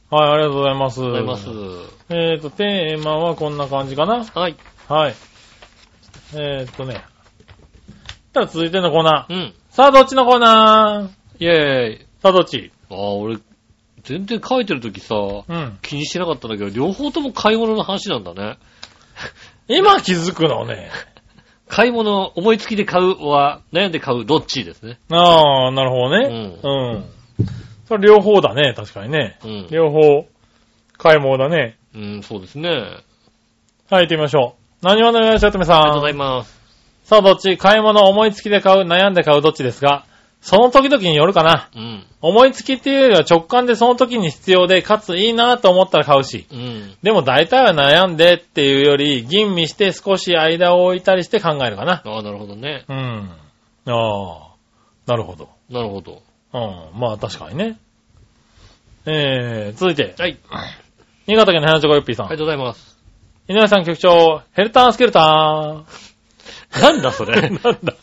[SPEAKER 3] はい、ありがとうございます。あ
[SPEAKER 2] ございます。
[SPEAKER 3] えっ、と、テーマはこんな感じかな。
[SPEAKER 2] はい。
[SPEAKER 3] はい。えっ、とね。たら続いてのコーナー。
[SPEAKER 2] うん。
[SPEAKER 3] さあ、どっちのコーナー
[SPEAKER 2] イェーイ。
[SPEAKER 3] さあ、どっち
[SPEAKER 2] ああ、俺、全然書いてるときさ、
[SPEAKER 3] うん。
[SPEAKER 2] 気にしてなかったんだけど、両方とも買い物の話なんだね。
[SPEAKER 3] 今気づくのね。
[SPEAKER 2] 買い物、思いつきで買うは、悩んで買う、どっちですね。
[SPEAKER 3] ああ、なるほどね。うん。それ両方だね、確かにね。
[SPEAKER 2] うん。
[SPEAKER 3] 両方、買い物だね。
[SPEAKER 2] うん、そうですね。あ
[SPEAKER 3] はい、行ってみましょう。何話のよしおとめさ
[SPEAKER 2] り
[SPEAKER 3] ん。
[SPEAKER 2] がとうございます。
[SPEAKER 3] さあ、どっち買い物思いつきで買う、悩んで買うどっちですが、その時々によるかな。
[SPEAKER 2] うん。
[SPEAKER 3] 思いつきっていうよりは直感でその時に必要で、かついいなと思ったら買うし。
[SPEAKER 2] うん。
[SPEAKER 3] でも大体は悩んでっていうより、吟味して少し間を置いたりして考えるかな。
[SPEAKER 2] ああ、なるほどね。
[SPEAKER 3] うん。ああ、なるほど。
[SPEAKER 2] なるほど。
[SPEAKER 3] うん、まあ確かにね。えー、続いて、
[SPEAKER 2] はい。あ
[SPEAKER 3] 新潟県の花チョコヨッピーさん。
[SPEAKER 2] りがとうございます。
[SPEAKER 3] 井上さん局長、ヘルタースケルタ
[SPEAKER 2] なんだそれ。
[SPEAKER 3] ー。なんだ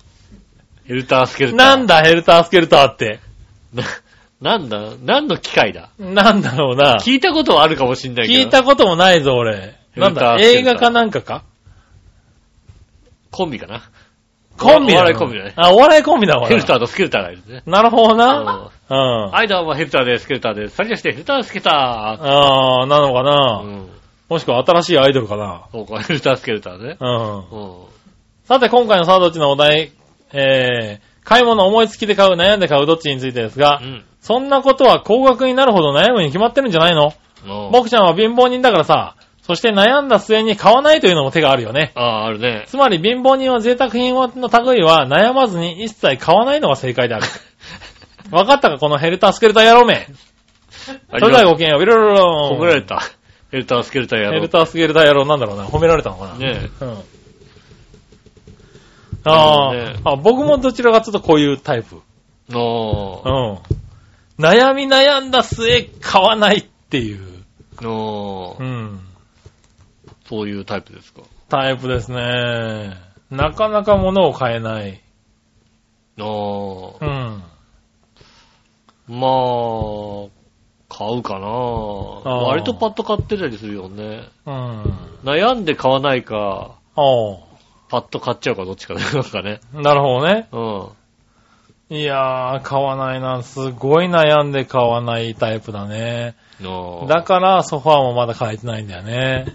[SPEAKER 2] ヘルタースケルター。
[SPEAKER 3] なんだ、ヘルタースケルターって。
[SPEAKER 2] な、 なんだ何の機械だ
[SPEAKER 3] なんだろうな。
[SPEAKER 2] 聞いたことはあるかもしんないけど。
[SPEAKER 3] 聞いたこともないぞ、俺。
[SPEAKER 2] ヘ
[SPEAKER 3] なん
[SPEAKER 2] ルター
[SPEAKER 3] だ、
[SPEAKER 2] スケ
[SPEAKER 3] 映
[SPEAKER 2] ルター
[SPEAKER 3] 画かなんかか
[SPEAKER 2] コンビかな。
[SPEAKER 3] コンビ
[SPEAKER 2] お
[SPEAKER 3] だな
[SPEAKER 2] 笑いコンビだね
[SPEAKER 3] あ、お笑いコンビだ、これ。
[SPEAKER 2] ヘルターとスケルターがいるね。
[SPEAKER 3] なるほど
[SPEAKER 2] うん
[SPEAKER 3] な。うん。あ
[SPEAKER 2] はい、どうも、ヘルターです。スケルターです。先して、ヘルタースケルタ
[SPEAKER 3] あー、なのか
[SPEAKER 2] ー。う
[SPEAKER 3] な。
[SPEAKER 2] ん。
[SPEAKER 3] もしくは新しいアイドルかな。
[SPEAKER 2] そうか、ヘルタースケルターね。
[SPEAKER 3] うん。
[SPEAKER 2] うん。
[SPEAKER 3] さて、今回のさあどっちのお題、えー、買い物思いつきで買う、悩んで買うどっちについてですが
[SPEAKER 2] う、ん。
[SPEAKER 3] そんなことは高額になるほど悩むに決まってるんじゃないの
[SPEAKER 2] うん
[SPEAKER 3] 僕ちゃんは貧乏人だからさ、そして悩んだ末に買わないというのも手があるよね。
[SPEAKER 2] ああ、あるね。
[SPEAKER 3] つまり貧乏人は贅沢品の類は悩まずに一切買わないのが正解であ る。わかったかこのヘルタースケルター野郎め。それではごきげんよう。ビロロローン
[SPEAKER 2] 褒められた。ヘルタースケルターや
[SPEAKER 3] ヘ
[SPEAKER 2] ろ
[SPEAKER 3] ル
[SPEAKER 2] う。
[SPEAKER 3] タースケルター野郎なんだろうな。褒められたのかな。
[SPEAKER 2] ね
[SPEAKER 3] うん。あー、
[SPEAKER 2] ね
[SPEAKER 3] あ、僕もどちらかというとこういうタイプ。
[SPEAKER 2] え。の
[SPEAKER 3] うん。悩み悩んだ末買わないっていう。
[SPEAKER 2] の
[SPEAKER 3] うん。
[SPEAKER 2] そういうタイプですか。
[SPEAKER 3] タイプですね。なかなか物を買えない。
[SPEAKER 2] の
[SPEAKER 3] うん。
[SPEAKER 2] まあ、買うかな割とパッと買ってたりするよね。
[SPEAKER 3] うん。
[SPEAKER 2] 悩んで買わないか、
[SPEAKER 3] おう
[SPEAKER 2] パッと買っちゃうかどっちかね。なんかね。
[SPEAKER 3] なるほどね。
[SPEAKER 2] うん。
[SPEAKER 3] いやー、買わないな。すごい悩んで買わないタイプだね。
[SPEAKER 2] の
[SPEAKER 3] だから、ソファーもまだ買えてないんだよね。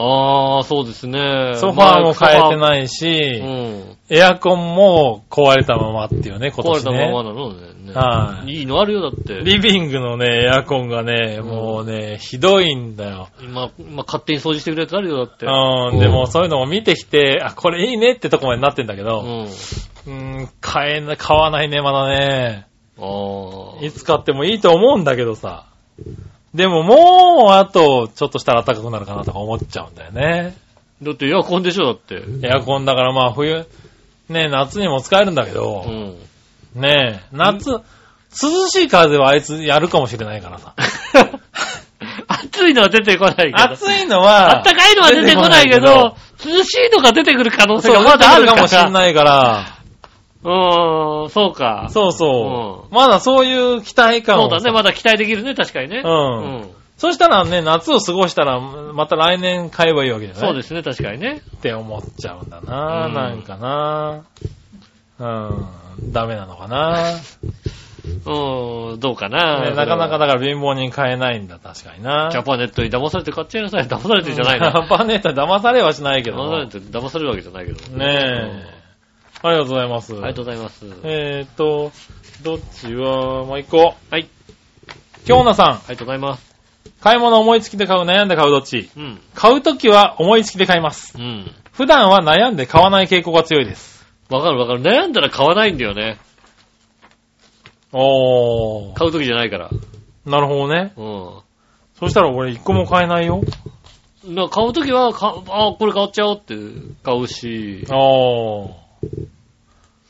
[SPEAKER 2] ああ、そうですね。
[SPEAKER 3] ソファーも買えて
[SPEAKER 2] い。
[SPEAKER 3] ないうし、
[SPEAKER 2] ん。
[SPEAKER 3] エアコンも壊れたままっていうね、
[SPEAKER 2] 壊
[SPEAKER 3] 今
[SPEAKER 2] れ
[SPEAKER 3] 年
[SPEAKER 2] たまま
[SPEAKER 3] ね。
[SPEAKER 2] なのね。
[SPEAKER 3] はい
[SPEAKER 2] いいのあるよ、だって。
[SPEAKER 3] リビングのね、エアコンがね、
[SPEAKER 2] ん
[SPEAKER 3] もうね、ひどいんだよ。
[SPEAKER 2] 今、今勝手に掃除してくれるやつあるよ、だって。
[SPEAKER 3] うん、でもそういうのも見てきて、あ、これいいねってとこまでなってんだけ
[SPEAKER 2] う
[SPEAKER 3] ど、
[SPEAKER 2] ん。
[SPEAKER 3] うん、買えな、買わないね、まだね。
[SPEAKER 2] ああ。
[SPEAKER 3] いつ買ってもいいと思うんだけどさ。でももう、あと、ちょっとしたら暖かくなるかなとか思っちゃうんだよね。
[SPEAKER 2] だってエアコンでしょ、だって。
[SPEAKER 3] エアコンだからまあ冬、ね夏にも使えるんだけ
[SPEAKER 2] う
[SPEAKER 3] ど、
[SPEAKER 2] ん。
[SPEAKER 3] ね夏、涼しい風はあいつやるかもしれないからさ。
[SPEAKER 2] 暑いのは出てこないけど。
[SPEAKER 3] 暑いのは、
[SPEAKER 2] あったかいのは出てこないけど、涼しいのが出てくる可能性がまだある
[SPEAKER 3] か
[SPEAKER 2] から。
[SPEAKER 3] もしんないから、
[SPEAKER 2] うーん、そうか。
[SPEAKER 3] そうそう。まだそういう期待感
[SPEAKER 2] そ
[SPEAKER 3] を
[SPEAKER 2] うだね、まだ期待できるね、確かにね。
[SPEAKER 3] うんそしたらね、夏を過ごしたら、また来年買えばいいわけじゃない
[SPEAKER 2] そうですね、確かにね。
[SPEAKER 3] って思っちゃうんだな、
[SPEAKER 2] うん
[SPEAKER 3] なんかな。うん、ダメなのかな。 ね
[SPEAKER 2] うん、どうかな。
[SPEAKER 3] なかなか
[SPEAKER 2] だ。
[SPEAKER 3] だから貧乏人買えないんだ、確かにな。
[SPEAKER 2] ジャパネットに騙されて買っちゃいなさい。騙されてじゃない
[SPEAKER 3] ジ
[SPEAKER 2] な。
[SPEAKER 3] ャパネット騙されはしないけど
[SPEAKER 2] 騙さ
[SPEAKER 3] も。
[SPEAKER 2] れ
[SPEAKER 3] ね
[SPEAKER 2] て、騙されるわけじゃないけど。
[SPEAKER 3] え。ありがとうございます。
[SPEAKER 2] うんありがとうございます。
[SPEAKER 3] えーっと、どっちは、もう一個。
[SPEAKER 2] はい。あり
[SPEAKER 3] 京奈さん、
[SPEAKER 2] がとうございます。
[SPEAKER 3] 買い物思いつきで買う、悩んで買うどっち
[SPEAKER 2] うん。
[SPEAKER 3] 買うときは思いつきで買います。
[SPEAKER 2] うん。
[SPEAKER 3] 普段は悩んで買わない傾向が強いです。
[SPEAKER 2] わかるわかる。悩んだら買わないんだよね。
[SPEAKER 3] おー。
[SPEAKER 2] 買うときじゃないから。
[SPEAKER 3] なるほどね。
[SPEAKER 2] うん。
[SPEAKER 3] そしたら俺一個も買えないよ。
[SPEAKER 2] な買うときは、かあ、これ買っちゃおうって買うし。
[SPEAKER 3] おー。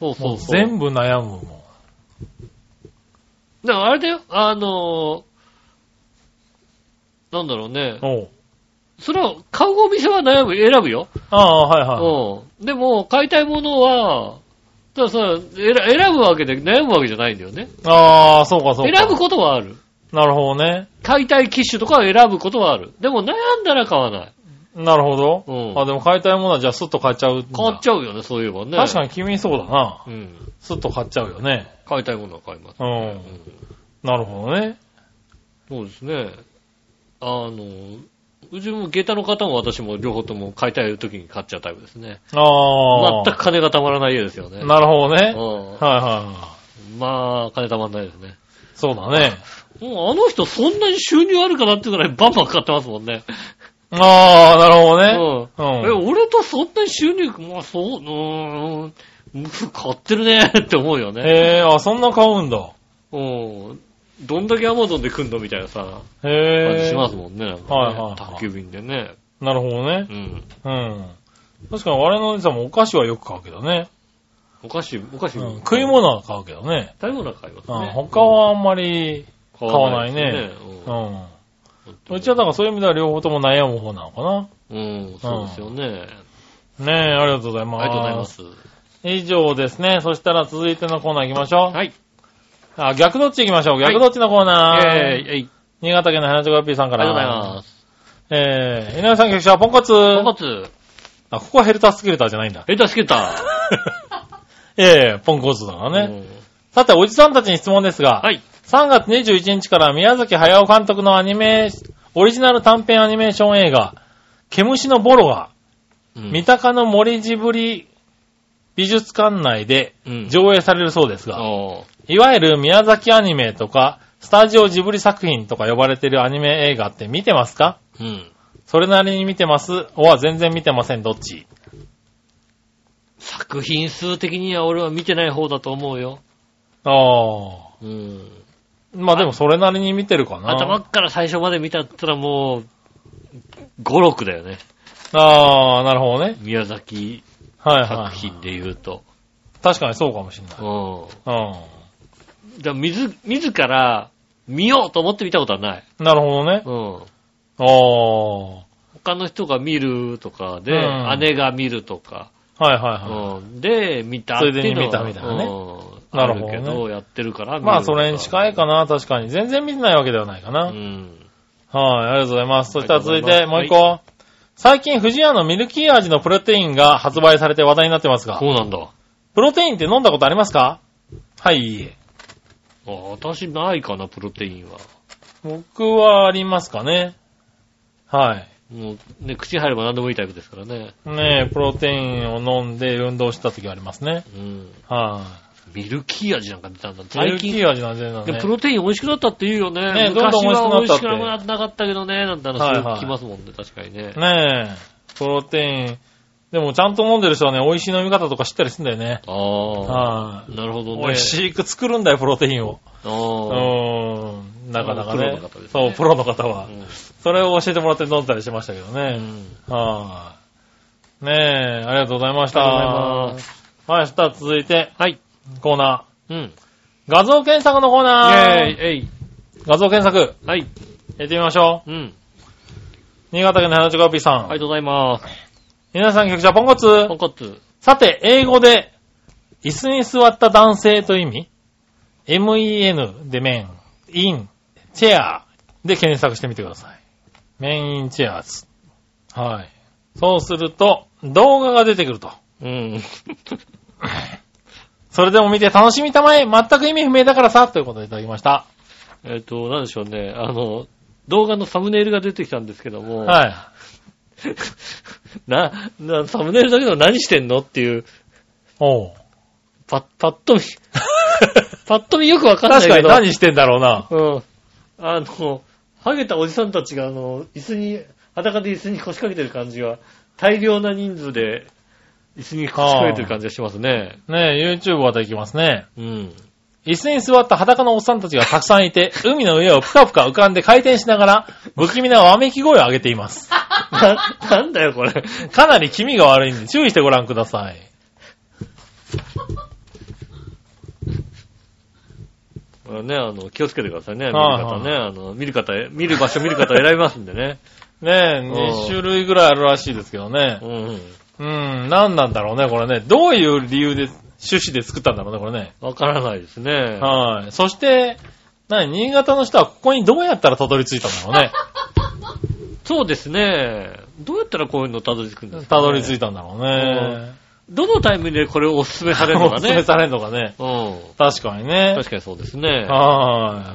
[SPEAKER 2] そうそ
[SPEAKER 3] もう
[SPEAKER 2] うそう。
[SPEAKER 3] 全部悩むも
[SPEAKER 2] だからあれだよ、あのー、なんだろうね
[SPEAKER 3] ん。。おう。
[SPEAKER 2] それは、買うお店は悩む、選ぶよ。
[SPEAKER 3] ああ、はいはい。
[SPEAKER 2] うん。でも、買いたいものは、たださ、選選ぶわけで悩むわけじゃないんだよね。
[SPEAKER 3] ああ、そうかそうか。
[SPEAKER 2] 選ぶことはある。
[SPEAKER 3] なるほどね。
[SPEAKER 2] 買いたい機種とかは選ぶことはある。でも、悩んだら買わない。
[SPEAKER 3] なるほど。
[SPEAKER 2] うん
[SPEAKER 3] あ、でも買いたいものはじゃあスッと買っちゃう。
[SPEAKER 2] 買っちゃうよね、そういえばね。
[SPEAKER 3] 確かに君そうだな。
[SPEAKER 2] に。うん。
[SPEAKER 3] スッと買っちゃうよね。
[SPEAKER 2] 買いたいものは買います。
[SPEAKER 3] う。
[SPEAKER 2] うん
[SPEAKER 3] なるほどね。
[SPEAKER 2] そうですね。あの、うちも下駄の方も私も両方とも買いたい時に買っちゃうタイプですね。
[SPEAKER 3] ああ。
[SPEAKER 2] 全く金がたまらない家ですよね。
[SPEAKER 3] なるほどね。はい
[SPEAKER 2] うん
[SPEAKER 3] はいは
[SPEAKER 2] まあ、金たまんないですね。
[SPEAKER 3] い。そうだね。
[SPEAKER 2] もうあの人そんなに収入あるかなってぐらいバンバン買ってますもんね。
[SPEAKER 3] ああ、な
[SPEAKER 2] う
[SPEAKER 3] るほどね。
[SPEAKER 2] ん。え、
[SPEAKER 3] うん。
[SPEAKER 2] 俺とそんなに収入、まあそう、うーん、買ってるねって思うよね。
[SPEAKER 3] へえ、あ、そんな買うんだ。
[SPEAKER 2] うん。どんだけアマゾンで来んのみたいなさ、感じ
[SPEAKER 3] へえ。
[SPEAKER 2] しますもんね。なんかね
[SPEAKER 3] はいはいはい
[SPEAKER 2] 宅急便でね。
[SPEAKER 3] なるほどね
[SPEAKER 2] う。ん。
[SPEAKER 3] うん。確かに我々のおじさんもお菓子はよく買うけどね。
[SPEAKER 2] お菓子、お菓子、
[SPEAKER 3] うん食い物は買うけどね。
[SPEAKER 2] 食べ物は買います
[SPEAKER 3] うん
[SPEAKER 2] ね。
[SPEAKER 3] 他はあんまり、
[SPEAKER 2] 買です
[SPEAKER 3] う
[SPEAKER 2] ね。
[SPEAKER 3] ん。
[SPEAKER 2] うん
[SPEAKER 3] うちはだからそういう意味では両方とも悩む方なのかな。
[SPEAKER 2] うん、そうですよね。
[SPEAKER 3] ねえ、ありがとうございます。
[SPEAKER 2] ありがとうございま。す。
[SPEAKER 3] 以上ですね。そしたら続いてのコーナー行きましょう。
[SPEAKER 2] はい。
[SPEAKER 3] あ、逆どっち行きましょう。逆どっちのコーナー。
[SPEAKER 2] えー、えい、
[SPEAKER 3] 新潟県の花ちょこ P さん
[SPEAKER 2] あ
[SPEAKER 3] か
[SPEAKER 2] りが
[SPEAKER 3] ら。
[SPEAKER 2] とうございます。
[SPEAKER 3] えー、井上さん局長、ポンコツ。
[SPEAKER 2] とんかつ、
[SPEAKER 3] あ、ここはヘルタースキルターじゃないんだ。
[SPEAKER 2] レタスケータ
[SPEAKER 3] ええポンコツだか
[SPEAKER 2] ー。
[SPEAKER 3] らね。さて、おじさんたちに質問です
[SPEAKER 2] うん
[SPEAKER 3] が、
[SPEAKER 2] はい。
[SPEAKER 3] 3月21日から宮崎駿監督のアニメ、オリジナル短編アニメーション映画、毛虫のボロが、
[SPEAKER 2] うん
[SPEAKER 3] 三鷹の森ジブリ美術館内で
[SPEAKER 2] うん
[SPEAKER 3] 上映されるそうですが、
[SPEAKER 2] おー
[SPEAKER 3] いわゆる宮崎アニメとか、スタジオジブリ作品とか呼ばれてるアニメ映画って見てますか
[SPEAKER 2] うん。
[SPEAKER 3] それなりに見てますおは全然見てません、どっち
[SPEAKER 2] 作品数的には俺は見てない方だと思うよ。
[SPEAKER 3] ああ。
[SPEAKER 2] うん。
[SPEAKER 3] まあでもそれなりに見てるかな。
[SPEAKER 2] 頭っから最初まで見たったらもう、5、6だよね。
[SPEAKER 3] ああ、なるほどね。
[SPEAKER 2] 宮崎
[SPEAKER 3] はいは
[SPEAKER 2] 作
[SPEAKER 3] い。
[SPEAKER 2] 品で言う と。
[SPEAKER 3] 確かにそうかもしんない。
[SPEAKER 2] う。
[SPEAKER 3] うん
[SPEAKER 2] だから自、自ら見ようと思って見たことはない。
[SPEAKER 3] ん。なるほどね。
[SPEAKER 2] うん。
[SPEAKER 3] ああ。は
[SPEAKER 2] 他の人が見るとかで、
[SPEAKER 3] うん
[SPEAKER 2] 姉が見るとか、
[SPEAKER 3] いはい
[SPEAKER 2] う
[SPEAKER 3] は
[SPEAKER 2] んで、見たっていうのは
[SPEAKER 3] ついでに見たみたいなね
[SPEAKER 2] うん
[SPEAKER 3] なるほどね
[SPEAKER 2] あるけど、やってるから
[SPEAKER 3] い。まあそれに近い
[SPEAKER 2] か
[SPEAKER 3] かな、確かに。全然見てないわけではないかな。
[SPEAKER 2] ら見るうん。
[SPEAKER 3] はい、ありがとうございます。そしたら続い
[SPEAKER 2] あり
[SPEAKER 3] て、
[SPEAKER 2] がとう
[SPEAKER 3] も
[SPEAKER 2] ござい
[SPEAKER 3] う一
[SPEAKER 2] ます
[SPEAKER 3] 個。最近、不二家のミルキー味のプロテインが発売されて話題になってますが、
[SPEAKER 2] そうなんだ。
[SPEAKER 3] プロテインって飲んだことありますかはい、いいえ。
[SPEAKER 2] あ私ないかな、プロテインは。
[SPEAKER 3] 僕はありますかね。はい。
[SPEAKER 2] もう、ね、口入れば何でもいいタイプですからね。
[SPEAKER 3] ねえ、プロテインを飲んで運動した時はありますね。
[SPEAKER 2] うん。
[SPEAKER 3] はい、
[SPEAKER 2] ミルキー味なんか出たんだ。
[SPEAKER 3] ミ
[SPEAKER 2] 最
[SPEAKER 3] ルキ
[SPEAKER 2] 近、
[SPEAKER 3] ー味の味なんだ
[SPEAKER 2] で
[SPEAKER 3] ね
[SPEAKER 2] プ。ロテイン美味しくなったって言うよね。
[SPEAKER 3] ねどんど
[SPEAKER 2] 昔
[SPEAKER 3] ん美味しくなったって
[SPEAKER 2] は美味しくなかったけどね、なんて話
[SPEAKER 3] はい
[SPEAKER 2] を
[SPEAKER 3] はい
[SPEAKER 2] 聞きますもんね、確かにね。
[SPEAKER 3] ねえ、プロテイン。でもちゃんと飲んでる人はね、美味しい飲み方とか知ったりするんだよね。
[SPEAKER 2] ああ。
[SPEAKER 3] は
[SPEAKER 2] なるほ
[SPEAKER 3] い、
[SPEAKER 2] どね。
[SPEAKER 3] 美味
[SPEAKER 2] い。
[SPEAKER 3] しく作るんだよ、プロテインを。
[SPEAKER 2] あ
[SPEAKER 3] う
[SPEAKER 2] あ。
[SPEAKER 3] ーん、なかなか
[SPEAKER 2] プロ
[SPEAKER 3] ね
[SPEAKER 2] の方ですね。
[SPEAKER 3] そう、プロの方は
[SPEAKER 2] う。ん
[SPEAKER 3] それを教えてもらって飲んだりしましたけど
[SPEAKER 2] う
[SPEAKER 3] ね。
[SPEAKER 2] ん
[SPEAKER 3] はい。ねえ、ありがとうございまし
[SPEAKER 2] ありがとうござ
[SPEAKER 3] た。
[SPEAKER 2] います。
[SPEAKER 3] はい、そしたら続いて、
[SPEAKER 2] はい。
[SPEAKER 3] コーナー。
[SPEAKER 2] うん。
[SPEAKER 3] 画像検索のコ
[SPEAKER 2] イ
[SPEAKER 3] ー
[SPEAKER 2] ェ
[SPEAKER 3] ナ
[SPEAKER 2] ー
[SPEAKER 3] ー。
[SPEAKER 2] イ、えい。
[SPEAKER 3] 画像検索。
[SPEAKER 2] はい。
[SPEAKER 3] やってみましょう。
[SPEAKER 2] うん。
[SPEAKER 3] 新潟県の花ちこぴさ
[SPEAKER 2] あ
[SPEAKER 3] ん。
[SPEAKER 2] りがとうございます。
[SPEAKER 3] 皆さん、局長、ポンコツ。
[SPEAKER 2] ポンコツ。
[SPEAKER 3] さて、英語で、椅子に座った男性という意味 ?men で面、in, チェアで検索してみてください。メインチェアーズ。はい。そうすると、動画が出てくると。
[SPEAKER 2] うん。
[SPEAKER 3] それでも見て楽しみたまえ全く意味不明だからさということでいただきました。
[SPEAKER 2] えっと、なんでしょうね。あの、動画のサムネイルが出てきたんですけども、
[SPEAKER 3] はい。
[SPEAKER 2] な、な、サムネイルだけど何してんのっていう、
[SPEAKER 3] おう。
[SPEAKER 2] パッ、パッと見、パッと見よくわかんない
[SPEAKER 3] 確か
[SPEAKER 2] けど。
[SPEAKER 3] に何してんだろうな。
[SPEAKER 2] うん。あの、ハゲたおじさんたちが、あの、椅子に、裸で椅子に腰掛けてる感じが、大量な人数で、椅子に腰掛けてる感じがしますね。
[SPEAKER 3] ねえ、YouTube はできますね。
[SPEAKER 2] うん。
[SPEAKER 3] 椅子に座った裸のおっさんたちがたくさんいて、海の上をぷかぷか浮かんで回転しながら、不気味なわめき声を上げています。
[SPEAKER 2] な、なんだよ、これ。
[SPEAKER 3] かなり気味が悪いんで注意してご覧ください。
[SPEAKER 2] これね、あの、気をつけてくださいね。見る
[SPEAKER 3] はい
[SPEAKER 2] 方ね。あの、見る方、見る場所見る方選びますんで ね。
[SPEAKER 3] ねえ、
[SPEAKER 2] ん
[SPEAKER 3] 2種類ぐらいあるらしいですけどね
[SPEAKER 2] う。ん。
[SPEAKER 3] うん、何なんだろうね、これね。どういう理由で、趣旨で作ったんだろうね、これね。
[SPEAKER 2] わからないですね。
[SPEAKER 3] はい。そして、なに、新潟の人はここにどうやったらたどり着いたんだろ うね。
[SPEAKER 2] そうですね。どうやったらこういうのたどり着くんですか、
[SPEAKER 3] たどり着い
[SPEAKER 2] い
[SPEAKER 3] たんだろうね。
[SPEAKER 2] どのタイミングでこれをお勧めされるの
[SPEAKER 3] お
[SPEAKER 2] か
[SPEAKER 3] すすめ
[SPEAKER 2] ね。
[SPEAKER 3] されるのかね。
[SPEAKER 2] うん。
[SPEAKER 3] 確かにね。
[SPEAKER 2] 確かにそうですね。あ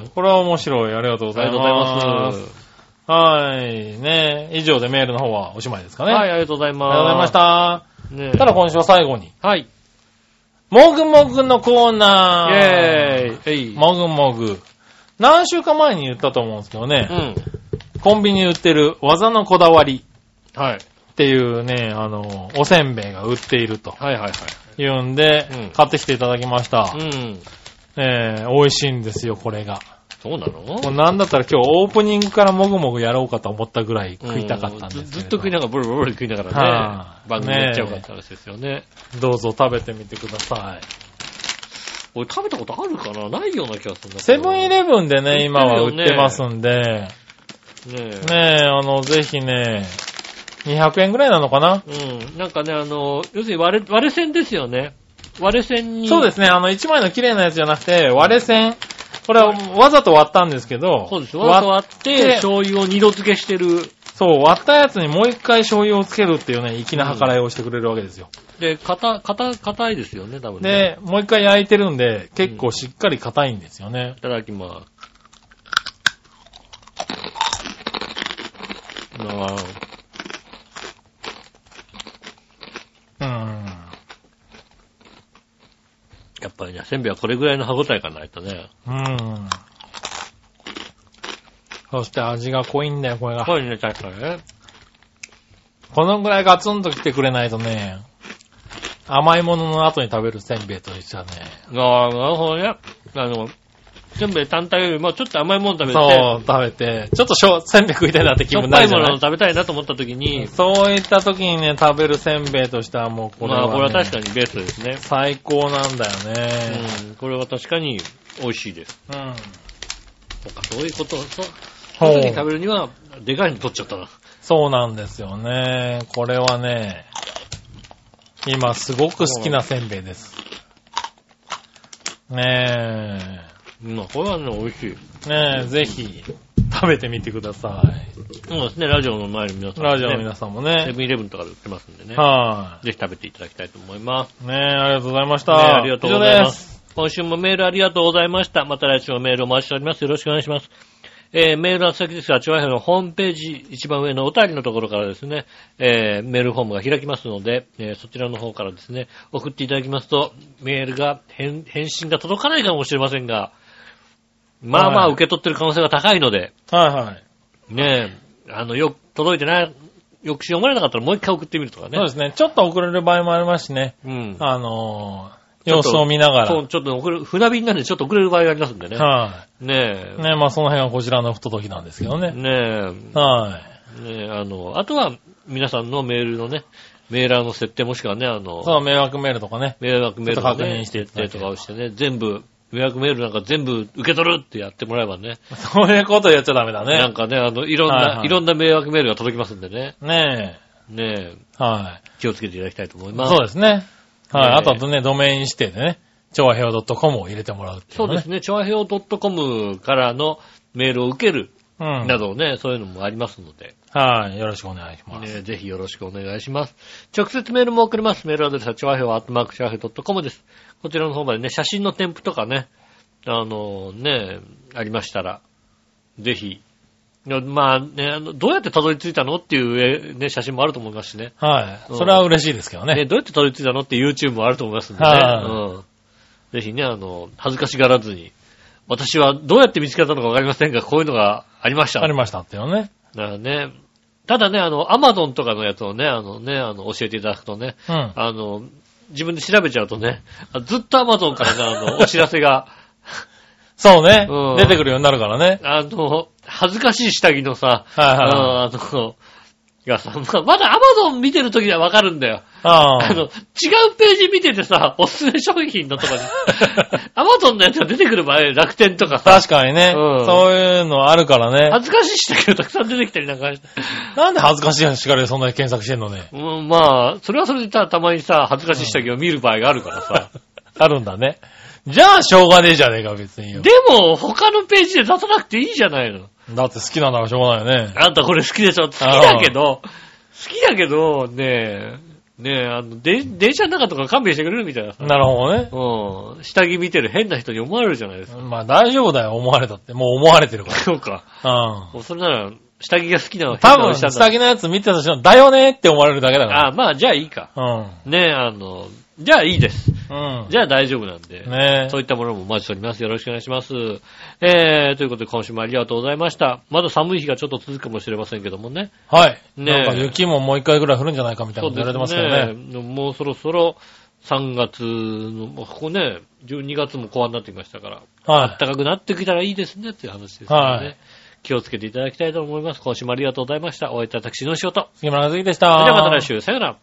[SPEAKER 3] はい。これは面白い。ありがとうご
[SPEAKER 2] り
[SPEAKER 3] ざい
[SPEAKER 2] が
[SPEAKER 3] ます。
[SPEAKER 2] とうございます。
[SPEAKER 3] はい。ね以上でメールの方はおしまいですかね。
[SPEAKER 2] はい、
[SPEAKER 3] あり
[SPEAKER 2] ありがとうございます。
[SPEAKER 3] がとうございました。
[SPEAKER 2] ね
[SPEAKER 3] ただ今週は最後に、
[SPEAKER 2] はい。
[SPEAKER 3] もぐもぐのコー
[SPEAKER 2] イェ
[SPEAKER 3] ナー。
[SPEAKER 2] ーイ。えい。
[SPEAKER 3] もぐもぐ。何週間前に言ったと思うんですけどね
[SPEAKER 2] う、ん。
[SPEAKER 3] コンビニに売ってる技のこだわり
[SPEAKER 2] はい。
[SPEAKER 3] っていうね、あの、おせんべいが売っていると
[SPEAKER 2] はいはいはい。
[SPEAKER 3] いうんで、
[SPEAKER 2] うん
[SPEAKER 3] 買ってきていただきました。
[SPEAKER 2] うん。
[SPEAKER 3] えー、美味しいんですよ、これが。
[SPEAKER 2] そうなの
[SPEAKER 3] もうなんだったら今日オープニングからもぐもぐやろうかと思ったぐらい食いたかったんですけれ
[SPEAKER 2] ず
[SPEAKER 3] ど
[SPEAKER 2] ずっと食いながら、ブルブルブル食いながら
[SPEAKER 3] は
[SPEAKER 2] ね、
[SPEAKER 3] い
[SPEAKER 2] 番組やっちゃうかって話ですよね。
[SPEAKER 3] どうぞ食べてみてくださ
[SPEAKER 2] 俺食べたことあるかなないような気がするんだけど
[SPEAKER 3] い。セブンイレブンでね、今は売ってますんで、ね
[SPEAKER 2] ね
[SPEAKER 3] え、あの、ぜひね、200円ぐらいなのかな
[SPEAKER 2] え。うん。なんかね、あの、要するに割れ、割れ線ですよね。割れ線に。。
[SPEAKER 3] そうですすね、あの、1枚の綺麗なやつじゃなくて、割れ線。これはわざと割ったんですけど、
[SPEAKER 2] そうです。わざと割って、
[SPEAKER 3] で
[SPEAKER 2] 醤油を二度漬けしてる。
[SPEAKER 3] そう、割ったやつにもう一回醤油をつけるっていうね、粋な計らいをしてくれるわけですよ。
[SPEAKER 2] で、硬、硬、硬いですよね、多分ね。
[SPEAKER 3] で、もう一回焼いてるんで、結構しっかり硬いんですよね
[SPEAKER 2] い。ただきます。ああ、
[SPEAKER 3] うん。
[SPEAKER 2] やっぱりね、せんべいはこれぐらいの歯応えがないとね。
[SPEAKER 3] うん。そして味が濃いんだよ、これが。
[SPEAKER 2] これね、確かにね。
[SPEAKER 3] このぐらいガツンと来てくれないとね、甘いものの後に食べるせんべいと一緒だね。
[SPEAKER 2] ああ、なるほどね。あの、せんべい単体よりもちょっと甘いもの食べて、
[SPEAKER 3] そう、食べて、ちょっとしょせんべい食いたいなって気
[SPEAKER 2] しょ
[SPEAKER 3] 分
[SPEAKER 2] っ
[SPEAKER 3] にな
[SPEAKER 2] ぱ
[SPEAKER 3] る
[SPEAKER 2] い
[SPEAKER 3] じ
[SPEAKER 2] も
[SPEAKER 3] ゃな
[SPEAKER 2] のを
[SPEAKER 3] い
[SPEAKER 2] 食べたいなと思った時に、
[SPEAKER 3] そういった時にね、食べるせんべいとしてはもうこれ
[SPEAKER 2] まあ、
[SPEAKER 3] は、ね、
[SPEAKER 2] これは確かにベストですね。
[SPEAKER 3] 最高なんだよね。
[SPEAKER 2] うん、これは確かに美味しいです。
[SPEAKER 3] うん。
[SPEAKER 2] そうかそういうこと、そう、
[SPEAKER 3] ほ
[SPEAKER 2] そうういう時に食べるには、でかいの取っちゃったな。
[SPEAKER 3] そうなんですよね。これはね、今すごく好きなせんべいです。ねえ。
[SPEAKER 2] まあ、これはね、美味しい。
[SPEAKER 3] ねえ、ぜひ、食べてみてくださ
[SPEAKER 2] そうですね、ラジオの前の皆
[SPEAKER 3] い。
[SPEAKER 2] さん、ね。
[SPEAKER 3] ラジオの皆さんも
[SPEAKER 2] セ
[SPEAKER 3] ね。
[SPEAKER 2] ブンイレブンとかで売ってますんでね。
[SPEAKER 3] は
[SPEAKER 2] ぜひ食べていただきたいと思います。
[SPEAKER 3] い。ねえ、ありがとうございました。
[SPEAKER 2] ねありがとうございま
[SPEAKER 3] 以上です。
[SPEAKER 2] す。今週もメールありがとうございました。また来週もメールお待ちしております。よろしくお願いします。えー、メールは先ですが、チョアヘのホームページ、一番上のお便りのところからですね、えー、メールフォームが開きますので、えーそちらの方からですね、送っていただきますと、メールが返、返信が届かないかもしれませんが、まあまあ
[SPEAKER 3] はい
[SPEAKER 2] 受け取ってる可能性が高いので、
[SPEAKER 3] はいはい。
[SPEAKER 2] ねえ、あの、よ、届いてない、翌週読まれなかったらもう一回送ってみるとかね。
[SPEAKER 3] そうですね。ちょっと遅れる場合もありますしね。
[SPEAKER 2] うん。
[SPEAKER 3] あのー、
[SPEAKER 2] ちょっ
[SPEAKER 3] 様
[SPEAKER 2] と
[SPEAKER 3] 子を見なが
[SPEAKER 2] そう、ちょっと遅れ、船便なんでちょっと遅れる場合がありますんでね。
[SPEAKER 3] ら。は
[SPEAKER 2] ね
[SPEAKER 3] い。ねえ、まあその辺はこちらの不届きなんですけど
[SPEAKER 2] え、
[SPEAKER 3] ね。
[SPEAKER 2] ね
[SPEAKER 3] は
[SPEAKER 2] え、ねえ、あの、あとは、皆さんのメールのね、メーラーの設定もしくはね、あの
[SPEAKER 3] い。、そう、迷惑メールとかね。
[SPEAKER 2] 迷惑メールの、
[SPEAKER 3] ちょっと確
[SPEAKER 2] ね、
[SPEAKER 3] 認してい
[SPEAKER 2] 設
[SPEAKER 3] ただ
[SPEAKER 2] 定
[SPEAKER 3] いて
[SPEAKER 2] とかをしてね、全部予約メールなんか全部受け取るってやってもらえばね。
[SPEAKER 3] そういうことやっちゃダメだ
[SPEAKER 2] なん
[SPEAKER 3] ね。
[SPEAKER 2] かね、あの、いろんな、
[SPEAKER 3] はい
[SPEAKER 2] い
[SPEAKER 3] はい
[SPEAKER 2] ろんな迷惑メールが届きますんでね。
[SPEAKER 3] ね
[SPEAKER 2] ねえ、
[SPEAKER 3] え。は
[SPEAKER 2] 気をつけていただきたいと思い
[SPEAKER 3] い。
[SPEAKER 2] ます。
[SPEAKER 3] そうですね。はい。
[SPEAKER 2] ねえ
[SPEAKER 3] あとはね、ドメイン指定でね、調和表 .com を入れてもらうっていう
[SPEAKER 2] そう
[SPEAKER 3] のね。
[SPEAKER 2] ですね。調和表 .com からのメールを受ける
[SPEAKER 3] うん。
[SPEAKER 2] などね、そういうのもありますので、
[SPEAKER 3] はい。よろしくお願いします。
[SPEAKER 2] ね、ぜひよろしくお願いします。直接メールも送れます。メールアドレスは調和表、アットマーク調和表 .com です。こちらの方までね、写真の添付とかね、あのね、ありましたら、ぜひ、いやまあね、あのどうやってたどり着いたのっていう、えね、写真もあると思いますしね。
[SPEAKER 3] は
[SPEAKER 2] う
[SPEAKER 3] い。
[SPEAKER 2] ん
[SPEAKER 3] それは嬉しいですけど
[SPEAKER 2] ね、
[SPEAKER 3] ね。
[SPEAKER 2] どうやってたどり着いたのって YouTube もあると思いますんでね。
[SPEAKER 3] は
[SPEAKER 2] うんぜひね、あの、恥ずかしがらずに、私はどうやって見つけたのかわかりませんが、こういうのがありました。
[SPEAKER 3] ありましたっていうのね。
[SPEAKER 2] だからね、ただね、あの、アマゾンとかのやつをね、あのね、あの、教えていただくとね、
[SPEAKER 3] うん。
[SPEAKER 2] あの、自分で調べちゃうとね、あずっとアマゾンからね、あの、お知らせが、
[SPEAKER 3] そうね
[SPEAKER 2] うん。
[SPEAKER 3] 出てくるようになるからね。
[SPEAKER 2] あの、恥ずかしい下着のさ、
[SPEAKER 3] はいはいはい。
[SPEAKER 2] あの、あのがさ、まあまだアマゾン見てる時はわかるんだよ。
[SPEAKER 3] あ
[SPEAKER 2] あ
[SPEAKER 3] あ。
[SPEAKER 2] の、違うページ見ててさ、おすすめ商品のとかに、アマゾンのやつが出てくる場合、楽天とかさ、
[SPEAKER 3] 確かにね、
[SPEAKER 2] うん
[SPEAKER 3] そういうのあるからね。
[SPEAKER 2] 恥ずかしい下着がたくさん出てきたりなんかして。
[SPEAKER 3] なんで恥ずかしいしかでそんなに検索してんのね。
[SPEAKER 2] うん、まあ、それはそれでたたまにさ、恥ずかしい下着を見る場合があるからさ。
[SPEAKER 3] あるんだね。じゃあ、しょうがねえじゃねえか、別によ。
[SPEAKER 2] でも、他のページで出さなくていいじゃないの。
[SPEAKER 3] だって好きなんだからしょうがないよね。
[SPEAKER 2] あんたこれ好きでしょ好きだけど、好きだけど、ねえ、ねえ、あの、で、電車の中とか勘弁してくれるみたいなさ。
[SPEAKER 3] なるほどね。
[SPEAKER 2] うん。下着見てる変な人に思われるじゃないです か。
[SPEAKER 3] まあ大丈夫だよ、思われたって。もう思われてるか
[SPEAKER 2] そうか。
[SPEAKER 3] ら。う
[SPEAKER 2] もうそれなら、下着が好きなの
[SPEAKER 3] ん。多
[SPEAKER 2] 変なお
[SPEAKER 3] 分、
[SPEAKER 2] じさんだ
[SPEAKER 3] 下着のやつ見てた人、だよねって思われるだけだか。
[SPEAKER 2] あ、まあ、じゃあいいからねえ、あの、じゃあいいです。
[SPEAKER 3] うん。うん。
[SPEAKER 2] じゃあ大丈夫なんで。
[SPEAKER 3] ね
[SPEAKER 2] そういったものもお待ちしております。よろしくお願いします。えー、ということで今週もありがとうございました。まだ寒い日がちょっと続くかもしれませんけどもね。
[SPEAKER 3] はい。
[SPEAKER 2] ね
[SPEAKER 3] なんか雪ももう一回ぐらい降るんじゃないかみたいなこと言われてますけどね。
[SPEAKER 2] ね。もうそろそろ3月の、もうここね、12月も後半になってきましたから、
[SPEAKER 3] は
[SPEAKER 2] 暖かくなってきたらいいですねっていう話ですからね。
[SPEAKER 3] はい
[SPEAKER 2] 気をつけていただきたいと思います。今週もありがとうございました。お会いいた私の仕事。
[SPEAKER 3] い。杉村和樹でした。
[SPEAKER 2] それではまた来週。さよなら。